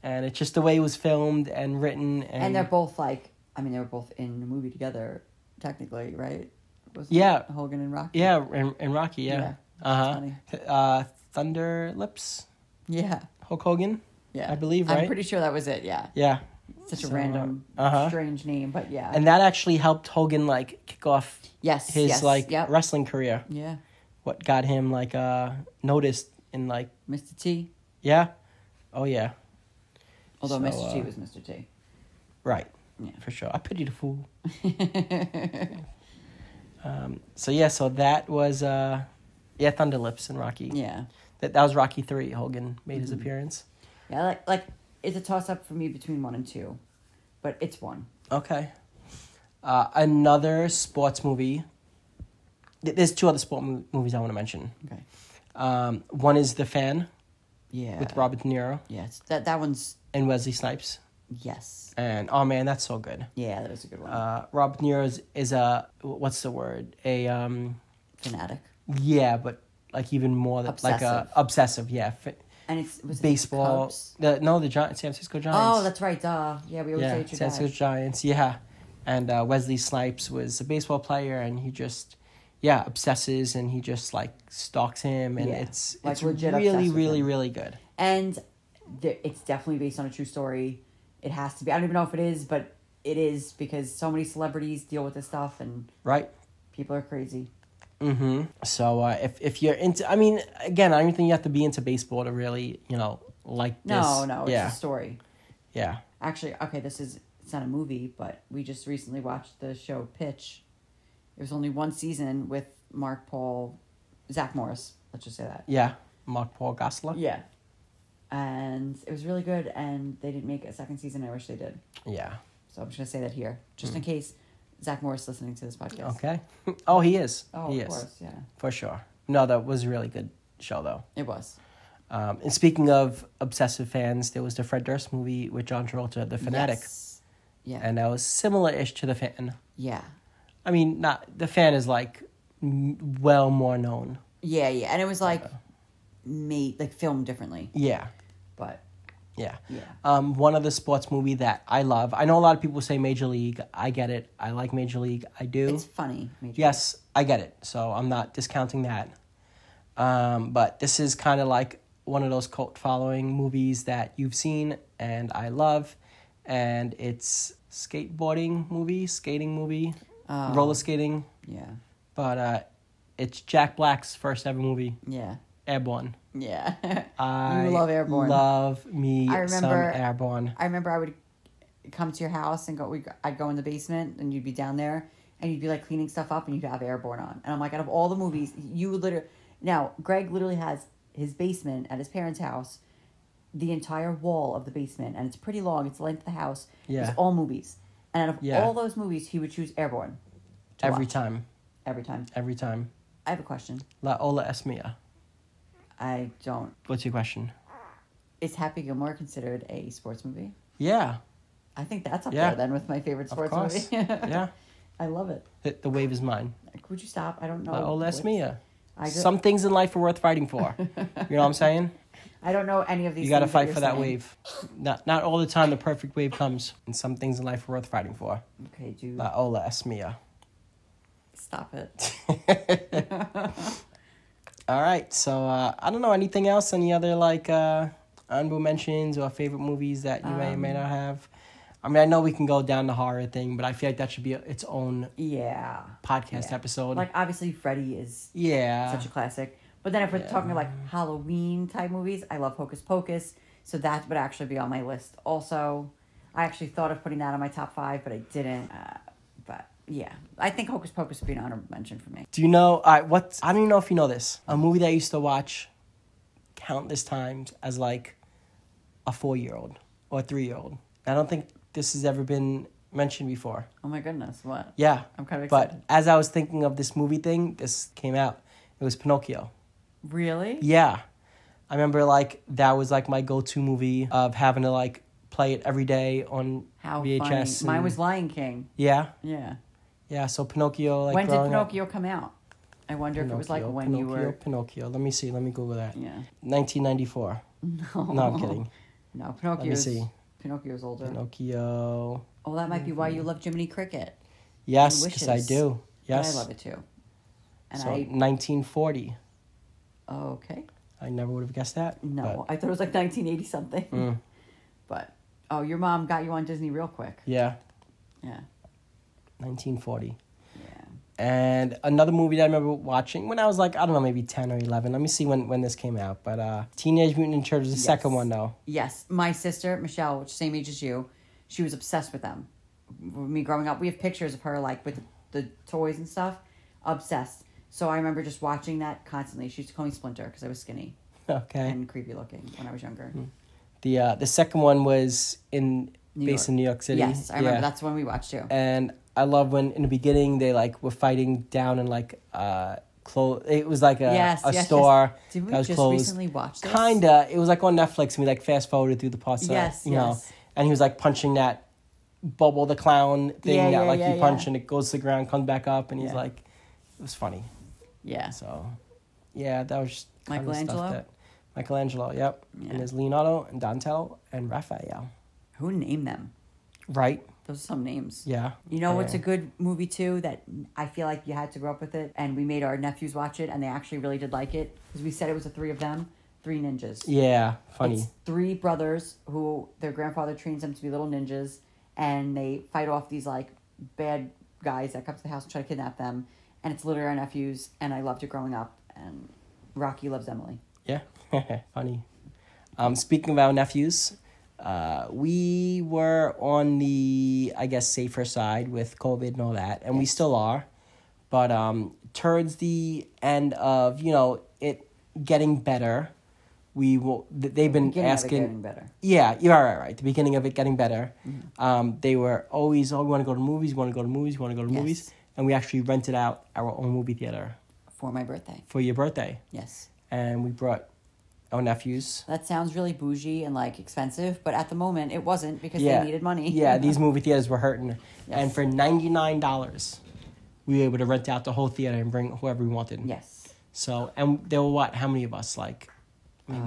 [SPEAKER 2] and it's just the way it was filmed and written. And,
[SPEAKER 3] And they're both like, I mean, they were both in the movie together, technically, right? Was
[SPEAKER 2] Yeah.
[SPEAKER 3] Hogan and Rocky.
[SPEAKER 2] Yeah, and, and Rocky, yeah.
[SPEAKER 3] Yeah,
[SPEAKER 2] uh-huh.
[SPEAKER 3] that's
[SPEAKER 2] Th- Uh Thunder Lips,
[SPEAKER 3] yeah,
[SPEAKER 2] Hulk Hogan.
[SPEAKER 3] yeah.
[SPEAKER 2] I believe,
[SPEAKER 3] I'm
[SPEAKER 2] right?
[SPEAKER 3] pretty sure that was it. Yeah,
[SPEAKER 2] Yeah.
[SPEAKER 3] such a
[SPEAKER 2] So,
[SPEAKER 3] random,
[SPEAKER 2] uh-huh.
[SPEAKER 3] strange name, but yeah.
[SPEAKER 2] And that actually helped Hogan like kick off
[SPEAKER 3] yes,
[SPEAKER 2] his
[SPEAKER 3] yes,
[SPEAKER 2] like
[SPEAKER 3] yep.
[SPEAKER 2] wrestling career.
[SPEAKER 3] yeah,
[SPEAKER 2] What got him like uh noticed in like
[SPEAKER 3] Mr. T.
[SPEAKER 2] yeah. Oh yeah.
[SPEAKER 3] Although
[SPEAKER 2] So,
[SPEAKER 3] Mr. T
[SPEAKER 2] uh,
[SPEAKER 3] was Mr. T.
[SPEAKER 2] Right.
[SPEAKER 3] Yeah.
[SPEAKER 2] For sure. I pity the fool. um so yeah, so that was uh yeah, Thunder Lips and Rocky.
[SPEAKER 3] Yeah. Mm-hmm.
[SPEAKER 2] That that was Rocky three, Hogan made his appearance.
[SPEAKER 3] Yeah, like like it's a toss up for me between one and two, but it's one.
[SPEAKER 2] Okay. Uh, another sports movie. Th- There's two other sport mo- movies I want to mention.
[SPEAKER 3] Okay.
[SPEAKER 2] Um, one is The Fan
[SPEAKER 3] Yeah.
[SPEAKER 2] with Robert De Niro
[SPEAKER 3] Yes, that that one's
[SPEAKER 2] and Wesley Snipes.
[SPEAKER 3] yes.
[SPEAKER 2] And oh man, that's so good.
[SPEAKER 3] Yeah, that was a good one.
[SPEAKER 2] Uh, Robert De Niro is, is a what's the word? A um,
[SPEAKER 3] Fanatic,
[SPEAKER 2] yeah, but like even more than, like a
[SPEAKER 3] Obsessive.
[SPEAKER 2] obsessive. Yeah, F-
[SPEAKER 3] and it's was it the
[SPEAKER 2] baseball.
[SPEAKER 3] Cubs?
[SPEAKER 2] The, no, the Gi- San Francisco Giants.
[SPEAKER 3] Oh, that's right. Duh. Yeah, we always say
[SPEAKER 2] yeah,
[SPEAKER 3] it's
[SPEAKER 2] San
[SPEAKER 3] your
[SPEAKER 2] Francisco
[SPEAKER 3] dad.
[SPEAKER 2] Giants. Yeah, and uh, Wesley Snipes was a baseball player, and he just yeah obsesses, and he just like stalks him, and
[SPEAKER 3] Yeah.
[SPEAKER 2] it's
[SPEAKER 3] Like,
[SPEAKER 2] it's
[SPEAKER 3] legit obsessed
[SPEAKER 2] really
[SPEAKER 3] with
[SPEAKER 2] really
[SPEAKER 3] him.
[SPEAKER 2] really good.
[SPEAKER 3] And there, it's definitely based on a true story. It has to be. I don't even know if it is, but it is because so many celebrities deal with this stuff, and
[SPEAKER 2] Right.
[SPEAKER 3] people are crazy.
[SPEAKER 2] Mm-hmm. So uh, if if you're into, I mean, again, I don't even think you have to be into baseball to really you know like
[SPEAKER 3] No,
[SPEAKER 2] this.
[SPEAKER 3] no, it's
[SPEAKER 2] yeah,
[SPEAKER 3] a story.
[SPEAKER 2] yeah.
[SPEAKER 3] Actually, okay, this is it's not a movie, but we just recently watched the show Pitch. It was only one season with Mark Paul, Zach Morris. Let's just say that.
[SPEAKER 2] Yeah, Mark Paul Gosselaar.
[SPEAKER 3] Yeah. And it was really good, and they didn't make a second season. I wish they did.
[SPEAKER 2] Yeah.
[SPEAKER 3] So I'm just gonna say that here, just in case Zach Morris listening to this podcast.
[SPEAKER 2] Okay. Hmm. Oh, he is.
[SPEAKER 3] Oh,
[SPEAKER 2] he
[SPEAKER 3] of
[SPEAKER 2] is.
[SPEAKER 3] course, yeah.
[SPEAKER 2] For sure. No, that was a really good show, though.
[SPEAKER 3] It was.
[SPEAKER 2] Um, and speaking of obsessive fans, there was the Fred Durst movie with John Travolta, The Fanatic.
[SPEAKER 3] Yes. Yeah.
[SPEAKER 2] And that was similar ish to The Fan.
[SPEAKER 3] yeah.
[SPEAKER 2] I mean, not The Fan is like m- well more known.
[SPEAKER 3] Yeah, yeah. And it was like made like filmed differently.
[SPEAKER 2] Yeah.
[SPEAKER 3] But
[SPEAKER 2] Yeah.
[SPEAKER 3] Yeah.
[SPEAKER 2] Um, one other sports movie that I love. I know a lot of people say Major League. I get it. I like Major League. I do.
[SPEAKER 3] it's funny. Major.
[SPEAKER 2] Yes, I get it. So I'm not discounting that. Um, but this is kind of like one of those cult following movies that you've seen and I love. And it's skateboarding movie, skating movie,
[SPEAKER 3] Oh.
[SPEAKER 2] roller skating.
[SPEAKER 3] Yeah.
[SPEAKER 2] But uh, it's Jack Black's first ever movie,
[SPEAKER 3] Yeah.
[SPEAKER 2] Airborne.
[SPEAKER 3] Yeah.
[SPEAKER 2] I
[SPEAKER 3] you love Airborne.
[SPEAKER 2] Love me
[SPEAKER 3] I
[SPEAKER 2] some
[SPEAKER 3] remember-
[SPEAKER 2] Airborne.
[SPEAKER 3] I remember I would come to your house and go. We I'd go in the basement and you'd be down there and you'd be like cleaning stuff up and you'd have Airborne on and I'm like out of all the movies you would literally now Greg literally has his basement at his parents' house, the entire wall of the basement and it's pretty long. It's the length of the house.
[SPEAKER 2] Yeah.
[SPEAKER 3] It's all movies and out of
[SPEAKER 2] Yeah.
[SPEAKER 3] all those movies he would choose Airborne. to
[SPEAKER 2] Every
[SPEAKER 3] watch.
[SPEAKER 2] time.
[SPEAKER 3] Every time.
[SPEAKER 2] Every time.
[SPEAKER 3] I have a question.
[SPEAKER 2] La Ola Es Mia.
[SPEAKER 3] I don't.
[SPEAKER 2] What's your question?
[SPEAKER 3] Is Happy Gilmore considered a sports movie?
[SPEAKER 2] Yeah.
[SPEAKER 3] I think that's up
[SPEAKER 2] Yeah.
[SPEAKER 3] there then with my favorite
[SPEAKER 2] Of
[SPEAKER 3] sports
[SPEAKER 2] course.
[SPEAKER 3] movie.
[SPEAKER 2] yeah.
[SPEAKER 3] I love it.
[SPEAKER 2] The, the wave is mine.
[SPEAKER 3] Could you stop? I don't know.
[SPEAKER 2] Oh, Les
[SPEAKER 3] what-
[SPEAKER 2] Mia.
[SPEAKER 3] I just-
[SPEAKER 2] Some things in life are worth fighting for. you know what I'm saying?
[SPEAKER 3] I don't know any of these.
[SPEAKER 2] You got to
[SPEAKER 3] things that
[SPEAKER 2] fight
[SPEAKER 3] you're
[SPEAKER 2] for that
[SPEAKER 3] saying.
[SPEAKER 2] wave. Not not all the time the perfect wave comes, and some things in life are worth fighting for.
[SPEAKER 3] Okay, dude,
[SPEAKER 2] La Ola Es Mia.
[SPEAKER 3] stop it.
[SPEAKER 2] All right, so uh, I don't know anything else. Any other like uh, honorable mentions or favorite movies that you may or
[SPEAKER 3] Um,
[SPEAKER 2] may not have? I mean, I know we can go down the horror thing, but I feel like that should be its own
[SPEAKER 3] Yeah.
[SPEAKER 2] podcast
[SPEAKER 3] Yeah.
[SPEAKER 2] episode.
[SPEAKER 3] Like obviously, Freddy is
[SPEAKER 2] yeah,
[SPEAKER 3] such a classic. But then if we're talking like Halloween type movies, I love Hocus Pocus, so that would actually be on my list. Also, I actually thought of putting that on my top five, but I didn't. Uh, but yeah, I think Hocus Pocus would be an honorable mention for me.
[SPEAKER 2] Do you know? I what? I don't even know if you know this. A movie that I used to watch countless times as like a four year old or a three year old. I don't think this has ever been mentioned before.
[SPEAKER 3] Oh my goodness, what?
[SPEAKER 2] Yeah,
[SPEAKER 3] I'm kinda
[SPEAKER 2] But
[SPEAKER 3] excited.
[SPEAKER 2] as I was thinking of this movie thing, this came out. It was Pinocchio.
[SPEAKER 3] Really?
[SPEAKER 2] Yeah, I remember like that was like my go to movie of having to like play it every day on
[SPEAKER 3] How
[SPEAKER 2] VHS.
[SPEAKER 3] funny! Mine
[SPEAKER 2] and-
[SPEAKER 3] was Lion King.
[SPEAKER 2] yeah,
[SPEAKER 3] Yeah.
[SPEAKER 2] yeah. So Pinocchio. Like
[SPEAKER 3] when did
[SPEAKER 2] growing up-
[SPEAKER 3] Pinocchio come out? I wonder if it was like
[SPEAKER 2] Pinocchio,
[SPEAKER 3] when you
[SPEAKER 2] Pinocchio,
[SPEAKER 3] were.
[SPEAKER 2] Pinocchio. Let me see. Let me Google that.
[SPEAKER 3] Yeah.
[SPEAKER 2] 1994. No. I'm kidding.
[SPEAKER 3] No, Pinocchio's.
[SPEAKER 2] see.
[SPEAKER 3] Pinocchio's older.
[SPEAKER 2] Pinocchio.
[SPEAKER 3] Oh, that might be why you
[SPEAKER 2] Mm-hmm.
[SPEAKER 3] love Jiminy Cricket.
[SPEAKER 2] Yes,
[SPEAKER 3] And
[SPEAKER 2] because I
[SPEAKER 3] Wishes.
[SPEAKER 2] do.
[SPEAKER 3] But
[SPEAKER 2] Yes.
[SPEAKER 3] I love it too. And
[SPEAKER 2] so
[SPEAKER 3] I
[SPEAKER 2] 1940.
[SPEAKER 3] oh, okay.
[SPEAKER 2] I never would have guessed that.
[SPEAKER 3] No,
[SPEAKER 2] but Mm.
[SPEAKER 3] I thought it was like 1980 something. But oh, your mom got you on Disney real quick.
[SPEAKER 2] yeah,
[SPEAKER 3] Yeah.
[SPEAKER 2] 1940.
[SPEAKER 3] Yeah.
[SPEAKER 2] And another movie that I remember watching when I was like, I don't know, maybe 10 or 11. Let me see when, when this came out. But uh, Teenage Mutant Ninja Turtles, the second one, though.
[SPEAKER 3] Yes, my sister Michelle, which is same age as you, she was obsessed with them. With Me growing up, we have pictures of her like with the toys and stuff, obsessed. So I remember just watching that constantly. She used to call me Splinter because I was skinny
[SPEAKER 2] Okay.
[SPEAKER 3] and creepy looking when I was younger.
[SPEAKER 2] the uh, the second one was in
[SPEAKER 3] New
[SPEAKER 2] based
[SPEAKER 3] York.
[SPEAKER 2] in New York City.
[SPEAKER 3] Yes, I remember
[SPEAKER 2] Yeah.
[SPEAKER 3] that's the one we watched too.
[SPEAKER 2] and I love when in the beginning they like were fighting down in like uh close. It was like a
[SPEAKER 3] Yes,
[SPEAKER 2] a
[SPEAKER 3] yes, yes.
[SPEAKER 2] store
[SPEAKER 3] Did we
[SPEAKER 2] that was
[SPEAKER 3] just
[SPEAKER 2] closed.
[SPEAKER 3] recently watch this?
[SPEAKER 2] Kinda. It was like on Netflix. and We like fast forwarded through the parts.
[SPEAKER 3] Yes,
[SPEAKER 2] you know,
[SPEAKER 3] yes.
[SPEAKER 2] and he was like punching that bubble, the clown thing
[SPEAKER 3] Yeah,
[SPEAKER 2] that
[SPEAKER 3] yeah,
[SPEAKER 2] like
[SPEAKER 3] yeah,
[SPEAKER 2] you punch
[SPEAKER 3] yeah.
[SPEAKER 2] and it goes to the ground, comes back up, and he's
[SPEAKER 3] Yeah.
[SPEAKER 2] like, it was funny.
[SPEAKER 3] Yeah.
[SPEAKER 2] So, yeah, that was just kinda stuff
[SPEAKER 3] Michelangelo?
[SPEAKER 2] that- Michelangelo, yep,
[SPEAKER 3] Yeah.
[SPEAKER 2] and there's Leonardo and Donatello and Raphael,
[SPEAKER 3] Who named them?
[SPEAKER 2] right?
[SPEAKER 3] Those are some names.
[SPEAKER 2] Yeah.
[SPEAKER 3] You know what's a
[SPEAKER 2] Yeah.
[SPEAKER 3] good movie too that I feel like you had to grow up with it, and we made our nephews watch it, and they actually really did like it because we said it was the three of them, three ninjas.
[SPEAKER 2] Yeah, funny.
[SPEAKER 3] It's three brothers who their grandfather trains them to be little ninjas, and they fight off these like bad guys that come to the house and try to kidnap them. And it's literally our nephews, and I loved it growing up. And Rocky loves Emily.
[SPEAKER 2] Yeah, funny. Um, speaking of our nephews, uh, uh, we were on the I guess safer side with COVID and all that, and we still are. But um, towards the end of you know it getting better, we will. th- They've been
[SPEAKER 3] Beginning of it
[SPEAKER 2] asking.
[SPEAKER 3] getting better.
[SPEAKER 2] Yeah, you're right, right. The beginning of it getting better.
[SPEAKER 3] Mm-hmm.
[SPEAKER 2] Um, they were always, oh, we want to go to movies, we want to go to movies, we want to go to movies,
[SPEAKER 3] Yes.
[SPEAKER 2] and we actually rented out our own movie theater
[SPEAKER 3] for my birthday.
[SPEAKER 2] for your birthday,
[SPEAKER 3] Yes.
[SPEAKER 2] and we brought our nephews.
[SPEAKER 3] That sounds really bougie and like expensive, but at the moment it wasn't because they needed money.
[SPEAKER 2] Yeah, these movie theaters were hurting. And
[SPEAKER 3] Yes.
[SPEAKER 2] for ninety nine dollars, we were able to rent out the whole theater and bring whoever we wanted.
[SPEAKER 3] Yes.
[SPEAKER 2] So and there were what? How many of us? Like maybe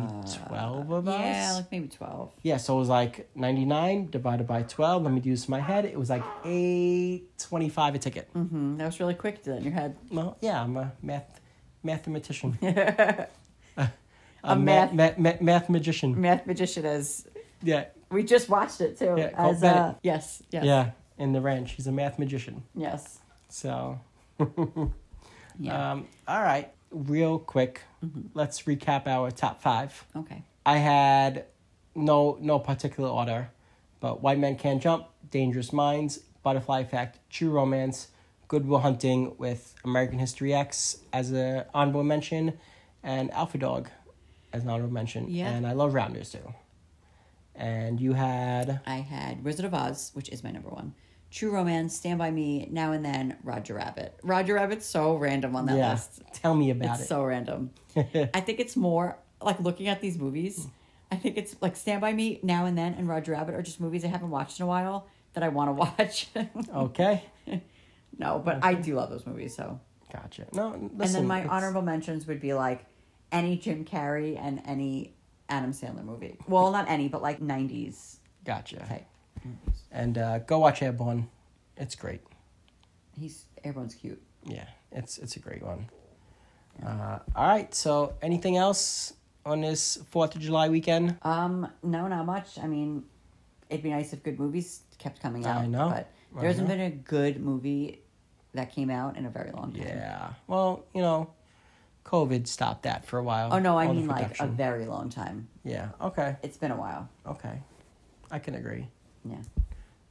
[SPEAKER 2] twelve of us.
[SPEAKER 3] Uh, Yeah, like maybe twelve.
[SPEAKER 2] Yeah, so it was like ninety nine divided by twelve. Let me do this in my head. It was like eight twenty five a ticket.
[SPEAKER 3] Mm, that was really quick to in your head.
[SPEAKER 2] Well, yeah, I'm a math mathematician.
[SPEAKER 3] A Mm.
[SPEAKER 2] math, math, math, magician.
[SPEAKER 3] Math magician as
[SPEAKER 2] Yeah,
[SPEAKER 3] we just watched it too.
[SPEAKER 2] Yeah, called
[SPEAKER 3] as uh,
[SPEAKER 2] Bennett.
[SPEAKER 3] yes, yes,
[SPEAKER 2] yeah. In the ranch, he's a math magician.
[SPEAKER 3] yes,
[SPEAKER 2] So
[SPEAKER 3] yeah. Mm-hmm.
[SPEAKER 2] Um, all right, real quick, let's recap our top five.
[SPEAKER 3] okay,
[SPEAKER 2] I had no no particular order, but White Men Can't Jump, Dangerous Minds, Butterfly Effect, True Romance, Goodwill Hunting with American History X as an honorable mention, and Alpha Dog as an honorable mention.
[SPEAKER 3] Yeah.
[SPEAKER 2] And I love Rounders too. And you had
[SPEAKER 3] I had Wizard of Oz, which is my number one. True Romance, Stand by Me, Now and Then, Roger Rabbit. Roger Rabbit's so random on that
[SPEAKER 2] yeah.
[SPEAKER 3] list.
[SPEAKER 2] Tell me about
[SPEAKER 3] it's
[SPEAKER 2] it.
[SPEAKER 3] so random. I think it's more like looking at these movies. I think it's like Stand by Me, Now and Then, and Roger Rabbit are just movies I haven't watched in a while that I want to watch.
[SPEAKER 2] okay,
[SPEAKER 3] no, but I do love those movies. So,
[SPEAKER 2] gotcha. No, listen,
[SPEAKER 3] and then my
[SPEAKER 2] it's-
[SPEAKER 3] honorable mentions would be like any Jim Carrey and any Adam Sandler movie. Well, not any, but like '90s
[SPEAKER 2] Gotcha.
[SPEAKER 3] type.
[SPEAKER 2] and uh, go watch Airborne. It's great.
[SPEAKER 3] He's everyone's cute.
[SPEAKER 2] Yeah, it's it's a great one. Uh, all right. So, anything else on this Fourth of July weekend?
[SPEAKER 3] Um, no, not much. I mean, it'd be nice if good movies kept coming out.
[SPEAKER 2] I know.
[SPEAKER 3] but
[SPEAKER 2] I
[SPEAKER 3] there hasn't
[SPEAKER 2] know.
[SPEAKER 3] been a good movie that came out in a very long time.
[SPEAKER 2] Yeah. Well, you know, COVID stopped that for a while.
[SPEAKER 3] Oh no, I
[SPEAKER 2] all the
[SPEAKER 3] mean like a
[SPEAKER 2] production.
[SPEAKER 3] very long time.
[SPEAKER 2] yeah. Okay.
[SPEAKER 3] It's been a while.
[SPEAKER 2] Okay. I can agree.
[SPEAKER 3] Yeah.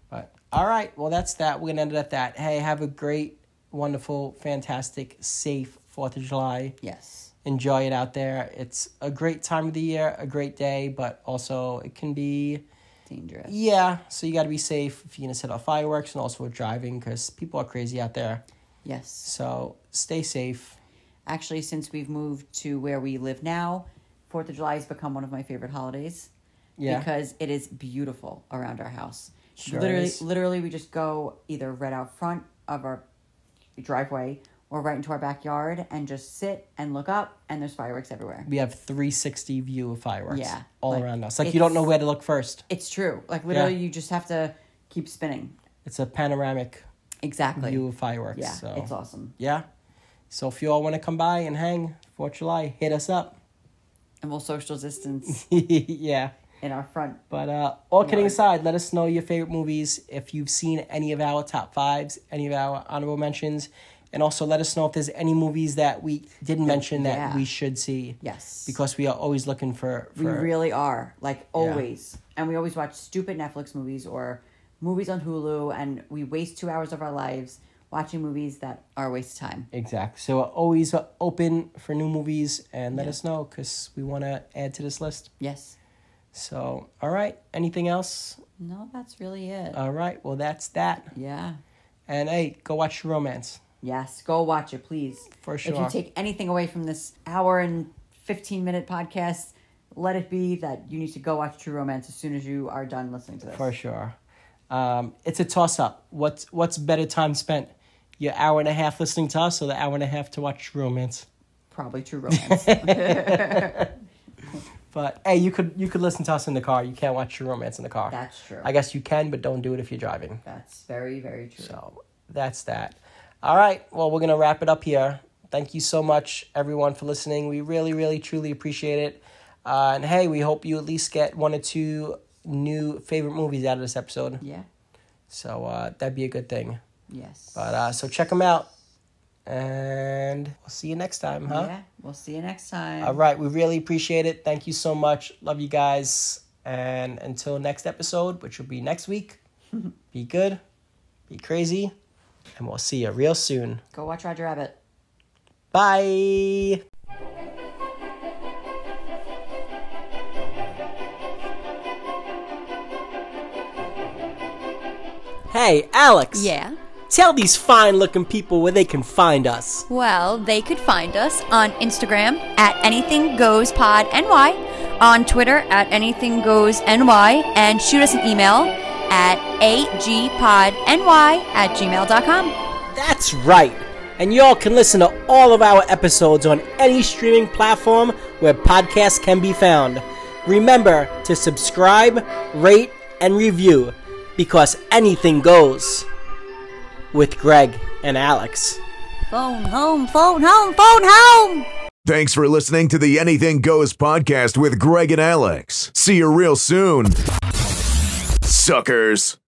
[SPEAKER 2] But all right. Well, that's that. We're gonna end it at that. Hey, have a great, wonderful, fantastic, safe Fourth of July.
[SPEAKER 3] Yes.
[SPEAKER 2] enjoy it out there. It's a great time of the year, a great day, but also it can be,
[SPEAKER 3] Dangerous.
[SPEAKER 2] yeah, so you got to be safe if you're going to set off fireworks and also with driving because people are crazy out there.
[SPEAKER 3] Yes.
[SPEAKER 2] So stay safe.
[SPEAKER 3] Actually, since we've moved to where we live now, Fourth of July has become one of my favorite holidays.
[SPEAKER 2] Yeah.
[SPEAKER 3] Because it is beautiful around our house.
[SPEAKER 2] Sure
[SPEAKER 3] literally,
[SPEAKER 2] is.
[SPEAKER 3] literally, we just go either right out front of our driveway or right into our backyard and just sit and look up, and there's fireworks everywhere.
[SPEAKER 2] We have 360 view of fireworks
[SPEAKER 3] Yeah,
[SPEAKER 2] all
[SPEAKER 3] like,
[SPEAKER 2] around us. Like you don't know
[SPEAKER 3] it's-
[SPEAKER 2] where to look first.
[SPEAKER 3] It's true. Like literally,
[SPEAKER 2] Yeah.
[SPEAKER 3] you just have to keep spinning.
[SPEAKER 2] It's a panoramic
[SPEAKER 3] Exactly.
[SPEAKER 2] view of fireworks.
[SPEAKER 3] yeah,
[SPEAKER 2] so.
[SPEAKER 3] it's awesome.
[SPEAKER 2] Yeah. So if you all want to come by and hang 4th July, hit us up.
[SPEAKER 3] And we'll social distance
[SPEAKER 2] yeah.
[SPEAKER 3] in our front.
[SPEAKER 2] But uh, all kidding
[SPEAKER 3] Yeah.
[SPEAKER 2] aside, let us know your favorite movies if you've seen any of our top fives, any of our honorable mentions, and also let us know if there's any movies that we didn't mention that
[SPEAKER 3] yeah.
[SPEAKER 2] we should see.
[SPEAKER 3] Yes.
[SPEAKER 2] Because we are always looking for. for
[SPEAKER 3] We really are, like always. And we always watch stupid Netflix movies or movies on Hulu, and we waste two hours of our lives watching movies that are a waste of time.
[SPEAKER 2] Exactly. So we're always uh, open for new movies and let us know because we want to add to this list.
[SPEAKER 3] Yes.
[SPEAKER 2] So, all right. Anything else?
[SPEAKER 3] No, that's really it.
[SPEAKER 2] All right. Well, that's that.
[SPEAKER 3] yeah.
[SPEAKER 2] And hey, go watch your romance.
[SPEAKER 3] Yes. Go watch it, please.
[SPEAKER 2] For
[SPEAKER 3] If
[SPEAKER 2] sure.
[SPEAKER 3] you take anything away from this hour and 15 minute podcast, let it be that you need to go watch True Romance as soon as you are done listening to this.
[SPEAKER 2] For sure. Um, it's a toss up. What's what's better time spent? Your hour and a half listening to us or the hour and a half to watch romance?
[SPEAKER 3] Probably True Romance.
[SPEAKER 2] But hey, you could you could listen to us in the car. You can't watch your romance in the car.
[SPEAKER 3] That's true.
[SPEAKER 2] I guess you can, but don't do it if you're driving.
[SPEAKER 3] that's very, very true.
[SPEAKER 2] So that's that. All right. Well, we're gonna wrap it up here. Thank you so much, everyone, for listening. We really, really, truly appreciate it. Uh, and hey, we hope you at least get one or two new favorite movies out of this episode.
[SPEAKER 3] Yeah.
[SPEAKER 2] So uh, that'd be a good thing.
[SPEAKER 3] Yes.
[SPEAKER 2] But uh, so check them out, and we'll see you next time, huh?
[SPEAKER 3] Yeah. We'll see you next time.
[SPEAKER 2] All right, we really appreciate it. Thank you so much. Love you guys, And until next episode, which will be next week, be good, be crazy, and we'll see you real soon.
[SPEAKER 3] Go watch Roger Rabbit.
[SPEAKER 2] Bye. Hey, Alex.
[SPEAKER 4] Yeah.
[SPEAKER 2] Tell these fine looking people where they can find us.
[SPEAKER 4] Well, they could find us on Instagram at anything goes pod ny, on Twitter at anything goes ny, and shoot us an email at agpodny at gmail.com.
[SPEAKER 2] That's right. And y'all can listen to all of our episodes on any streaming platform where podcasts can be found. Remember to subscribe, rate, and review because anything goes with Greg and Alex.
[SPEAKER 4] Phone home, phone home, phone home!
[SPEAKER 1] Thanks for listening to the Anything Goes podcast with Greg and Alex. See you real soon, suckers.